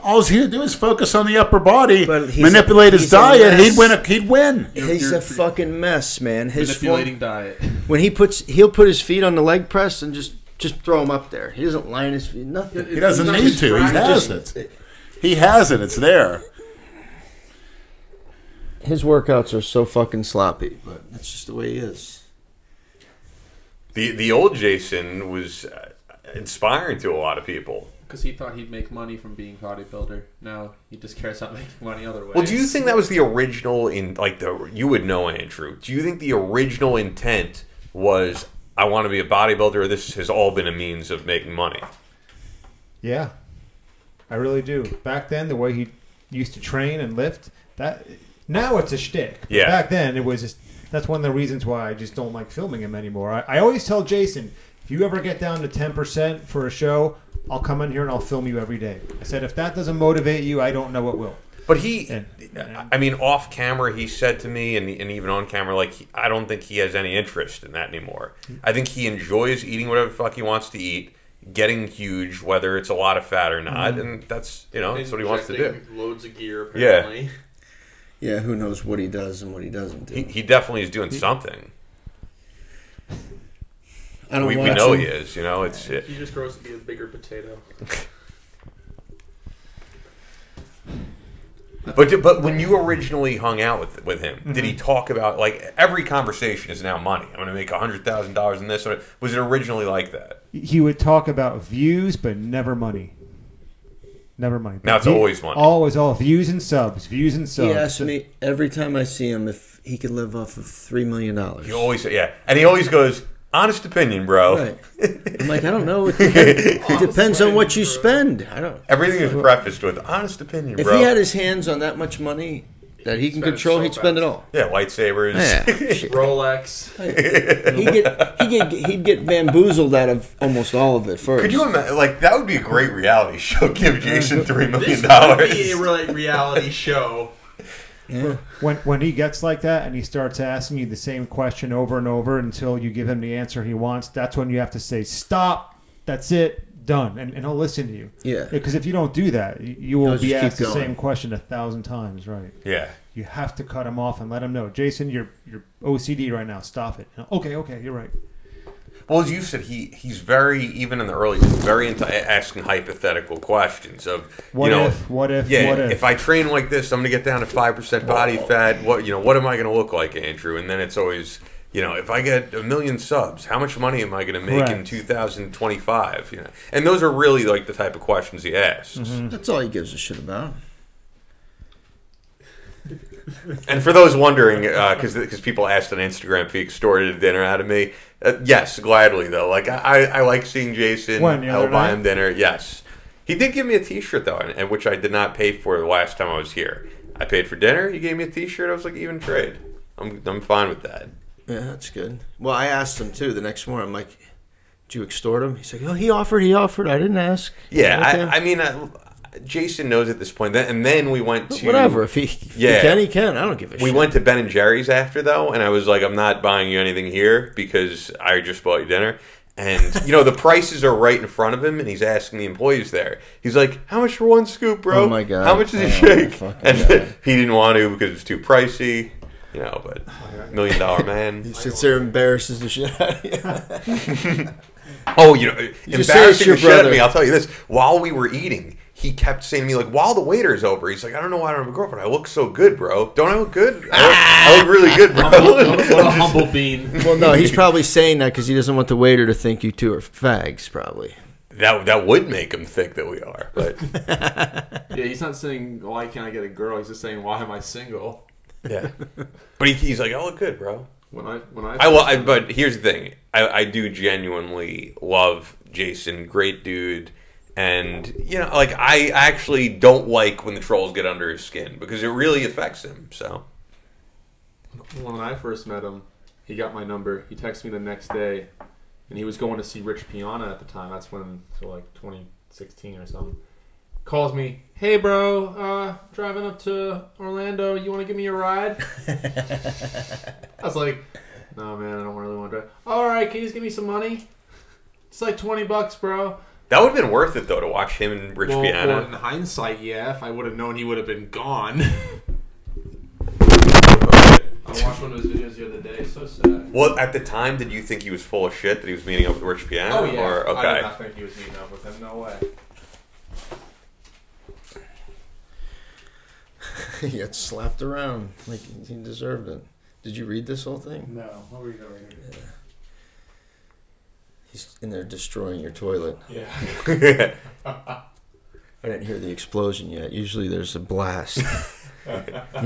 S8: All he's going to do is focus on the upper body,
S7: But he's-
S8: manipulate his
S7: he's a
S8: diet.
S7: mess.
S8: He'd win. A, he'd win.
S7: He's a fucking mess, man. His
S5: Manipulating
S7: form,
S5: diet.
S7: when he puts, he'll put his feet on the leg press and just just throw him up there. He doesn't line his feet. Nothing.
S8: He doesn't
S5: He's not
S8: need to. He
S5: distracted.
S8: has it. He has it. It's there.
S7: His workouts are so fucking sloppy, but that's just the way he is.
S2: The the old Jason was uh, inspiring to a lot of people.
S5: Because he thought he'd make money from being bodybuilder. Now he just cares about making money other ways.
S2: Well, do you think that was the original in like the you would know Andrew? Do you think the original intent was I want to be a bodybuilder? This has all been a means of making money.
S6: Yeah, I really do. Back then, the way he used to train and lift, that now it's a shtick. But
S2: Yeah.
S6: Back then, it was just that's one of the reasons why I just don't like filming him anymore. I, I always tell Jason, if you ever get down to ten percent for a show, I'll come in here and I'll film you every day. I said, if that doesn't motivate you, I don't know what will.
S2: But he,
S6: And-
S2: I mean, off camera, he said to me, and, and even on camera, like, he- I don't think he has any interest in that anymore. I think he enjoys eating whatever the fuck he wants to eat, getting huge, whether it's a lot of fat or not,
S7: Mm-hmm.
S2: and that's you know that's what he wants to do.
S5: Injecting Loads of gear,
S2: Yeah.
S5: apparently.
S7: Yeah, who knows what he does and what he doesn't do?
S2: He, he definitely is doing something.
S7: I don't
S2: We, we
S7: watch
S2: know
S7: him.
S2: he is. You know, it's uh, it,
S5: He just grows to be a bigger potato.
S2: But but when you originally hung out with with him, did
S7: Mm-hmm.
S2: he talk about like every conversation is now money? I'm going to make hundred thousand dollars in this. Or was it originally like that?
S6: He would talk about views, but never money. Never mind.
S2: Now it's
S6: View-
S2: always Monday.
S6: Always all views and subs, views and subs.
S7: he asks me every time I see him if he could live off of three million dollars.
S2: You always say, yeah. And he always goes, honest opinion, bro.
S7: Right. I'm like, I don't know. It it depends on what you spend. I don't.
S2: Everything is prefaced with honest opinion,
S7: If
S2: bro.
S7: he had his hands on that much money that he can
S5: Spend it
S7: control,
S5: so
S7: he'd spend it all.
S2: yeah, lightsabers.
S7: Yeah.
S5: Rolex.
S7: he get he get he'd get bamboozled out of almost all of it first.
S2: Could you imagine? Like that would be a great reality show. Give Jason three million
S5: That'd be a
S2: dollars.
S5: re- reality show.
S6: When when he gets like that and he starts asking you the same question over and over until you give him the answer he wants, that's when you have to say stop. That's it. Done. And, and he'll listen to you.
S7: Yeah.
S6: Because if you don't do that, you- you will
S7: He'll
S6: be
S7: just keep
S6: asked the
S7: going.
S6: same question a thousand times. Right.
S2: Yeah.
S6: You have to cut him off and let him know, Jason, you're you're OCD right now. Stop it. Okay. Okay. You're right.
S2: Well, as you said, he he's very even in the early he's very into asking hypothetical questions of
S6: What
S2: you know
S6: if? What if?
S2: yeah
S6: what if?
S2: if I train like this I'm gonna get down to five percent body fat what you know what am I gonna look like Andrew and then it's always you know if I get a million subs how much money am I gonna make in
S6: Correct.
S2: 2025 you know and those are really like the type of questions he asks
S6: Mm-hmm.
S7: That's all he gives a shit about.
S2: And for those wondering, because because people asked on Instagram if he extorted a dinner out of me, uh, yes, gladly though. Like I, I, I like seeing Jason.
S6: When, the
S2: I'll
S6: other
S2: buy
S6: night?
S2: him dinner. Yes, he did give me a T-shirt though, and, and which I did not pay for the last time I was here. I paid for dinner. He gave me a T-shirt. I was like, even trade. I'm I'm fine with that.
S7: Yeah, that's good. Well, I asked him too the next morning. I'm like, "Did you extort him?" He's like, "Oh, he offered. He offered. I didn't ask."
S2: Yeah,
S7: Okay.
S2: I, I mean, I, Jason knows at this point. That, and then we went to
S7: whatever. If he, if
S2: Yeah.
S7: he can, he can. I don't give a
S2: We
S7: shit.
S2: went to Ben and Jerry's after though, and I was like, I'm not buying you anything here because I just bought you dinner. And you know the prices are right in front of him, and he's asking the employees there. He's like, "How much for one scoop, bro?
S7: Oh, my God.
S2: How much is a
S7: Oh,
S2: shake?"
S7: fucking
S2: And
S7: God.
S2: he didn't want to because it's too pricey, you know. But
S5: Oh
S2: million dollar man.
S7: He sits there, and embarrasses the shit out of you.
S2: Oh, you know,
S7: just say it's
S2: embarrassing
S7: your
S2: the shit out of
S7: brother.
S2: me. I'll tell you this: while we were eating, he kept saying to me, like, while the waiter's over, he's like, "I don't know why I don't have a girlfriend. I look so good, bro. Don't I look good? I look, I look really good, bro."
S5: What a humble bean.
S7: Well, no, he's probably saying that because he doesn't want the waiter to think you two are fags. Probably.
S2: That that would make him think that we are, but
S5: Yeah, he's not saying why can't I get a girl. He's just saying why am I single?
S2: yeah. But he, he's like, "I look good, bro."
S5: When I when I,
S2: I, lo- I but here's the thing: I, I do genuinely love Jason, great dude, and you know, like I actually don't like when the trolls get under his skin because it really affects him. So
S5: when I first met him, he got my number. He texted me the next day, and he was going to see Rich Piana at the time. That's when, so like 2016 or something. Calls me, hey bro, uh, driving up to Orlando. You want to give me a ride? I was like, no man, I don't really want to drive. All right, can you just give me some money? It's like 20 bucks, bro.
S2: that would have been worth it though to watch him and Rich
S5: Well,
S2: Piana.
S5: well, in hindsight, yeah. If I would have known, he would have been gone. I watched one of his videos the other day. So sad.
S2: Well, at the time, did you think he was full of shit that he was meeting up with Rich Piana?
S5: Oh yeah.
S2: Or, okay.
S5: I did not think he was meeting up with him. No way.
S7: he got slapped around like he deserved it. Did you read this whole thing?
S9: No, what were you going?
S7: He's in there destroying your toilet.
S5: Yeah.
S7: I didn't hear the explosion yet. Usually there's a blast. he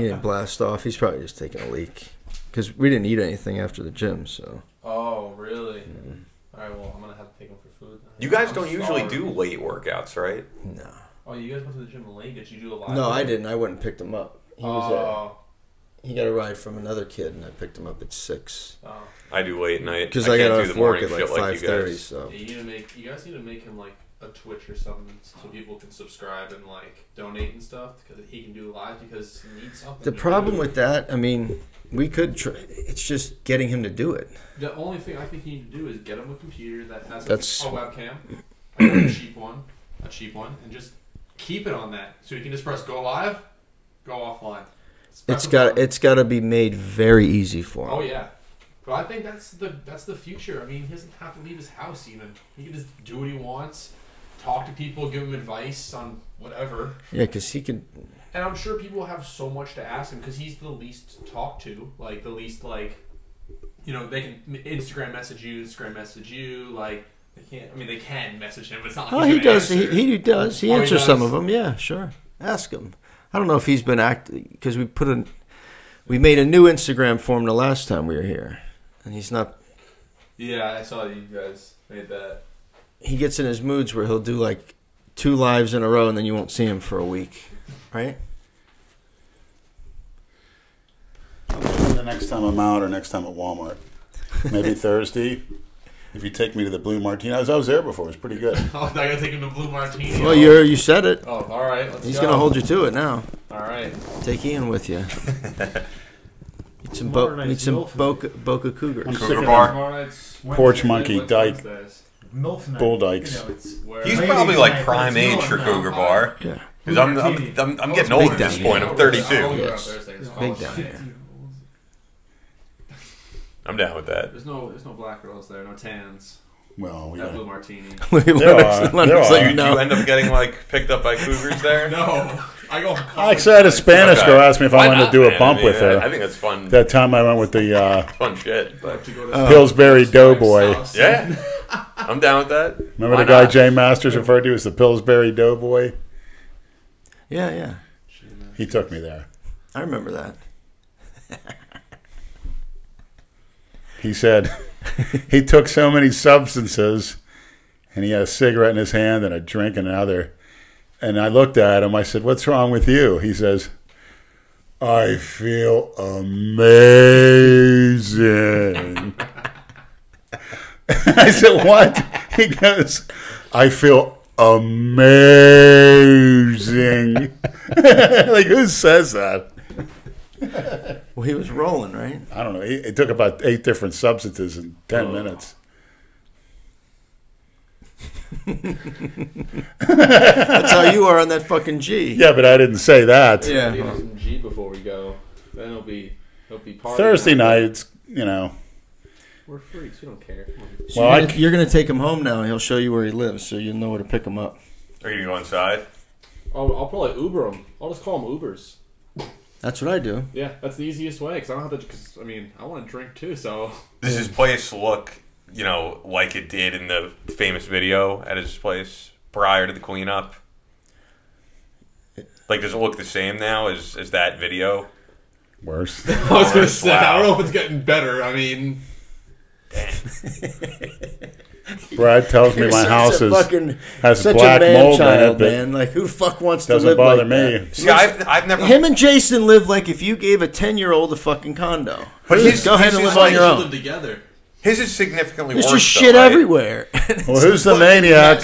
S7: didn't blast off. He's probably just taking a leak because we didn't eat anything after the gym. So
S5: Oh really? All right. Well, I'm gonna have to take him for food.
S2: Mm. you guys
S5: I'm
S2: don't usually
S5: starved.
S2: do late workouts, right?
S7: no,
S5: Oh, you guys went to the gym late. Did you do a lot?
S7: no, I didn't. I went and picked him up. He was uh,
S5: Oh.
S7: he got a ride from another kid, and I picked him up at six
S5: oh.
S2: I do late at night
S7: because I, got
S2: can't do
S7: off
S2: the
S7: work
S2: morning
S7: at like
S2: shit like
S7: five
S2: you
S7: thirty.
S2: guys.
S7: so
S5: Yeah, you need to make. You guys need to make him like a Twitch or something, so people can subscribe and like donate and stuff because he can do live because he needs something.
S7: the
S5: to
S7: problem
S5: do.
S7: with that, I mean, we could. Tr- it's just getting him to do it.
S5: The only thing I think you need to do is get him a computer that has
S7: That's-
S5: a, a webcam, like a cheap one, a cheap one, and just keep it on that, so you can just press go live, go offline. Just press
S7: It's
S5: a
S7: got
S5: button.
S7: it's got to be made very easy for him.
S5: Oh yeah, but I think that's the that's the future. I mean, he doesn't have to leave his house even. He can just do what he wants, talk to people, give him advice on whatever.
S7: Yeah, because he could.
S5: And I'm sure people have so much to ask him because he's the least talked to, like the least like, you know, they can Instagram message you, Instagram message you, like They can't. I mean, they can message him, but it's not like
S7: Oh,
S5: he's
S7: he
S5: gonna
S7: does. He,
S5: answer.
S7: he does. He
S5: Oh, he
S7: answers some
S5: does?
S7: of them. Yeah, sure. Ask him. I don't know if he's been active because we put in, we made a new Instagram for him the last time we were here, and he's not.
S5: Yeah, I saw that you guys made that.
S7: He gets in his moods where he'll do like two lives in a row, and then you won't see him for a week, right?
S8: The next time I'm out or next time at Walmart, maybe Thursday, if you take me to the Blue Martinez, I was there before. It was pretty good.
S5: Oh, I gotta take him to Blue Martini.
S7: Well, you you said it.
S5: Oh, all right. Let's
S7: He's
S5: go.
S7: gonna hold you to it now.
S5: All right.
S7: Take Ian with you. Meet some,
S12: Tomorrow
S7: bo-
S12: night's
S7: meet some
S12: MILF
S7: Boca, Boca
S8: I'm
S7: Cougars.
S8: sick of
S2: Bar.
S13: Tomorrow night's
S8: Porch
S13: Wednesday.
S8: monkey,
S13: What's
S8: dyke.
S13: Wednesdays?
S3: MILF night.
S8: Bull dykes.
S3: You know, it's
S13: Where-
S2: He's
S3: Ladies
S2: probably like
S3: night,
S2: prime
S3: but it's
S2: age
S3: not
S2: for
S3: now.
S2: Cougar Bar.
S7: Yeah.
S2: Because I'm, I'm, I'm, I'm getting old at this point. I'm 32.
S7: Yes. Big down here.
S2: I'm down with that.
S13: There's no, there's no black girls there, no tans.
S8: Well, we
S13: That blue
S8: don't.
S13: martini.
S7: Lennox-
S8: are-
S7: Lennox like,
S8: there are.
S2: Do
S7: no.
S2: you end up getting like picked up by Cougars there?
S5: No, I go.
S8: Actually, I had a Spanish
S2: Okay.
S8: girl ask me if I
S2: Why
S8: wanted
S2: not,
S8: to do
S2: man?
S8: a bump
S2: I mean,
S8: with her.
S2: I think that's fun.
S8: that time I went with the uh,
S2: fun shit. But
S7: Oh.
S8: Pillsbury Doughboy.
S2: yeah, I'm down with that.
S8: Remember
S2: Why
S8: the guy
S2: not?
S8: Jay Masters referred to as the Pillsbury Doughboy?
S7: Yeah, yeah.
S8: He took me there.
S7: I remember that.
S8: He said he took so many substances and he had a cigarette in his hand and a drink in another. And I looked at him. I said, What's wrong with you? He says, I feel amazing. I said, What? He goes, I feel amazing. like, who says that?
S7: Well, he was rolling, right?
S8: I don't know. It, it took about eight different substances in ten minutes.
S7: That's how you are on that fucking G.
S8: Yeah, but I didn't say that.
S5: I need some G before we go. Then it'll be, it'll be party
S8: Thursday nights, you know.
S5: We're freaks. We don't care. Come on.
S7: So
S8: Well,
S7: you're,
S8: I-
S7: gonna, you're gonna take him home now. and He'll show you where he lives, so you'll know where to pick him up.
S2: Are you going inside?
S5: I'll, I'll probably Uber them. I'll just call them Ubers.
S7: That's what I do.
S5: Yeah, that's the easiest way because I don't have to. Cause, I mean, I want to drink too, so
S2: Does his place look, you know, like it did in the famous video at his place prior to the cleanup? Like, does it look the same now as, as that video?
S8: Worse.
S5: I was gonna say I
S2: Wow.
S5: don't know if Oh, it's getting better. I mean,
S8: Brad tells me my
S7: Such a
S8: house is
S7: fucking-
S8: has
S7: such
S8: black
S7: a man
S8: mold in
S7: child,
S8: it, but
S7: man. Like who the fuck wants to
S8: doesn't
S7: live
S8: bother
S7: like
S8: me.
S7: that?
S2: See, I've, I've never.
S7: Him and Jason live like if you gave a ten year old a fucking condo.
S2: But he's-
S7: go ahead
S2: he's
S7: and live
S2: just
S7: on
S2: like-
S7: your own.
S5: together.
S2: his is significantly
S7: There's
S2: worse.
S7: just
S2: though,
S7: shit
S2: right?
S7: everywhere.
S8: Well, who's the maniac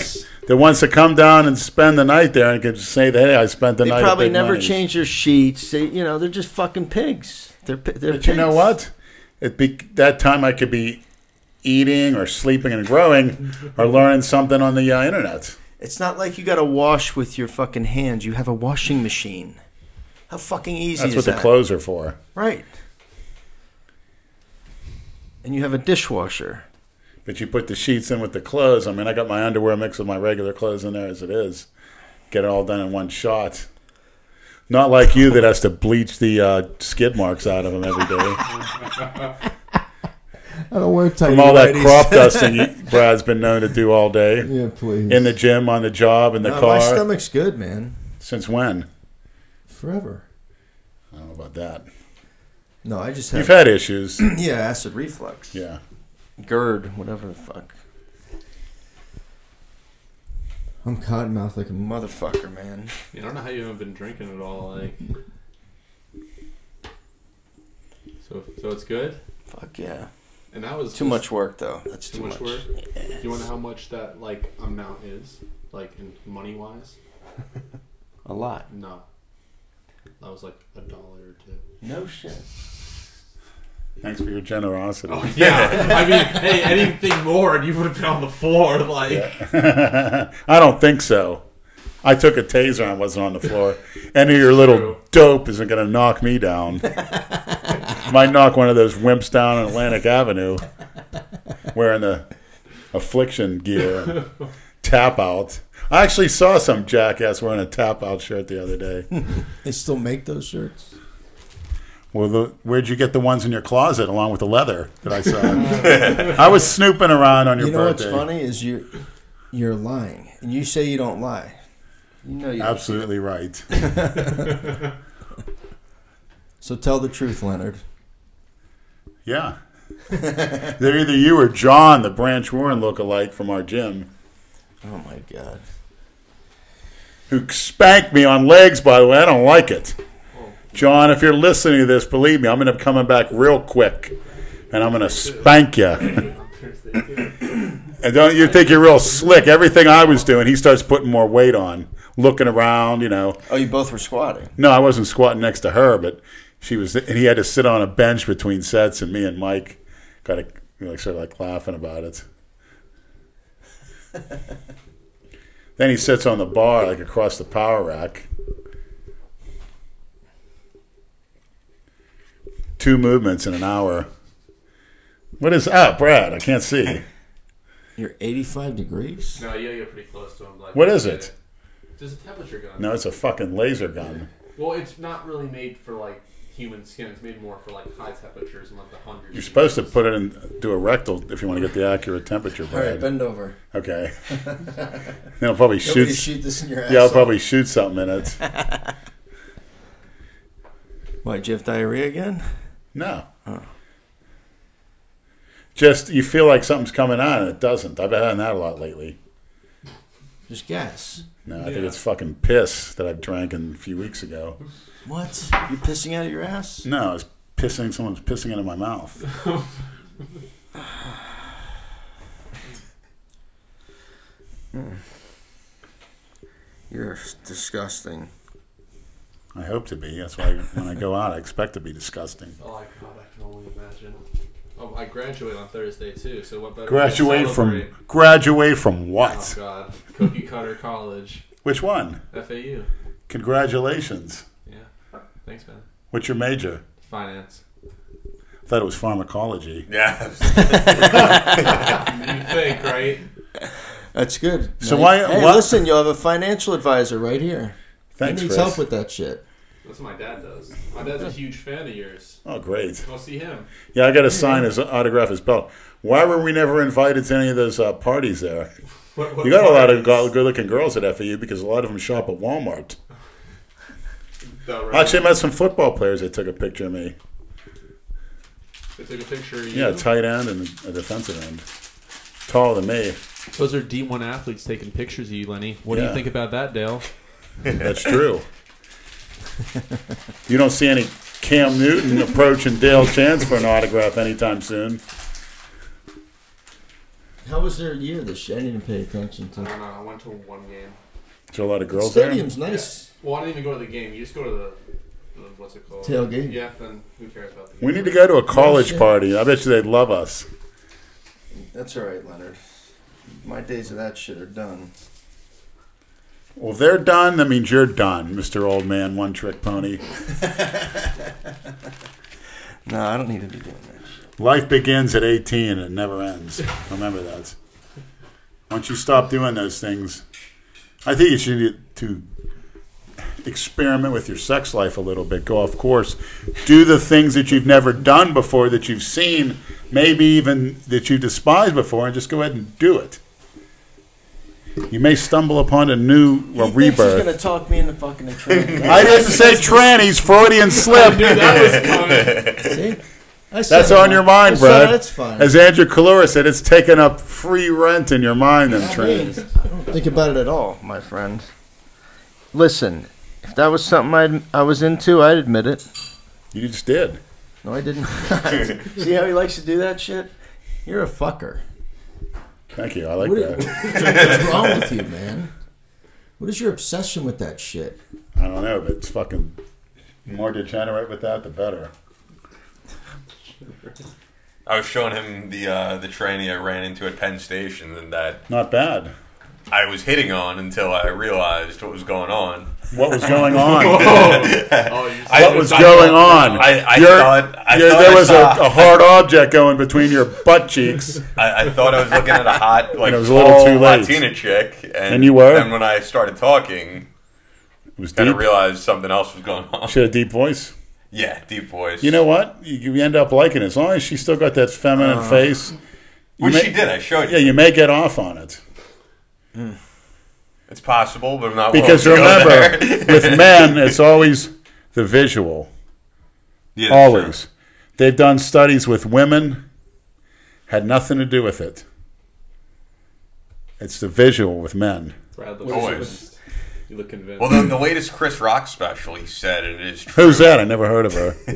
S8: that wants to come down and spend the night there and can say that hey, I spent the
S7: they
S8: night. at
S7: probably
S8: Big
S7: never
S8: Money's."
S7: change their sheets. They, you know, they're just fucking pigs. They're pi- they're.
S8: But you know
S7: pigs.
S8: what? It be that time I could be eating or sleeping and growing or learning something on the uh, internet.
S7: It's not like you got to wash with your fucking hands. You have a washing machine. How fucking easy
S8: That's
S7: is
S8: what
S7: that?
S8: the clothes are for.
S7: Right. And you have a dishwasher.
S8: But you put the sheets in with the clothes. I mean, I got my underwear mixed with my regular clothes in there as it is. Get it all done in one shot. Not like you that has to bleach the uh, skid marks out of them every day
S14: I don't wear tight.
S8: from all that crop dusting you, Brad's been known to do all day
S14: Yeah, please.
S8: in the gym, on the job, in the
S7: Uh,
S8: car.
S7: my stomach's good, man.
S8: Since when?
S14: forever.
S8: I don't know about that.
S7: No, I just
S8: You've
S7: have
S8: had issues.
S7: yeah acid reflux.
S8: Yeah.
S7: GERD, whatever the fuck.
S14: I'm cottonmouth like a mother.
S7: Motherfucker, man.
S5: Yeah, I don't know how you haven't been drinking at all. Like, so so it's good.
S7: Fuck yeah.
S5: And that was
S7: Too
S5: just
S7: much work though. That's
S5: Too much work. Do you want to know how much that like amount is, like in money wise?
S7: A lot.
S5: No, that was like a dollar or two.
S7: No shit.
S8: Thanks for your generosity.
S5: Yeah, I mean, hey, anything more and you would have been on the floor. Like,
S8: I don't think so. I took a taser and wasn't on the floor. Any of your little
S5: True.
S8: dope isn't going to knock me down. Might knock one of those wimps down on Atlantic Avenue wearing the affliction gear and tap out. I actually saw some jackass wearing a tap out shirt the other day.
S7: They still make those shirts.
S8: Well, the, where'd you get the ones in your closet along with the leather that I saw? I was snooping around on your
S7: You know
S8: birthday.
S7: what's funny is you you're lying, and you say you don't lie. You know you. don't.
S8: Absolutely right.
S7: So tell the truth, Leonard.
S8: Yeah. They're either you or John, the Branch Warren lookalike from our gym,
S7: Oh my God.
S8: who spanked me on legs, by the way. I don't like it. John, if you're listening to this, believe me, I'm going to be coming back real quick and I'm going to spank you. and don't you think you're real slick? Everything I was doing, he starts putting more weight on, looking around, you know.
S7: Oh, you both were squatting.
S8: No, I wasn't squatting next to her, but she was, and he had to sit on a bench between sets, and me and Mike got a, like sort of like laughing about it. then he sits on the bar, like across the power rack. Two movements in an hour. What is up, Brad? I can't see.
S7: You're 85 degrees.
S5: No, you get pretty close to him. Like,
S8: What is it?
S5: There's a temperature gun.
S8: No, it's a fucking laser gun.
S5: Well, it's not really made for like human skin. It's made more for like high temperatures and like the hundreds.
S8: You're supposed to put it in, do a rectal if you want to get the accurate temperature,
S7: All right,
S8: Brad.
S7: bend over.
S8: Okay. then I'll probably
S7: Nobody
S8: shoot.
S7: shoot this in your ass.
S8: Yeah, I'll probably shoot something in it.
S7: Why, did you have diarrhea again?
S8: No. Just you feel like something's coming on and it doesn't. I've been having that a lot lately.
S7: Just gas.
S8: No, I think it's fucking piss that I've drank in a few weeks ago.
S7: What? You pissing out of your ass?
S8: No, it's pissing. Someone's pissing into my mouth.
S7: You're disgusting.
S8: I hope to be. That's why when I go out, I expect to be disgusting.
S5: Oh my god, I can only imagine. Oh, I graduate on Thursday too. So what better? way to
S8: Graduate from
S5: celebrate?
S8: graduate from
S5: Oh
S8: what?
S5: god, cookie cutter college,
S8: Which one?
S5: FAU.
S8: Congratulations.
S5: Yeah. Thanks, man.
S8: What's your major?
S5: Finance.
S8: I thought it was pharmacology.
S1: Yeah.
S5: You think, right?
S7: That's good.
S8: So
S7: Now
S8: why-
S7: you- Hey,
S8: why-
S7: listen, you'll have a financial advisor right here.
S8: Thanks,
S7: he needs
S8: Chris.
S7: help with that shit.
S5: That's what my dad does. My dad's a huge fan of yours.
S8: Oh, great.
S5: Go see him.
S8: Yeah, I got to sign his autograph his belt. Why were we never invited to any of those uh, parties there?
S5: What, what
S8: You got a lot of
S5: parties?
S8: go- good-looking girls at FAU because a lot of them shop at Walmart.
S5: No, right.
S8: Actually, I met some football players that took a picture of me.
S5: They took a picture of you.
S8: Yeah, tight end and a defensive end, taller than me.
S5: Those are D1 athletes taking pictures of you, Lenny. What do
S8: Yeah.
S5: you think about that, Dale?
S8: That's true. You don't see any Cam Newton approaching Dale Chance for an autograph anytime soon.
S7: How was their year this year? I didn't pay attention to.
S5: I don't know. I went to one game.
S8: Is there a lot of
S7: The
S8: girls there?
S7: stadium's nice.
S5: Well, I didn't even go to the game. You just go to the, the what's it called?
S7: Tailgate.
S5: Yeah, then who cares about the game?
S8: We need to go to a college
S7: shit.
S8: party. I bet you they'd love us.
S7: That's all right, Leonard. My days of that shit are done.
S8: Well, if they're done, that means you're done, Mr. Old Man One Trick Pony.
S7: No, I don't need to be doing that shit.
S8: Life begins at 18 and it never ends. Remember that. Once you stop doing those things, I think you should need to experiment with your sex life a little bit, go off course, do the things that you've never done before, that you've seen, maybe even that you despised before, and just go ahead and do it. You may stumble upon a new a
S7: He thinks he's
S8: rebirth.
S7: gonna talk me into fucking a train.
S8: I didn't say trannies, Freudian slip.
S7: See? I said
S8: That's
S7: it
S8: on your mind,
S7: I said
S8: Brad.
S7: it, That's fine.
S8: As Andrew Kalura said, it's taking up free rent in your mind, them trains.
S7: I don't think about it at all, my friend. Listen, if that was something I'd, I was into, I'd admit it.
S8: You just did.
S7: No, I didn't. See how he likes to do that shit? You're a fucker.
S8: Thank you. I like
S7: What do you-
S8: that.
S7: What's wrong with you, man? What is your obsession with that shit?
S8: I don't know, but it's fucking the more degenerate with that, the better.
S1: I was showing him the uh, the tranny I ran into at Penn Station and that
S8: Not bad.
S1: I was hitting on until I realized what was going on.
S8: What was going on?
S5: Oh, you
S1: I-
S8: what was going on?
S1: I, I
S8: Your-
S1: thought I
S8: your-
S1: thought
S8: there
S1: I
S8: was
S1: saw-
S8: a, a hard object going between your butt cheeks.
S1: I, I thought I was looking at a hot, like
S8: it was a little
S1: tall
S8: too late.
S1: Latina chick, and,
S8: And you were?
S1: Then when I started talking,
S8: It was
S1: kind
S8: deep.
S1: of realized something else was going on.
S8: She had a deep voice.
S2: Yeah, deep voice.
S8: You know what? You, you end up liking it as long as she's still got that feminine
S1: Uh.
S8: face. you
S2: Which she did, I showed you.
S8: Yeah, you may get off on it
S1: Oh,
S2: It's possible, but I'm not willing
S8: because
S2: to go
S8: remember,
S2: there.
S8: with men, it's always the visual.
S2: Yeah, that's
S8: always.
S2: true.
S8: They've done studies with women, had nothing to do with it. It's the visual with men.
S5: Brad looks
S2: Always.
S5: convinced. You look convinced.
S2: Well, the, the latest Chris Rock special, he said it is true.
S8: Who's that? I never heard of her.
S2: Uh,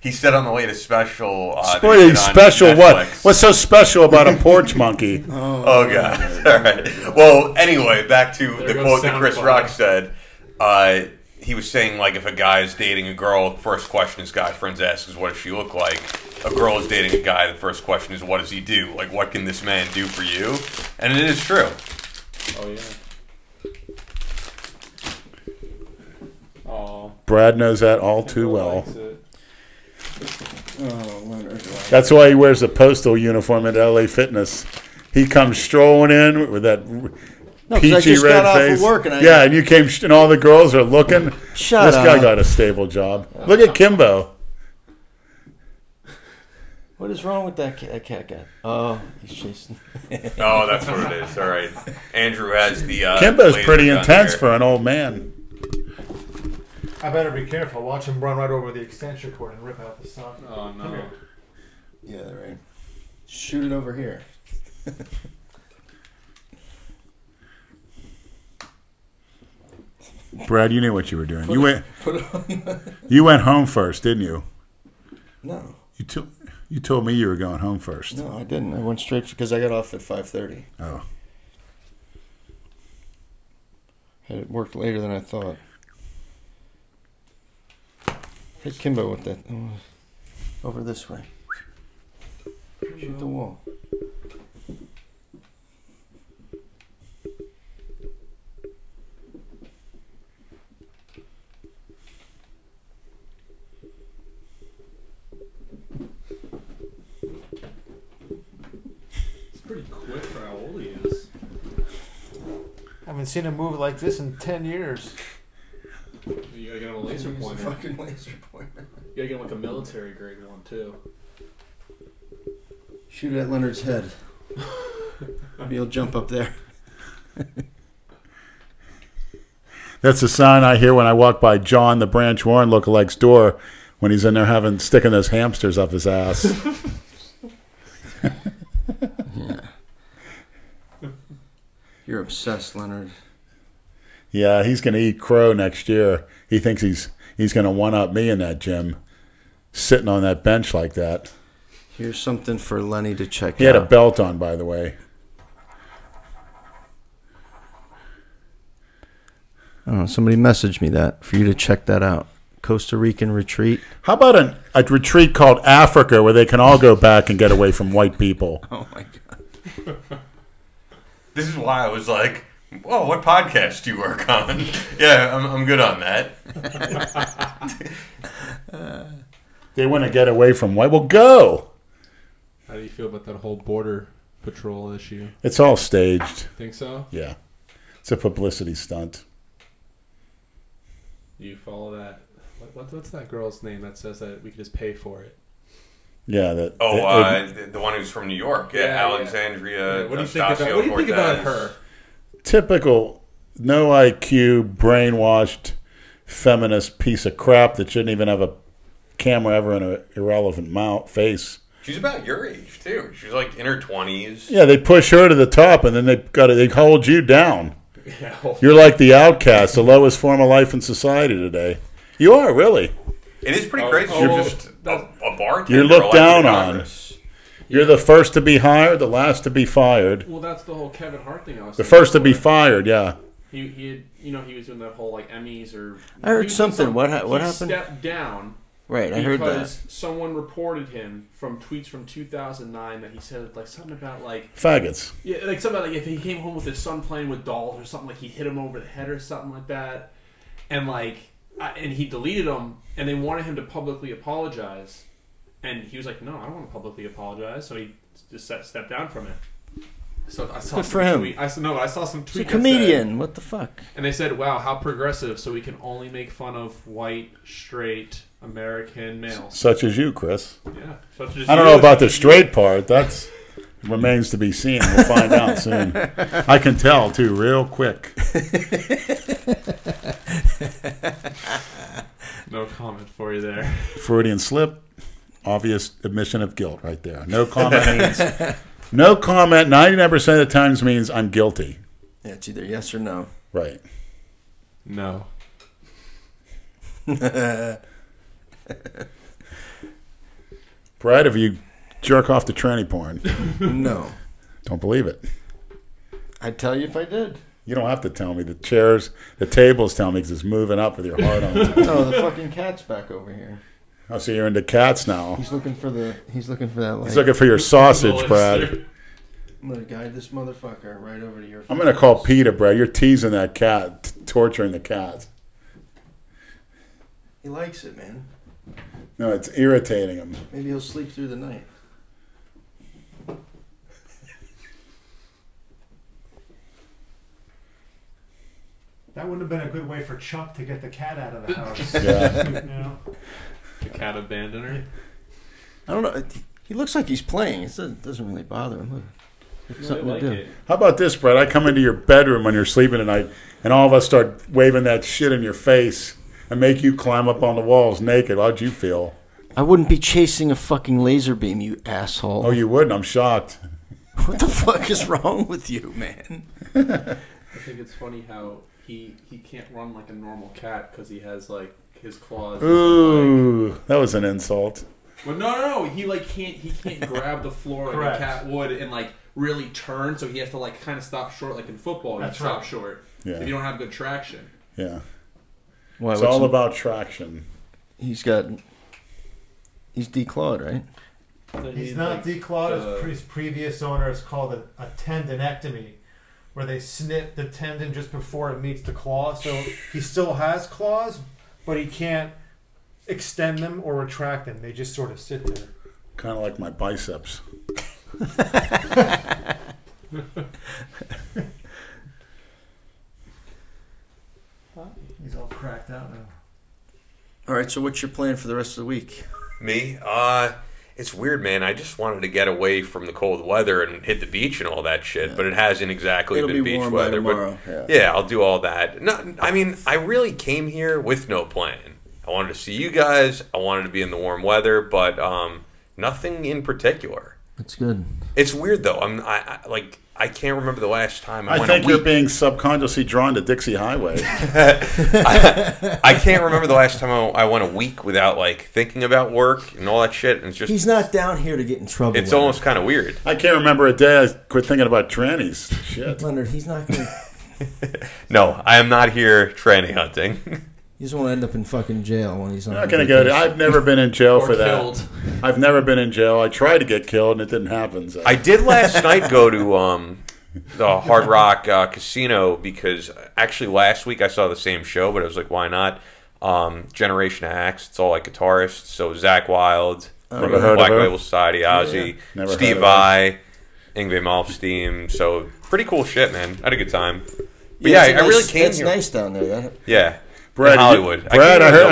S2: He said on the latest special. Uh, that
S8: What
S2: he
S8: is
S2: did on
S8: special? What?
S2: Netflix-
S8: What's so special about a porch monkey?
S2: Oh god! All right. Well, anyway, back to the
S5: goes
S2: quote that Chris
S5: SoundCloud.
S2: Rock said. Uh, he was saying like, if a guy is dating a girl, first question his guy friends ask is, "What does she look like?" A girl is dating a guy, the first question is, "What does he do?" Like, what can this man do for you? And it is true.
S5: oh yeah. Oh,
S8: Brad knows that all too well.
S5: likes it.
S3: Oh, Leonard.
S8: That's why he wears a postal uniform at LA Fitness. He comes strolling in with that r-
S7: 'cause I
S8: peachy
S7: just
S8: red
S7: got off of
S8: face.
S7: work and I-
S8: yeah, and you came, sh- and all the girls are looking.
S7: Shut
S8: this guy
S7: up.
S8: got a stable job. Look at Kimbo.
S11: What is wrong with that cat, that cat guy? Oh, he's chasing.
S2: Oh, that's what it is. All right. Andrew has the. Uh,
S8: Kimbo's
S2: laser
S8: pretty
S2: gun
S8: intense
S2: here.
S8: for an old man.
S10: I better be careful. Watch him run right over the extension cord and rip out the socket.
S5: Oh no.
S7: Yeah, right. Shoot it over here.
S8: Brad, you knew what you were doing. You went. you went home first, didn't you?
S7: No,
S8: You told you told me you were going home first.
S7: no, I didn't. I went straight because I got off at five thirty.
S8: Oh,
S7: It worked later than I thought. Hit Kimbo with that. Oh, Over this way. Shoot the wall.
S5: It's pretty quick for how old he is.
S10: I haven't seen a move like this in 10 years.
S5: You gotta get him a laser pointer.
S7: Fucking laser pointer.
S5: You gotta get him like a military grade one too.
S7: Shoot it at Leonard's head. Maybe he'll jump up there.
S8: that's the sound I hear when I walk by John the Branch Warren lookalike's door when he's in there having sticking those hamsters up his ass.
S7: You're obsessed, Leonard.
S8: Yeah, he's going to eat crow next year. He thinks he's he's going to one up me in that gym, sitting on that bench like that.
S11: Here's something for Lenny to check
S8: He
S11: out.
S8: had a belt on, by the way.
S11: oh, somebody messaged me that for you to check that out. Costa Rican retreat.
S8: How about an, a retreat called Africa where they can all go back and get away from white people?
S11: Oh my god.
S2: This is why I was like, "Whoa, what podcast do you work on?" yeah, I'm, I'm good on that.
S8: They want to get away from white. Well, go.
S5: How do you feel about that whole border patrol issue?
S8: It's all staged.
S5: Think so?
S8: Yeah, it's a publicity stunt.
S5: You follow that. What, what, what's that girl's name that says that we could just pay for it?
S8: Yeah, that.
S2: Oh,
S8: it- it-
S2: uh, the- the one who's from New York, yeah,
S5: Yeah, yeah.
S2: Alexandria.
S8: Uh,
S5: what do you think about?
S2: Ocasio
S5: What do you think about
S2: Cortez.
S5: her?
S8: typical no IQ, brainwashed feminist piece of crap that shouldn't even have a camera ever in an irrelevant mouth face.
S2: She's about your age too. She's like in her twenties.
S8: Yeah, they push her to the top, and then they got to, they hold you down.
S5: Yeah, well,
S8: You're like the outcast, the lowest form of life in society today. You are really.
S2: It is pretty
S5: Oh,
S2: crazy.
S5: oh,
S2: You're
S5: well,
S2: just a,
S5: that's-
S2: a bartender.
S8: You're looked
S2: elected
S8: down
S2: to
S8: on.
S2: Congress.
S8: You're the first to be hired, the last to be fired.
S5: well, that's the whole Kevin Hart thing. I was
S8: The
S5: saying
S8: first to be
S5: before.
S8: fired, yeah.
S5: He, he had, you know, he was doing that whole like Emmys or.
S11: I heard
S5: he was doing
S11: something. What ha- what
S5: he
S11: happened?
S5: Stepped down
S11: Right, I heard
S5: because
S11: that.
S5: someone reported him from tweets from 2009 that he said like something about like
S8: Faggots.
S5: yeah, like something like if he came home with his son playing with dolls or something like he hit him over the head or something like that, and like I, and he deleted them and they wanted him to publicly apologize, and he was like, no, I don't want to publicly apologize, so he just set, stepped down from it. So I saw
S11: Good
S5: some
S11: for him.
S5: Tweet, I saw, no, I saw some tweet.
S11: He's a
S5: that said-
S11: comedian. What the fuck?
S5: and they said, "Wow, how progressive! So we can only make fun of white, straight,
S9: American males.
S8: Such as you, Chris.
S9: Yeah. Such as
S8: I don't
S9: you.
S8: know about the straight part. That's remains to be seen. We'll find out soon. I can tell too, real quick.
S9: No comment for you there.
S8: Freudian slip, obvious admission of guilt right there. No comment means no comment. Ninety-nine percent of the times means I'm guilty.
S7: Yeah, it's either yes or no.
S8: Right.
S9: No.
S8: Brad, if you jerk off to tranny porn,
S7: no.
S8: don't believe it.
S7: I'd tell you if I did.
S8: You don't have to tell me. The chairs, the tables tell me because it's moving up with your heart on.
S7: No, the fucking cat's back over here.
S8: oh, so you're into cats now.
S7: He's looking for the. He's looking for that. Light.
S8: He's looking for your sausage, Brad.
S7: I'm gonna guide this motherfucker right over to your.
S8: I'm gonna call Peter, Brad. You're teasing that cat, t- torturing the cat.
S7: He likes it, man.
S8: No, it's irritating him.
S7: Maybe he'll sleep through the night.
S6: That would have been a good way for Chuck to get the cat out of the house.
S8: Yeah.
S6: You know?
S9: The cat abandoner.
S7: I don't know. it- He looks like he's playing. It doesn't doesn't really bother him. Look, it's something to do.
S8: How about this, Brad? I come into your bedroom when you're sleeping tonight, and all of us start waving that shit in your face and make you climb up on the walls naked. How'd you feel?
S7: I wouldn't be chasing a fucking laser beam, you asshole.
S8: Oh, you wouldn't. I'm shocked.
S7: What the fuck is wrong with you, man?
S5: I think it's funny how he he can't run like a normal cat because he has like his claws.
S8: Ooh, that was an insult.
S5: But no, no, no. He like can't he can't grab the floor like a
S6: Correct.
S5: cat would and like really turn. So he has to like kind of stop short, like in football.
S6: That's
S5: you stop
S6: right.
S5: short
S8: Yeah.
S5: if you don't have good traction.
S8: Yeah,
S7: Why?
S8: it's
S7: what's
S8: all
S7: he-
S8: about traction.
S7: He's got. He's declawed, right?
S6: He's not declawed. His pre- his previous owner is called a, a tendinectomy, where they snip the tendon just before it meets the claw. So he still has claws, but he can't extend them or retract them. They just sort of sit there.
S8: Kind of like my biceps.
S6: He's all cracked out now.
S7: All right. So what's your plan for the rest of the week?
S2: Me? Uh it's weird, man. I just wanted to get away from the cold weather and hit the beach and all that shit, but it hasn't exactly
S7: It'll
S2: been
S7: be
S2: beach
S7: warm by
S2: weather.
S7: tomorrow, yeah.
S2: But yeah. I'll do all that. No, I mean, I really came here with no plan. I wanted to see you guys. I wanted to be in the warm weather, but um, nothing in particular.
S7: That's good.
S2: It's weird though. I'm I, I like I can't remember the last time I,
S8: I
S2: went a
S8: think you're
S2: week-
S8: being subconsciously drawn to Dixie Highway.
S2: I can't remember the last time I, I went a week without like thinking about work and all that shit. And it's just
S7: He's not down here to get in trouble.
S2: it's
S7: Leonard.
S2: almost kind of weird.
S8: I can't remember a day I quit thinking about trannies. Shit.
S7: Leonard, he's not going. to...
S2: No, I am not here tranny hunting.
S7: He doesn't want to end up in fucking jail when he's on.
S8: I'm not gonna go. To,
S7: vacation.
S8: I've never been in jail
S5: Or
S8: for that.
S5: killed.
S8: I've never been in jail. I tried to get killed and it didn't happen. So.
S2: I did last night go to um, the Hard Rock uh, Casino because actually last week I saw the same show, but I was like, why not? Um, Generation Axe. It's all like guitarists. So Zach Wild from
S8: Never heard of
S2: Black
S8: her.
S2: Label Society, Ozzy,
S8: Never heard
S2: Steve
S8: of her.
S2: Vai, Ingve Malmsteen. So pretty cool shit, man. I had a good time. But
S7: Yeah,
S2: yeah,
S7: it's
S2: I really
S7: nice-
S2: came
S7: That's
S2: here.
S7: nice down there. That,
S2: Yeah,
S8: Brad,
S2: in
S8: you-
S2: Hollywood. came
S8: Brad, I,
S2: here with
S8: heard-
S2: no plan.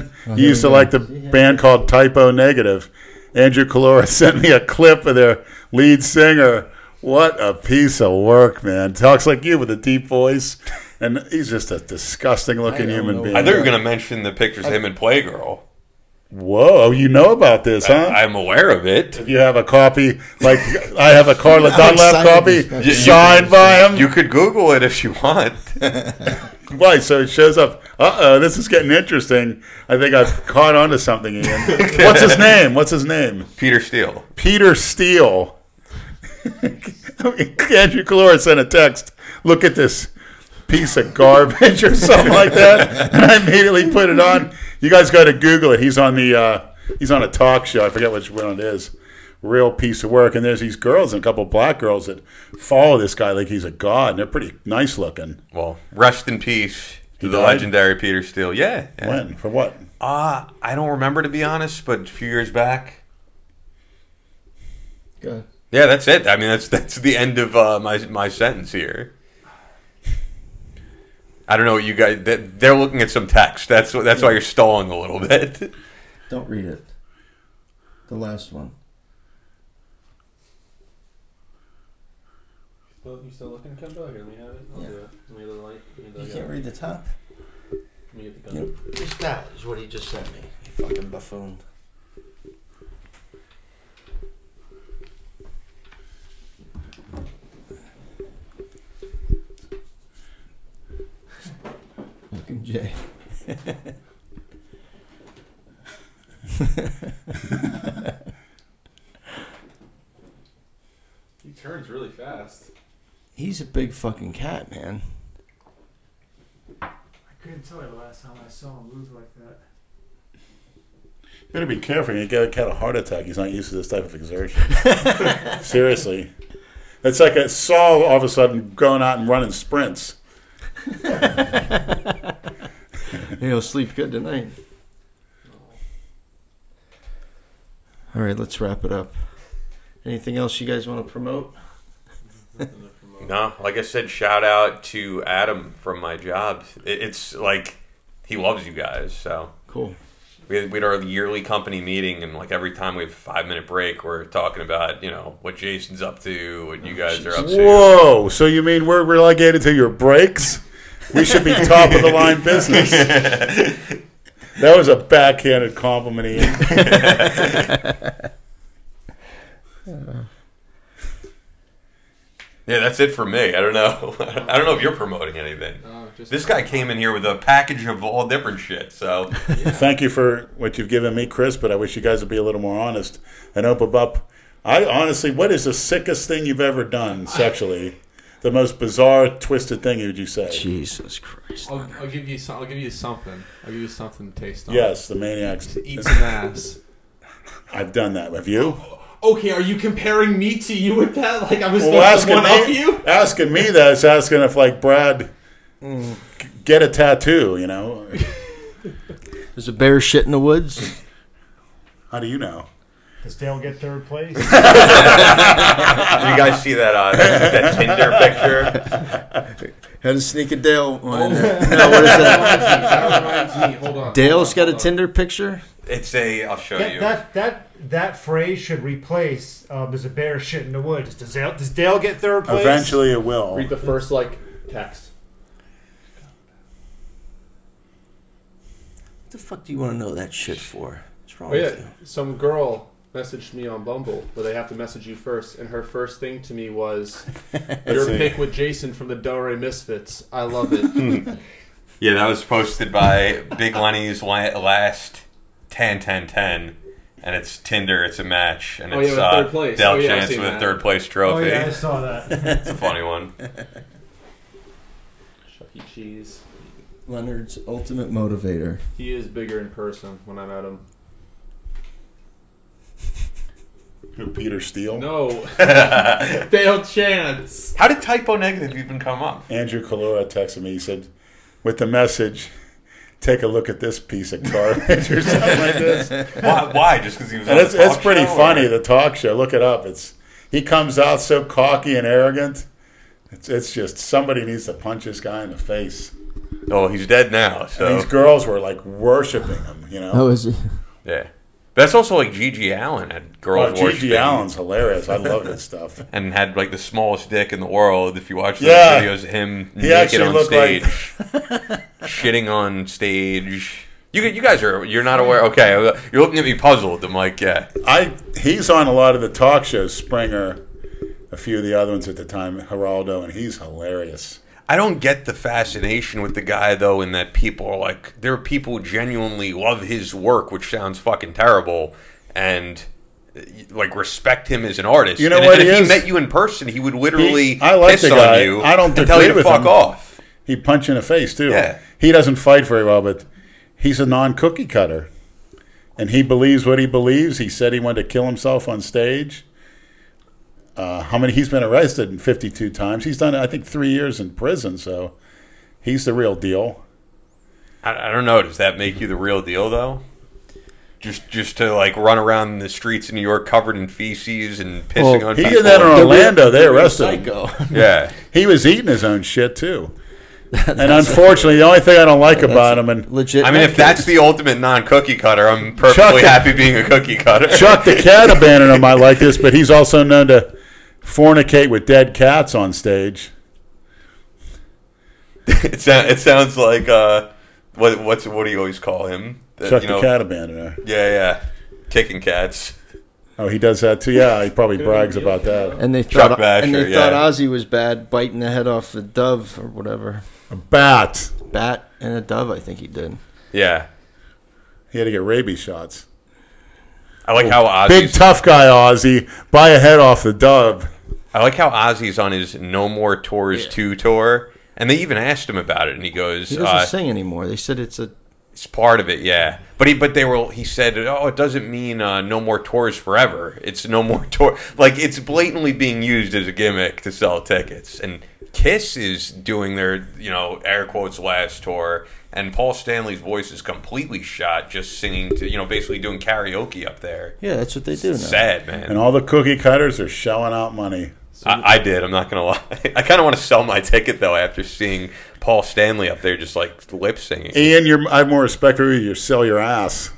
S8: understand you used to
S7: Oh, we
S8: like the band called Typo Negative. Andrew Calora sent me a clip of their lead singer. What a piece of work, man! Talks like you with a deep voice, and he's just a disgusting-looking
S7: I don't
S8: human
S7: know.
S8: being.
S2: I thought you were gonna mention the pictures of him and Playgirl.
S8: Whoa, you know about this, huh?
S2: I, I'm aware of it.
S8: if you have a copy, like I have a Carla Dunlap
S7: excited
S8: copy
S7: is that?
S2: You-
S8: signed by him.
S2: You could Google it if you want.
S8: Why? So it shows up. Uh oh, this is getting interesting. I think I've caught on to something, Ian. What's his name? What's his name?
S2: Peter Steele.
S8: Peter Steele. Andrew Kalora sent a text. Look at this piece of garbage or something like that, and I immediately put it on. You guys got to Google it. He's on the uh, he's on a talk show. I forget which one it is. Real piece of work. And there's these girls and a couple black girls that follow this guy like he's a god. And they're pretty nice looking.
S2: Well, rest in peace to the
S8: died?
S2: legendary Peter Steele. Yeah. yeah.
S8: When for what?
S2: Uh, I don't remember to be honest, but a few years back.
S7: Good.
S2: Yeah, that's it. I mean, that's that's the end of uh, my my sentence here. I don't know what you guys. they- They're looking at some text. That's wh- that's why you're stalling a little bit.
S11: Don't read it. The last one.
S5: Well, you still looking, Kemba? Here, let me have it. I'll
S11: Yeah.
S5: do it. Let me get the light. Let me
S11: You
S5: get the,
S11: can't read the top.
S5: Let me get the gun.
S11: Nope. Just that is what he just sent me. You fucking buffoon. Fucking Jay.
S5: He turns really fast.
S11: He's a big fucking cat, man.
S10: I couldn't tell you the last time I saw him move like that.
S8: You better be careful. You get a cat a heart attack. He's not used to this type of exertion. Seriously, it's like a saw all of a sudden going out and running sprints.
S11: He'll sleep good tonight. All right, let's wrap it up. Anything else you guys want to promote?
S2: No, like I said, shout out to Adam from my job. It, it's like he loves you guys. So
S11: Cool.
S2: we had, we had our yearly company meeting, and like every time we have a five minute break, we're talking about you know what Jason's up to, what you guys are up to.
S8: Whoa! So you mean we're relegated to your breaks? We should be top of the line business. that was a backhanded compliment. Ian.
S2: Yeah, that's it for me. I don't know. I don't know if you're promoting anything.
S9: Oh, just
S2: This guy came in here with a package of all different shit. So
S8: Thank you for what you've given me, Chris. But I wish you guys would be a little more honest and open up. I honestly, what is the sickest thing you've ever done sexually? The most bizarre, twisted thing would you say?
S11: Jesus Christ.
S2: Oh.
S5: I'll, I'll give you some, I'll give you something. I'll give you something to taste on.
S8: Yes, the maniacs.
S5: To eat some ass.
S8: I've done that. Have you?
S5: Okay, are you comparing me to you with that? Like I'm
S8: Well,
S5: supposed to
S8: asking
S5: one up you?
S8: me, asking me that is asking if like Brad g- get a tattoo. You know,
S11: There's a bear shit in the woods.
S8: how do you know?
S10: Does Dale get third place?
S2: Did you guys see that uh, that Tinder picture?
S11: Had to sneak a Dale one in there. No, Oh. what is that?
S5: that reminds me. Hold on.
S11: Dale's got a
S5: Hold on.
S11: Tinder picture?
S2: It's a. I'll show
S10: that,
S2: you.
S10: that that that phrase should replace um, "There's a bear shit in the woods." Does Dale, does Dale get third place?
S8: Eventually, it will.
S5: Read the first like text.
S11: What the fuck do you want to know that shit for? What's wrong
S5: Oh yeah,
S11: with you?
S5: some girl messaged me on Bumble, where they have to message you first, and her first thing to me was your
S8: see.
S5: pick with Jason from the Delray Misfits. I love it.
S2: Yeah, that was posted by Big Lenny's la- last 10 10 10. And it's Tinder, it's a match, and
S5: Oh,
S2: it's
S5: yeah, with
S2: uh,
S5: third place.
S2: Dell
S5: Oh, yeah, I've
S2: Chance
S5: seen
S2: with a
S5: that.
S2: third place
S10: Oh
S2: trophy.
S10: yeah, I saw that.
S2: It's a funny one.
S5: Chuck E. Cheese.
S11: Leonard's ultimate motivator.
S5: He is bigger in person when I met him.
S8: Who, Peter Steele,
S5: No, Dale Chance.
S2: How did typo negative even come up?
S8: Andrew Kalora texted me. He said, with the message, take a look at this piece of garbage or something like this.
S2: Why? Why? Just because he was.
S8: And
S2: on
S8: it's,
S2: the talk
S8: it's pretty
S2: show, or-
S8: funny. The talk show. Look it up. It's he comes out so cocky and arrogant. It's, it's just somebody needs to punch this guy in the face.
S2: Oh, he's dead now.
S8: And
S2: So
S8: these girls were like worshiping him, you know.
S11: Oh, is he?
S2: yeah, but that's also like Gigi Allen had girls
S8: Oh,
S2: worshiping
S8: Gigi Allen's hilarious. I love his stuff.
S2: and had like the smallest dick in the world. If you watch those
S8: Yeah.
S2: videos, of him
S8: He
S2: naked
S8: actually
S2: on
S8: looked
S2: stage,
S8: like-
S2: shitting on stage. You you guys are you're not aware. Okay, you're looking at me puzzled. I'm like, yeah,
S8: I he's on a lot of the talk shows. Springer, a few of the other ones at the time, Geraldo, and he's hilarious.
S2: I don't get the fascination with the guy though, in that people are like, there are people who genuinely love his work, which sounds fucking terrible, and uh, like respect him as an artist.
S8: You know
S2: and,
S8: what
S2: and
S8: he
S2: if
S8: is?
S2: he met you in person, he would literally
S8: He- I like
S2: piss
S8: the
S2: on
S8: guy.
S2: you.
S8: I don't
S2: and tell you
S8: agree
S2: to
S8: with
S2: fuck
S8: him.
S2: off.
S8: He punch you in the face too.
S2: Yeah.
S8: He doesn't fight very well, but he's a non-cookie cutter, and he believes what he believes. He said he wanted to kill himself on stage. Uh, how many? He's been arrested 52 times. He's done, I think, three years in prison. So he's the real deal.
S2: I, I don't know. Does that make you the real deal though? Just just to like run around the streets in New York covered in feces and pissing
S11: Well,
S2: on
S8: He
S2: people.
S8: did that in
S11: The real-
S8: Orlando. They
S11: the real
S8: arrested him.
S11: Psycho.
S2: yeah.
S8: He was eating his own shit too. and unfortunately, the only thing I don't like about him and
S7: Legit.
S2: I mean, if that's the ultimate non-cookie cutter, I'm perfectly
S8: Chuck-
S2: happy being a cookie cutter.
S8: Chuck the cat abandoned him. I like this, but he's also known to fornicate with dead cats on stage.
S2: it, sound, it sounds like uh, what, what's what do you always call him? That,
S8: Chuck
S2: Uh, you know-
S8: the cat abandoner.
S2: Yeah, yeah, kicking cats.
S8: Oh, he does that too. Yeah, he probably brags about that.
S7: and they
S2: Chuck
S7: thought
S2: Basher,
S7: and they
S2: yeah.
S7: thought Ozzy was bad, biting the head off the dove or whatever
S8: A bat.
S7: bat and a dove. I think he did.
S2: Yeah,
S8: He had to get rabies shots.
S2: I like how Ozzy's,
S8: Big tough guy, Ozzy. Buy a head off the dub.
S2: I like how Ozzy's on his No More Tours two tour, and they even asked him about it, and he goes,
S7: He doesn't
S2: uh,
S7: sing anymore. They said it's a
S2: "It's part of it, yeah." But he, but they were. He said, "Oh, it doesn't mean uh, no more tours forever. It's no more tour. Like it's blatantly being used as a gimmick to sell tickets." And Kiss is doing their, you know, air quotes last tour, and Paul Stanley's voice is completely shot, just singing to, you know, basically doing karaoke up there.
S7: yeah. That's what they do now.
S2: Sad man.
S8: And all the cookie cutters are shelling out money.
S2: I, I did. I'm not gonna lie. I kind of want to sell my ticket though after seeing Paul Stanley up there just like lip singing.
S8: Ian, you're, I have more respect for you. You sell your ass.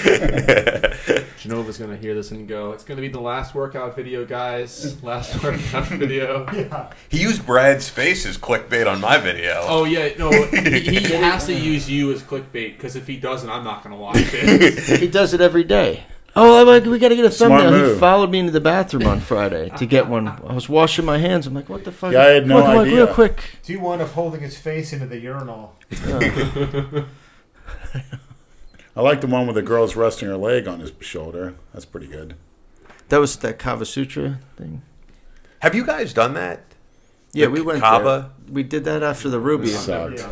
S5: Genova's gonna hear this and go, "It's gonna be the last workout video, guys. Last workout video."
S2: He used Brad's face as clickbait on my video.
S5: Oh yeah, no, he, he has to use you as clickbait because if he doesn't, I'm not gonna watch it.
S7: He does it every day. Oh, I- we got to get a
S8: Smart
S7: thumbnail. He
S8: move.
S7: followed me into the bathroom on Friday to get one. I was washing my hands. I'm like, what the fuck?
S8: Yeah, I had no
S7: Quick, quick,
S8: idea.
S7: Real quick.
S6: Do you want of holding his face into the urinal?
S8: I like the one with the girl's resting her leg on his shoulder. That's pretty good.
S7: That was that Kava Sutra thing.
S2: Have you guys done that?
S7: Yeah,
S2: The
S7: we went
S2: Kava?
S7: there. We did that after the Ruby.
S8: Sucked.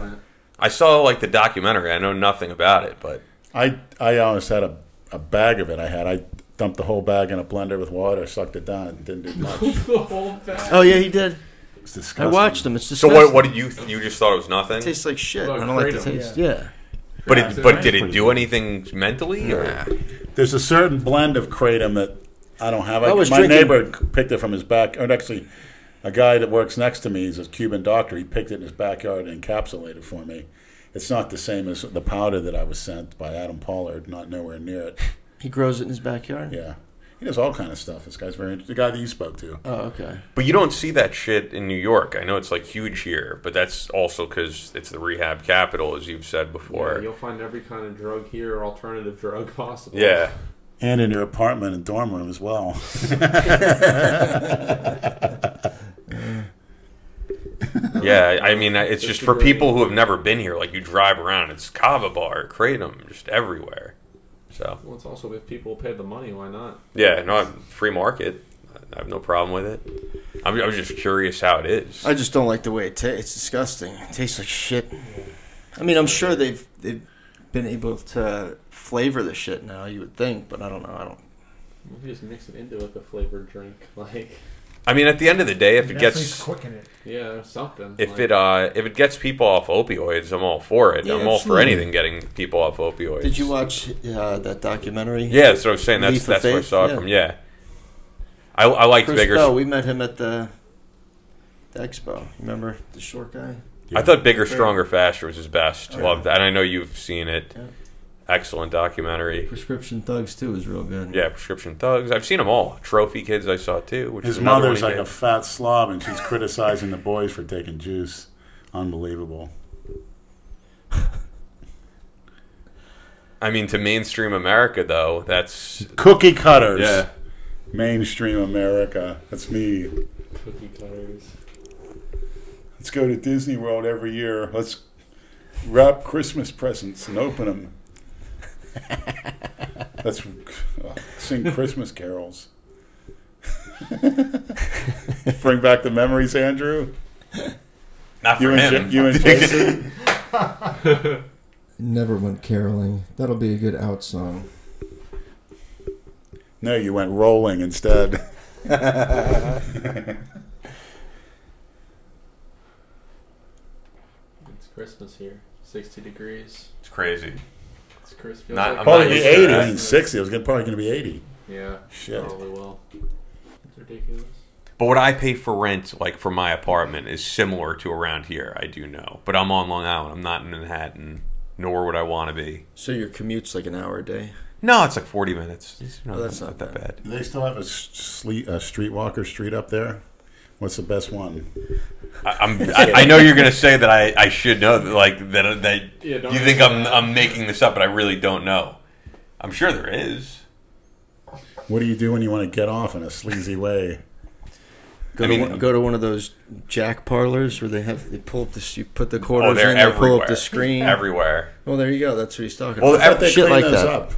S2: I saw like the documentary. I know nothing about it, but
S8: I I almost had a, a bag of it. I had I dumped the whole bag in a blender with water, sucked it down, and didn't do much. It
S7: Oh yeah, he did.
S8: was
S7: I
S8: disgusting.
S7: watched them. It's
S2: so
S7: disgusting.
S2: what? What did you? You just thought it was nothing,
S7: It tastes like shit.
S5: Look,
S7: I don't like the
S5: Kratom.
S7: taste. Yeah.
S2: but it, but did it do anything mentally? Or?
S8: There's a certain blend of kratom that I don't have. I,
S7: I was
S8: my
S7: drinking-
S8: neighbor picked it from his back. Or actually, a guy that works next to me is a Cuban doctor. He picked it in his backyard and encapsulated it for me. It's not the same as the powder that I was sent by Adam Pollard. Not nowhere near it.
S7: He grows it in his backyard.
S8: Yeah, he does all kind of stuff. This guy's very the guy that you spoke to.
S7: Oh okay.
S2: But you don't see that shit in New York. I know it's like huge here, but that's also because it's the rehab capital, as you've said
S5: Or
S2: before.
S5: you'll find every kind of drug here or alternative drug possible.
S2: yeah.
S8: And in your apartment and dorm room as well.
S2: Yeah, I I mean, I- it's
S5: It's
S2: just
S5: a
S2: for
S5: great-
S2: people who have never been here. Like you drive around, it's Kava Bar, Kratom, just everywhere. So
S5: Well, it's also if people pay the money, why not?
S2: yeah, no, I'm free market. I have no problem with it. I'm, I was just curious how it is.
S7: I just don't like the way it tastes. It's disgusting. It tastes like shit. I mean, I'm sure they've they've been able to flavor the shit now. You would think, but I don't know. I don't.
S5: You can just mix it into like a flavored drink, like
S2: I mean, at the end of the day, if it
S6: Definitely
S2: gets
S6: quicken it.
S5: yeah, something.
S2: if
S5: like,
S2: it uh if it gets people off opioids, I'm all for it.
S7: Yeah,
S2: I'm all for
S7: absolutely.
S2: anything getting people off opioids.
S7: Did you watch uh, that documentary?
S2: Yeah, that's what I was saying. That's
S7: Leaf of
S2: that's where I
S7: Faith?
S2: saw it
S7: Yeah.
S2: from. Yeah, I I liked
S7: Chris
S2: bigger.
S7: Bell. We met him at the, the expo. Remember the short guy?
S2: I thought bigger, stronger, faster was his best. Loved that, and I know you've seen it.
S7: Yeah.
S2: Excellent documentary.
S7: Prescription Thugs too is real good.
S2: Yeah, prescription thugs. I've seen them all. Trophy kids, I saw too. Which
S8: His
S2: is another
S8: mother's
S2: one
S8: like
S2: he
S8: a
S2: did.
S8: fat slob, and she's criticizing the boys for taking juice. Unbelievable.
S2: I mean, to mainstream America though, that's
S8: Cookie cutters.
S2: yeah.
S8: Mainstream America. That's me.
S5: cookie cutters.
S8: Let's go to Disney World every year. Let's wrap Christmas presents and open them. Let's uh, sing Christmas carols. Bring back the memories, Andrew.
S2: Not for
S8: You and,
S2: him.
S8: Ja- you and Jason.
S7: Never went caroling. That'll be a good out song.
S8: No, you went rolling instead.
S5: It's Christmas here. Sixty degrees.
S2: it's crazy.
S5: It's Christmas. Feels
S2: Not-
S5: like
S2: I'm
S8: Probably
S2: not
S8: be
S2: used to
S8: 80.
S2: that.
S8: I mean, 60. I was gonna, probably going to be 80.
S5: Yeah.
S8: Shit.
S5: Probably will. It's ridiculous.
S2: But what I pay for rent, like for my apartment, is similar to around here. I do know, but I'm on Long Island. I'm not in Manhattan, nor would I want to be.
S7: So your commute's like an hour a day.
S2: No, it's like 40 minutes. It's
S7: Oh,
S2: not,
S7: that's
S2: that's not that bad.
S8: Do they still have a, sleet, a streetwalker street up there? What's the best one?
S2: I, I'm, I, I know you're gonna say that I, I should know that like that that
S3: Yeah, don't
S2: you think I'm I'm making this up, but I really don't know. I'm sure there is.
S8: What do you do when you want to get off in a sleazy way?
S7: Go,
S2: I mean-
S7: to, one- go to one of those jack parlors where they have they pull up this you put the quarters
S2: Oh, they're
S7: in, they pull up
S2: everywhere.
S7: the screen.
S2: Everywhere.
S7: Well, there you go. That's what he's talking
S2: Well,
S7: about.
S2: ev- they
S7: Oh, Shit like that.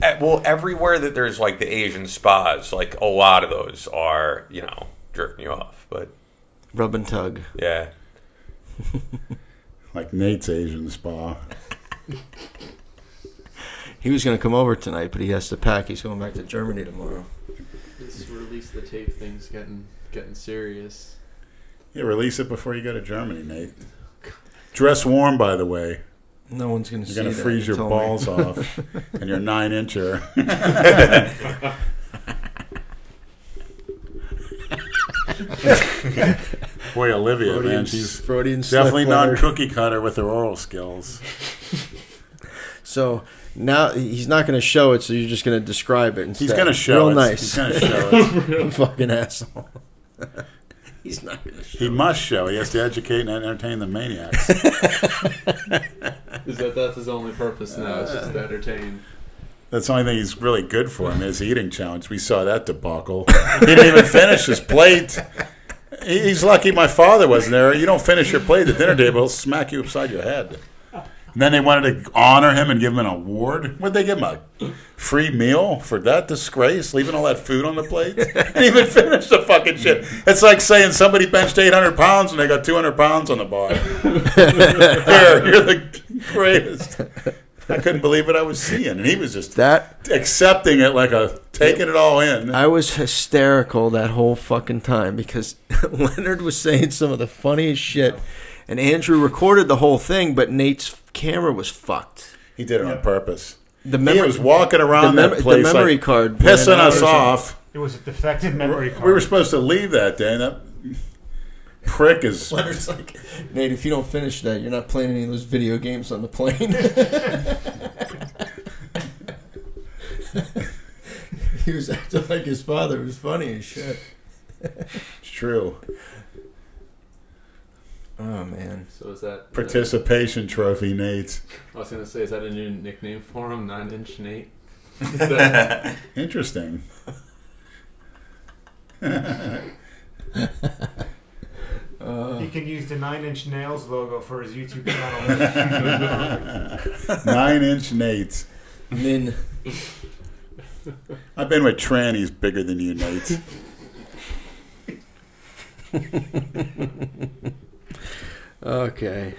S2: Eh, Well, everywhere that there's like the Asian spas, like a lot of those are you know jerking you off. But
S7: Rub and tug.
S2: yeah,
S8: Like Nate's Asian spa.
S7: He was going to come over tonight, but he has to pack. He's going back to Germany tomorrow.
S5: This release the tape thing's getting getting serious.
S8: Yeah, release it before you go to Germany, Nate. Dress warm, by the way.
S7: No one's going to see
S8: You're gonna
S7: that,
S8: freeze
S7: he
S8: your
S7: told me.
S8: balls off and your nine incher. Boy, Olivia, man,
S7: Freudian-
S8: she's
S7: Freudian slip
S8: definitely non
S7: letter.
S8: cookie cutter with her oral skills.
S7: So now he's not going to show it. So you're just going to describe it. Instead.
S8: He's gonna show
S7: Real
S8: us.
S7: nice.
S8: He's gonna show us.
S7: fucking asshole. he's not going to show.
S8: He must show. He has to educate and entertain the maniacs.
S5: Is that that's his only purpose now? It's just to entertain.
S8: That's the only thing he's really good for him is the eating challenge. We saw that debacle. He didn't even finish his plate. He- He's lucky my father wasn't there. You don't finish your plate at the dinner table, he'll smack you upside your head. And then they wanted to honor him and give him an award. What'd they give him? A free meal for that disgrace, leaving all that food on the plate? And even finish the fucking shit. It's like saying somebody benched 800 pounds and they got 200 pounds on the bar. Here, you're the greatest. I couldn't believe what I was seeing. And he was just
S7: That
S8: accepting it like a taking it all in.
S7: I was hysterical that whole fucking time because Leonard was saying some of the funniest shit, and Andrew recorded the whole thing, but Nate's camera was fucked.
S8: He did it on purpose.
S7: The
S8: He
S7: memory,
S8: was walking
S7: the,
S8: around
S7: mem-
S8: that
S7: the
S8: place,
S7: memory
S8: like,
S7: card,
S8: pissing
S7: ran out.
S8: us off.
S6: It was a defective memory card.
S8: We were supposed to leave that day, and that prick is.
S7: Leonard's like, Nate, if you don't finish that, you're not playing any of those video games on the plane. he was acting like his father. It was funny as shit.
S8: It's true.
S7: Oh man.
S5: So is that?
S8: Participation trophy, Nate.
S5: I was gonna say, is that a new nickname for him? Nine Inch Nate. Is that-
S8: Interesting.
S7: Uh,
S6: he can use the Nine Inch Nails logo for his YouTube channel.
S8: Nine inch Nate.
S7: Min.
S8: I've been with trannies bigger than you, Nate.
S7: Okay.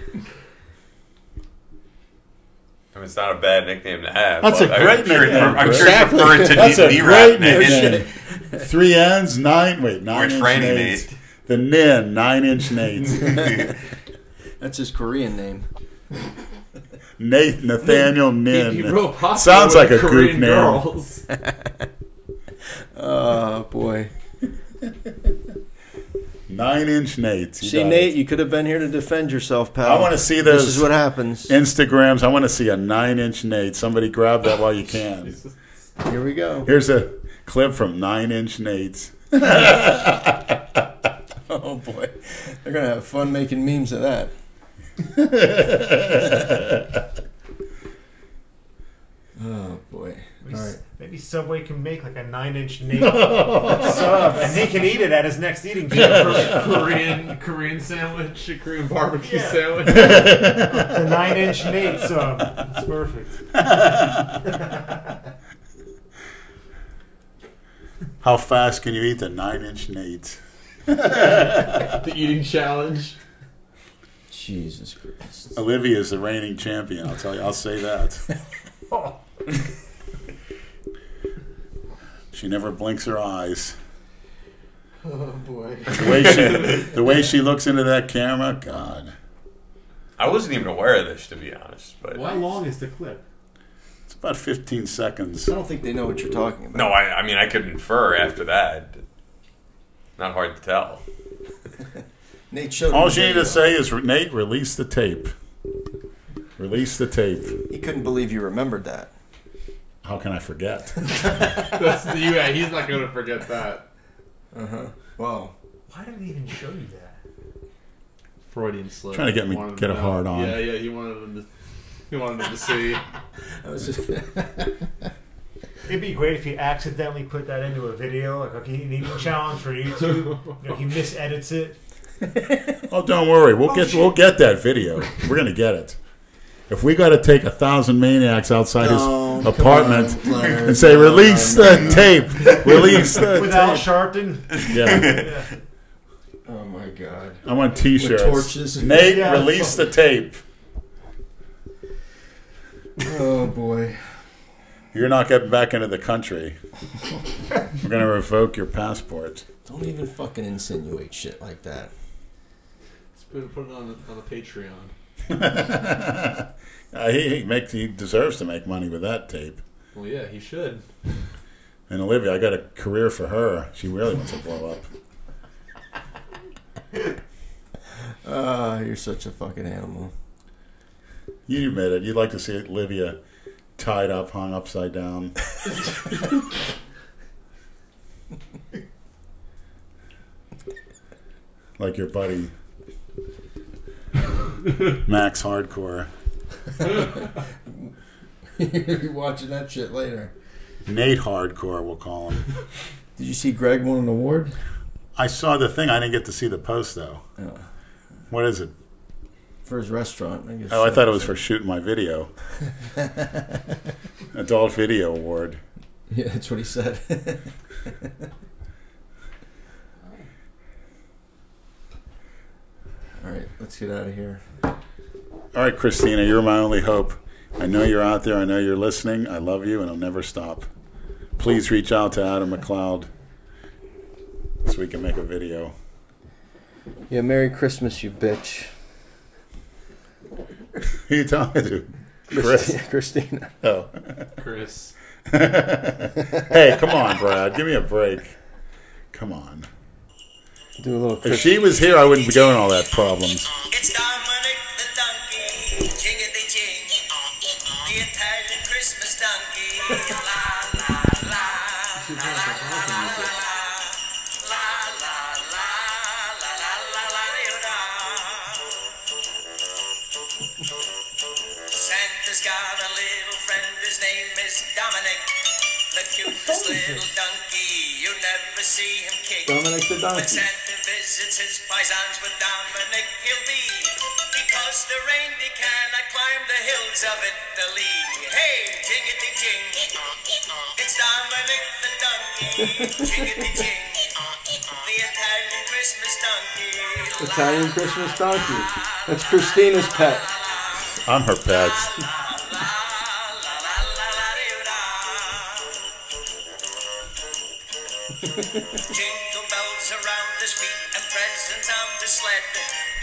S2: I mean, it's not a bad nickname to have.
S8: That's a
S2: but
S8: great
S2: I'm sure,
S8: nickname,
S2: I'm sure
S8: exactly.
S2: you prefer it to
S8: That's a
S2: D-
S8: great
S2: D-Rap Nate.
S8: nickname. Three N's, nine. Wait, nine inch
S2: tranny
S8: Nate.
S2: Nate.
S8: The Nin, nine inch Nate.
S7: That's his Korean name.
S8: Nate Nathaniel Nin.
S5: He'd be real popular
S8: Sounds
S5: with
S8: like a
S5: the
S8: group
S5: Korean
S8: name.
S5: girls.
S7: Oh boy.
S8: Nine inch Nate. You
S7: See,
S8: got
S7: Nate,
S8: it.
S7: you could have been here to defend yourself, pal.
S8: I want to see those.
S7: This is what happens.
S8: Instagrams. I want to see a nine inch Nate. Somebody grab that while you can.
S7: Here we go.
S8: Here's a clip from Nine Inch Nate.
S7: Oh boy, they're gonna have fun making memes of that. Oh boy.
S6: Maybe,
S7: All right.
S6: maybe Subway can make like a Nine Inch Nail sub, and he can eat it at his next eating dinner.
S5: Korean Korean sandwich, a Korean barbecue
S6: Yeah.
S5: sandwich.
S6: the Nine Inch Nail sub. It's perfect.
S8: How fast can you eat the Nine Inch Nate?
S5: the eating challenge.
S7: Jesus Christ.
S8: Olivia is the reigning champion. I'll tell you. I'll say that.
S6: Oh,
S8: She never blinks her eyes.
S7: Oh boy.
S8: The way she, the way she looks into that camera, God,
S2: I wasn't even aware of this to be honest, but
S5: How long is the clip?
S8: it's about 15 seconds.
S7: Oh, I don't think they know what you're talking about.
S2: no, I, I mean I could infer after that. Not hard to tell.
S11: Nate showed me
S8: All
S11: the
S8: you need
S11: video.
S8: to say is, Nate, release the tape. Release the tape.
S11: He couldn't believe you remembered that.
S8: How can I forget?
S5: That's the, yeah. He's not gonna forget that.
S11: Uh huh. Wow.
S10: Why did he even show you that?
S5: Freudian slip.
S8: Trying to get me-
S5: Wanted
S8: get
S5: him
S8: a
S5: to-
S8: hard on.
S5: Yeah, yeah. He wanted him to. He wanted him to see.
S11: I was just
S10: It'd be great if he accidentally put that into a video, like okay, he needs a challenge for YouTube. You know, he misedits it.
S8: Oh, don't worry. We'll get we'll get that video. We're gonna get it. If we got to take a thousand maniacs outside
S11: No,
S8: his
S11: Um, come
S8: apartment
S11: on, Oh, Leonard,
S8: and say,
S11: no,
S8: "Release
S11: no,
S8: the tape, release the
S10: Without Sharpton,
S8: tape." Yeah,
S11: Oh my god.
S8: I want T-shirts.
S11: With torches.
S8: Nate,
S10: Yeah.
S8: release the tape.
S11: Oh boy.
S8: You're not getting back into the country. We're gonna revoke your passport.
S11: Don't even fucking insinuate shit like that.
S5: Let's put, put it on the, on the Patreon.
S8: uh, he, he makes he deserves to make money with that tape.
S5: Well, yeah, he should.
S8: And Olivia, I got a career for her. She really wants to blow up.
S11: Ah, you're such a fucking animal.
S8: You admit it. You'd like to see Olivia tied up, hung upside down. like your buddy Max Hardcore.
S11: You're watching that shit later.
S8: Nate Hardcore, we'll call him.
S11: Did you see Greg won an award?
S8: I saw the thing. I didn't get to see the post, though.
S11: Oh.
S8: What is it?
S11: For his restaurant, I guess.
S8: Oh, I thought it was for shooting my video. Adult Video Award.
S11: Yeah, that's what he said. All right, let's get out of here.
S8: All right, Christina, you're my only hope. I know you're out there. I know you're listening. I love you, and I'll never stop. Please reach out to Adam McLeod so we can make a video.
S7: Yeah, Merry Christmas, you bitch.
S8: Who you talking to? Chris.
S7: Christina.
S8: Oh.
S5: Chris.
S8: hey, come on, Brad. Give me a break. Come on.
S7: Do a little
S8: If she was here, I wouldn't be going all that problems.
S1: It's Dominic the donkey, jiggity jig. The Italian Christmas donkey. La la la. La la la la la la. La la la la la la la la la. Santa's got a little friend, his name is Dominic. The cutest little donkey, you never see him kick.
S7: Dominic the
S1: When
S7: Donkey.
S1: Santa visits his paisans with Dominic, he'll be. Because the reindeer cannot climb the hills of Italy. Hey, jiggity jing. It's Dominic the donkey. Jiggity jing. The Italian Christmas donkey.
S7: Italian Christmas donkey. That's Christina's pet.
S8: I'm her pet.
S1: La la la la dee da. Jingle bells around his feet and presents on the sled.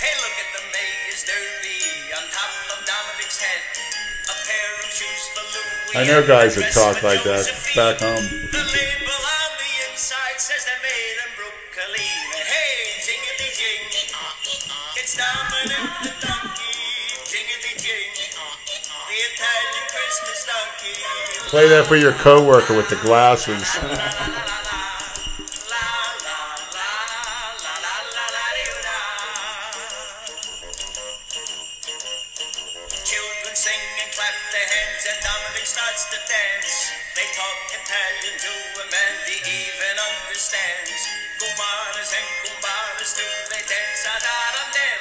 S1: Hey, look at the maze derby on top of Dominic's head. A pair of shoes for Louis.
S8: I know guys that
S1: that
S8: talk like that back home.
S1: The label on the inside says they're made in Brooklyn. Hey, jingity jing. It's Dominic the donkey. Jingity jing. The Italian Christmas donkey.
S8: Play that for your coworker with the glasses.
S1: La la la la la la la dee da. Children sing and clap their hands, and Dominic starts to dance. They talk Italian to him, and he even understands. Gumbaras and gumbaras do they dance out of them.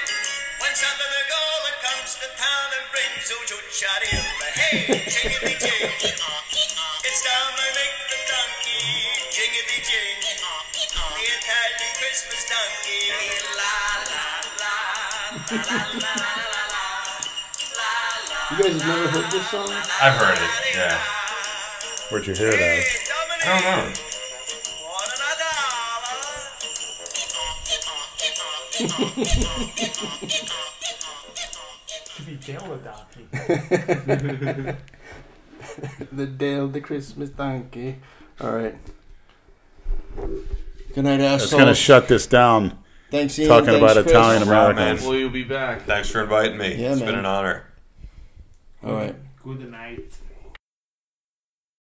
S1: When Santa Nicola comes to town and brings Ujucharim, hey, jingity jing. It's Dominic the donkey, jingity jing. The Italian Christmas donkey, la la la la la la la la.
S7: You guys have never heard this song?
S2: I've heard it. Yeah.
S8: Where'd you hear that?
S2: I don't know.
S10: should be Dale the donkey.
S7: The Dale the Christmas Donkey. All right. Good night, asshole.
S8: It's going to shut this down.
S7: Thanks, Ian.
S8: Talking
S7: Thanks,
S8: about
S7: Chris.
S8: Italian
S2: man.
S8: Americans.
S5: Will you be back?
S2: Thanks for inviting me.
S7: Yeah,
S2: it's
S7: man.
S2: been an honor.
S7: All right.
S10: Good night.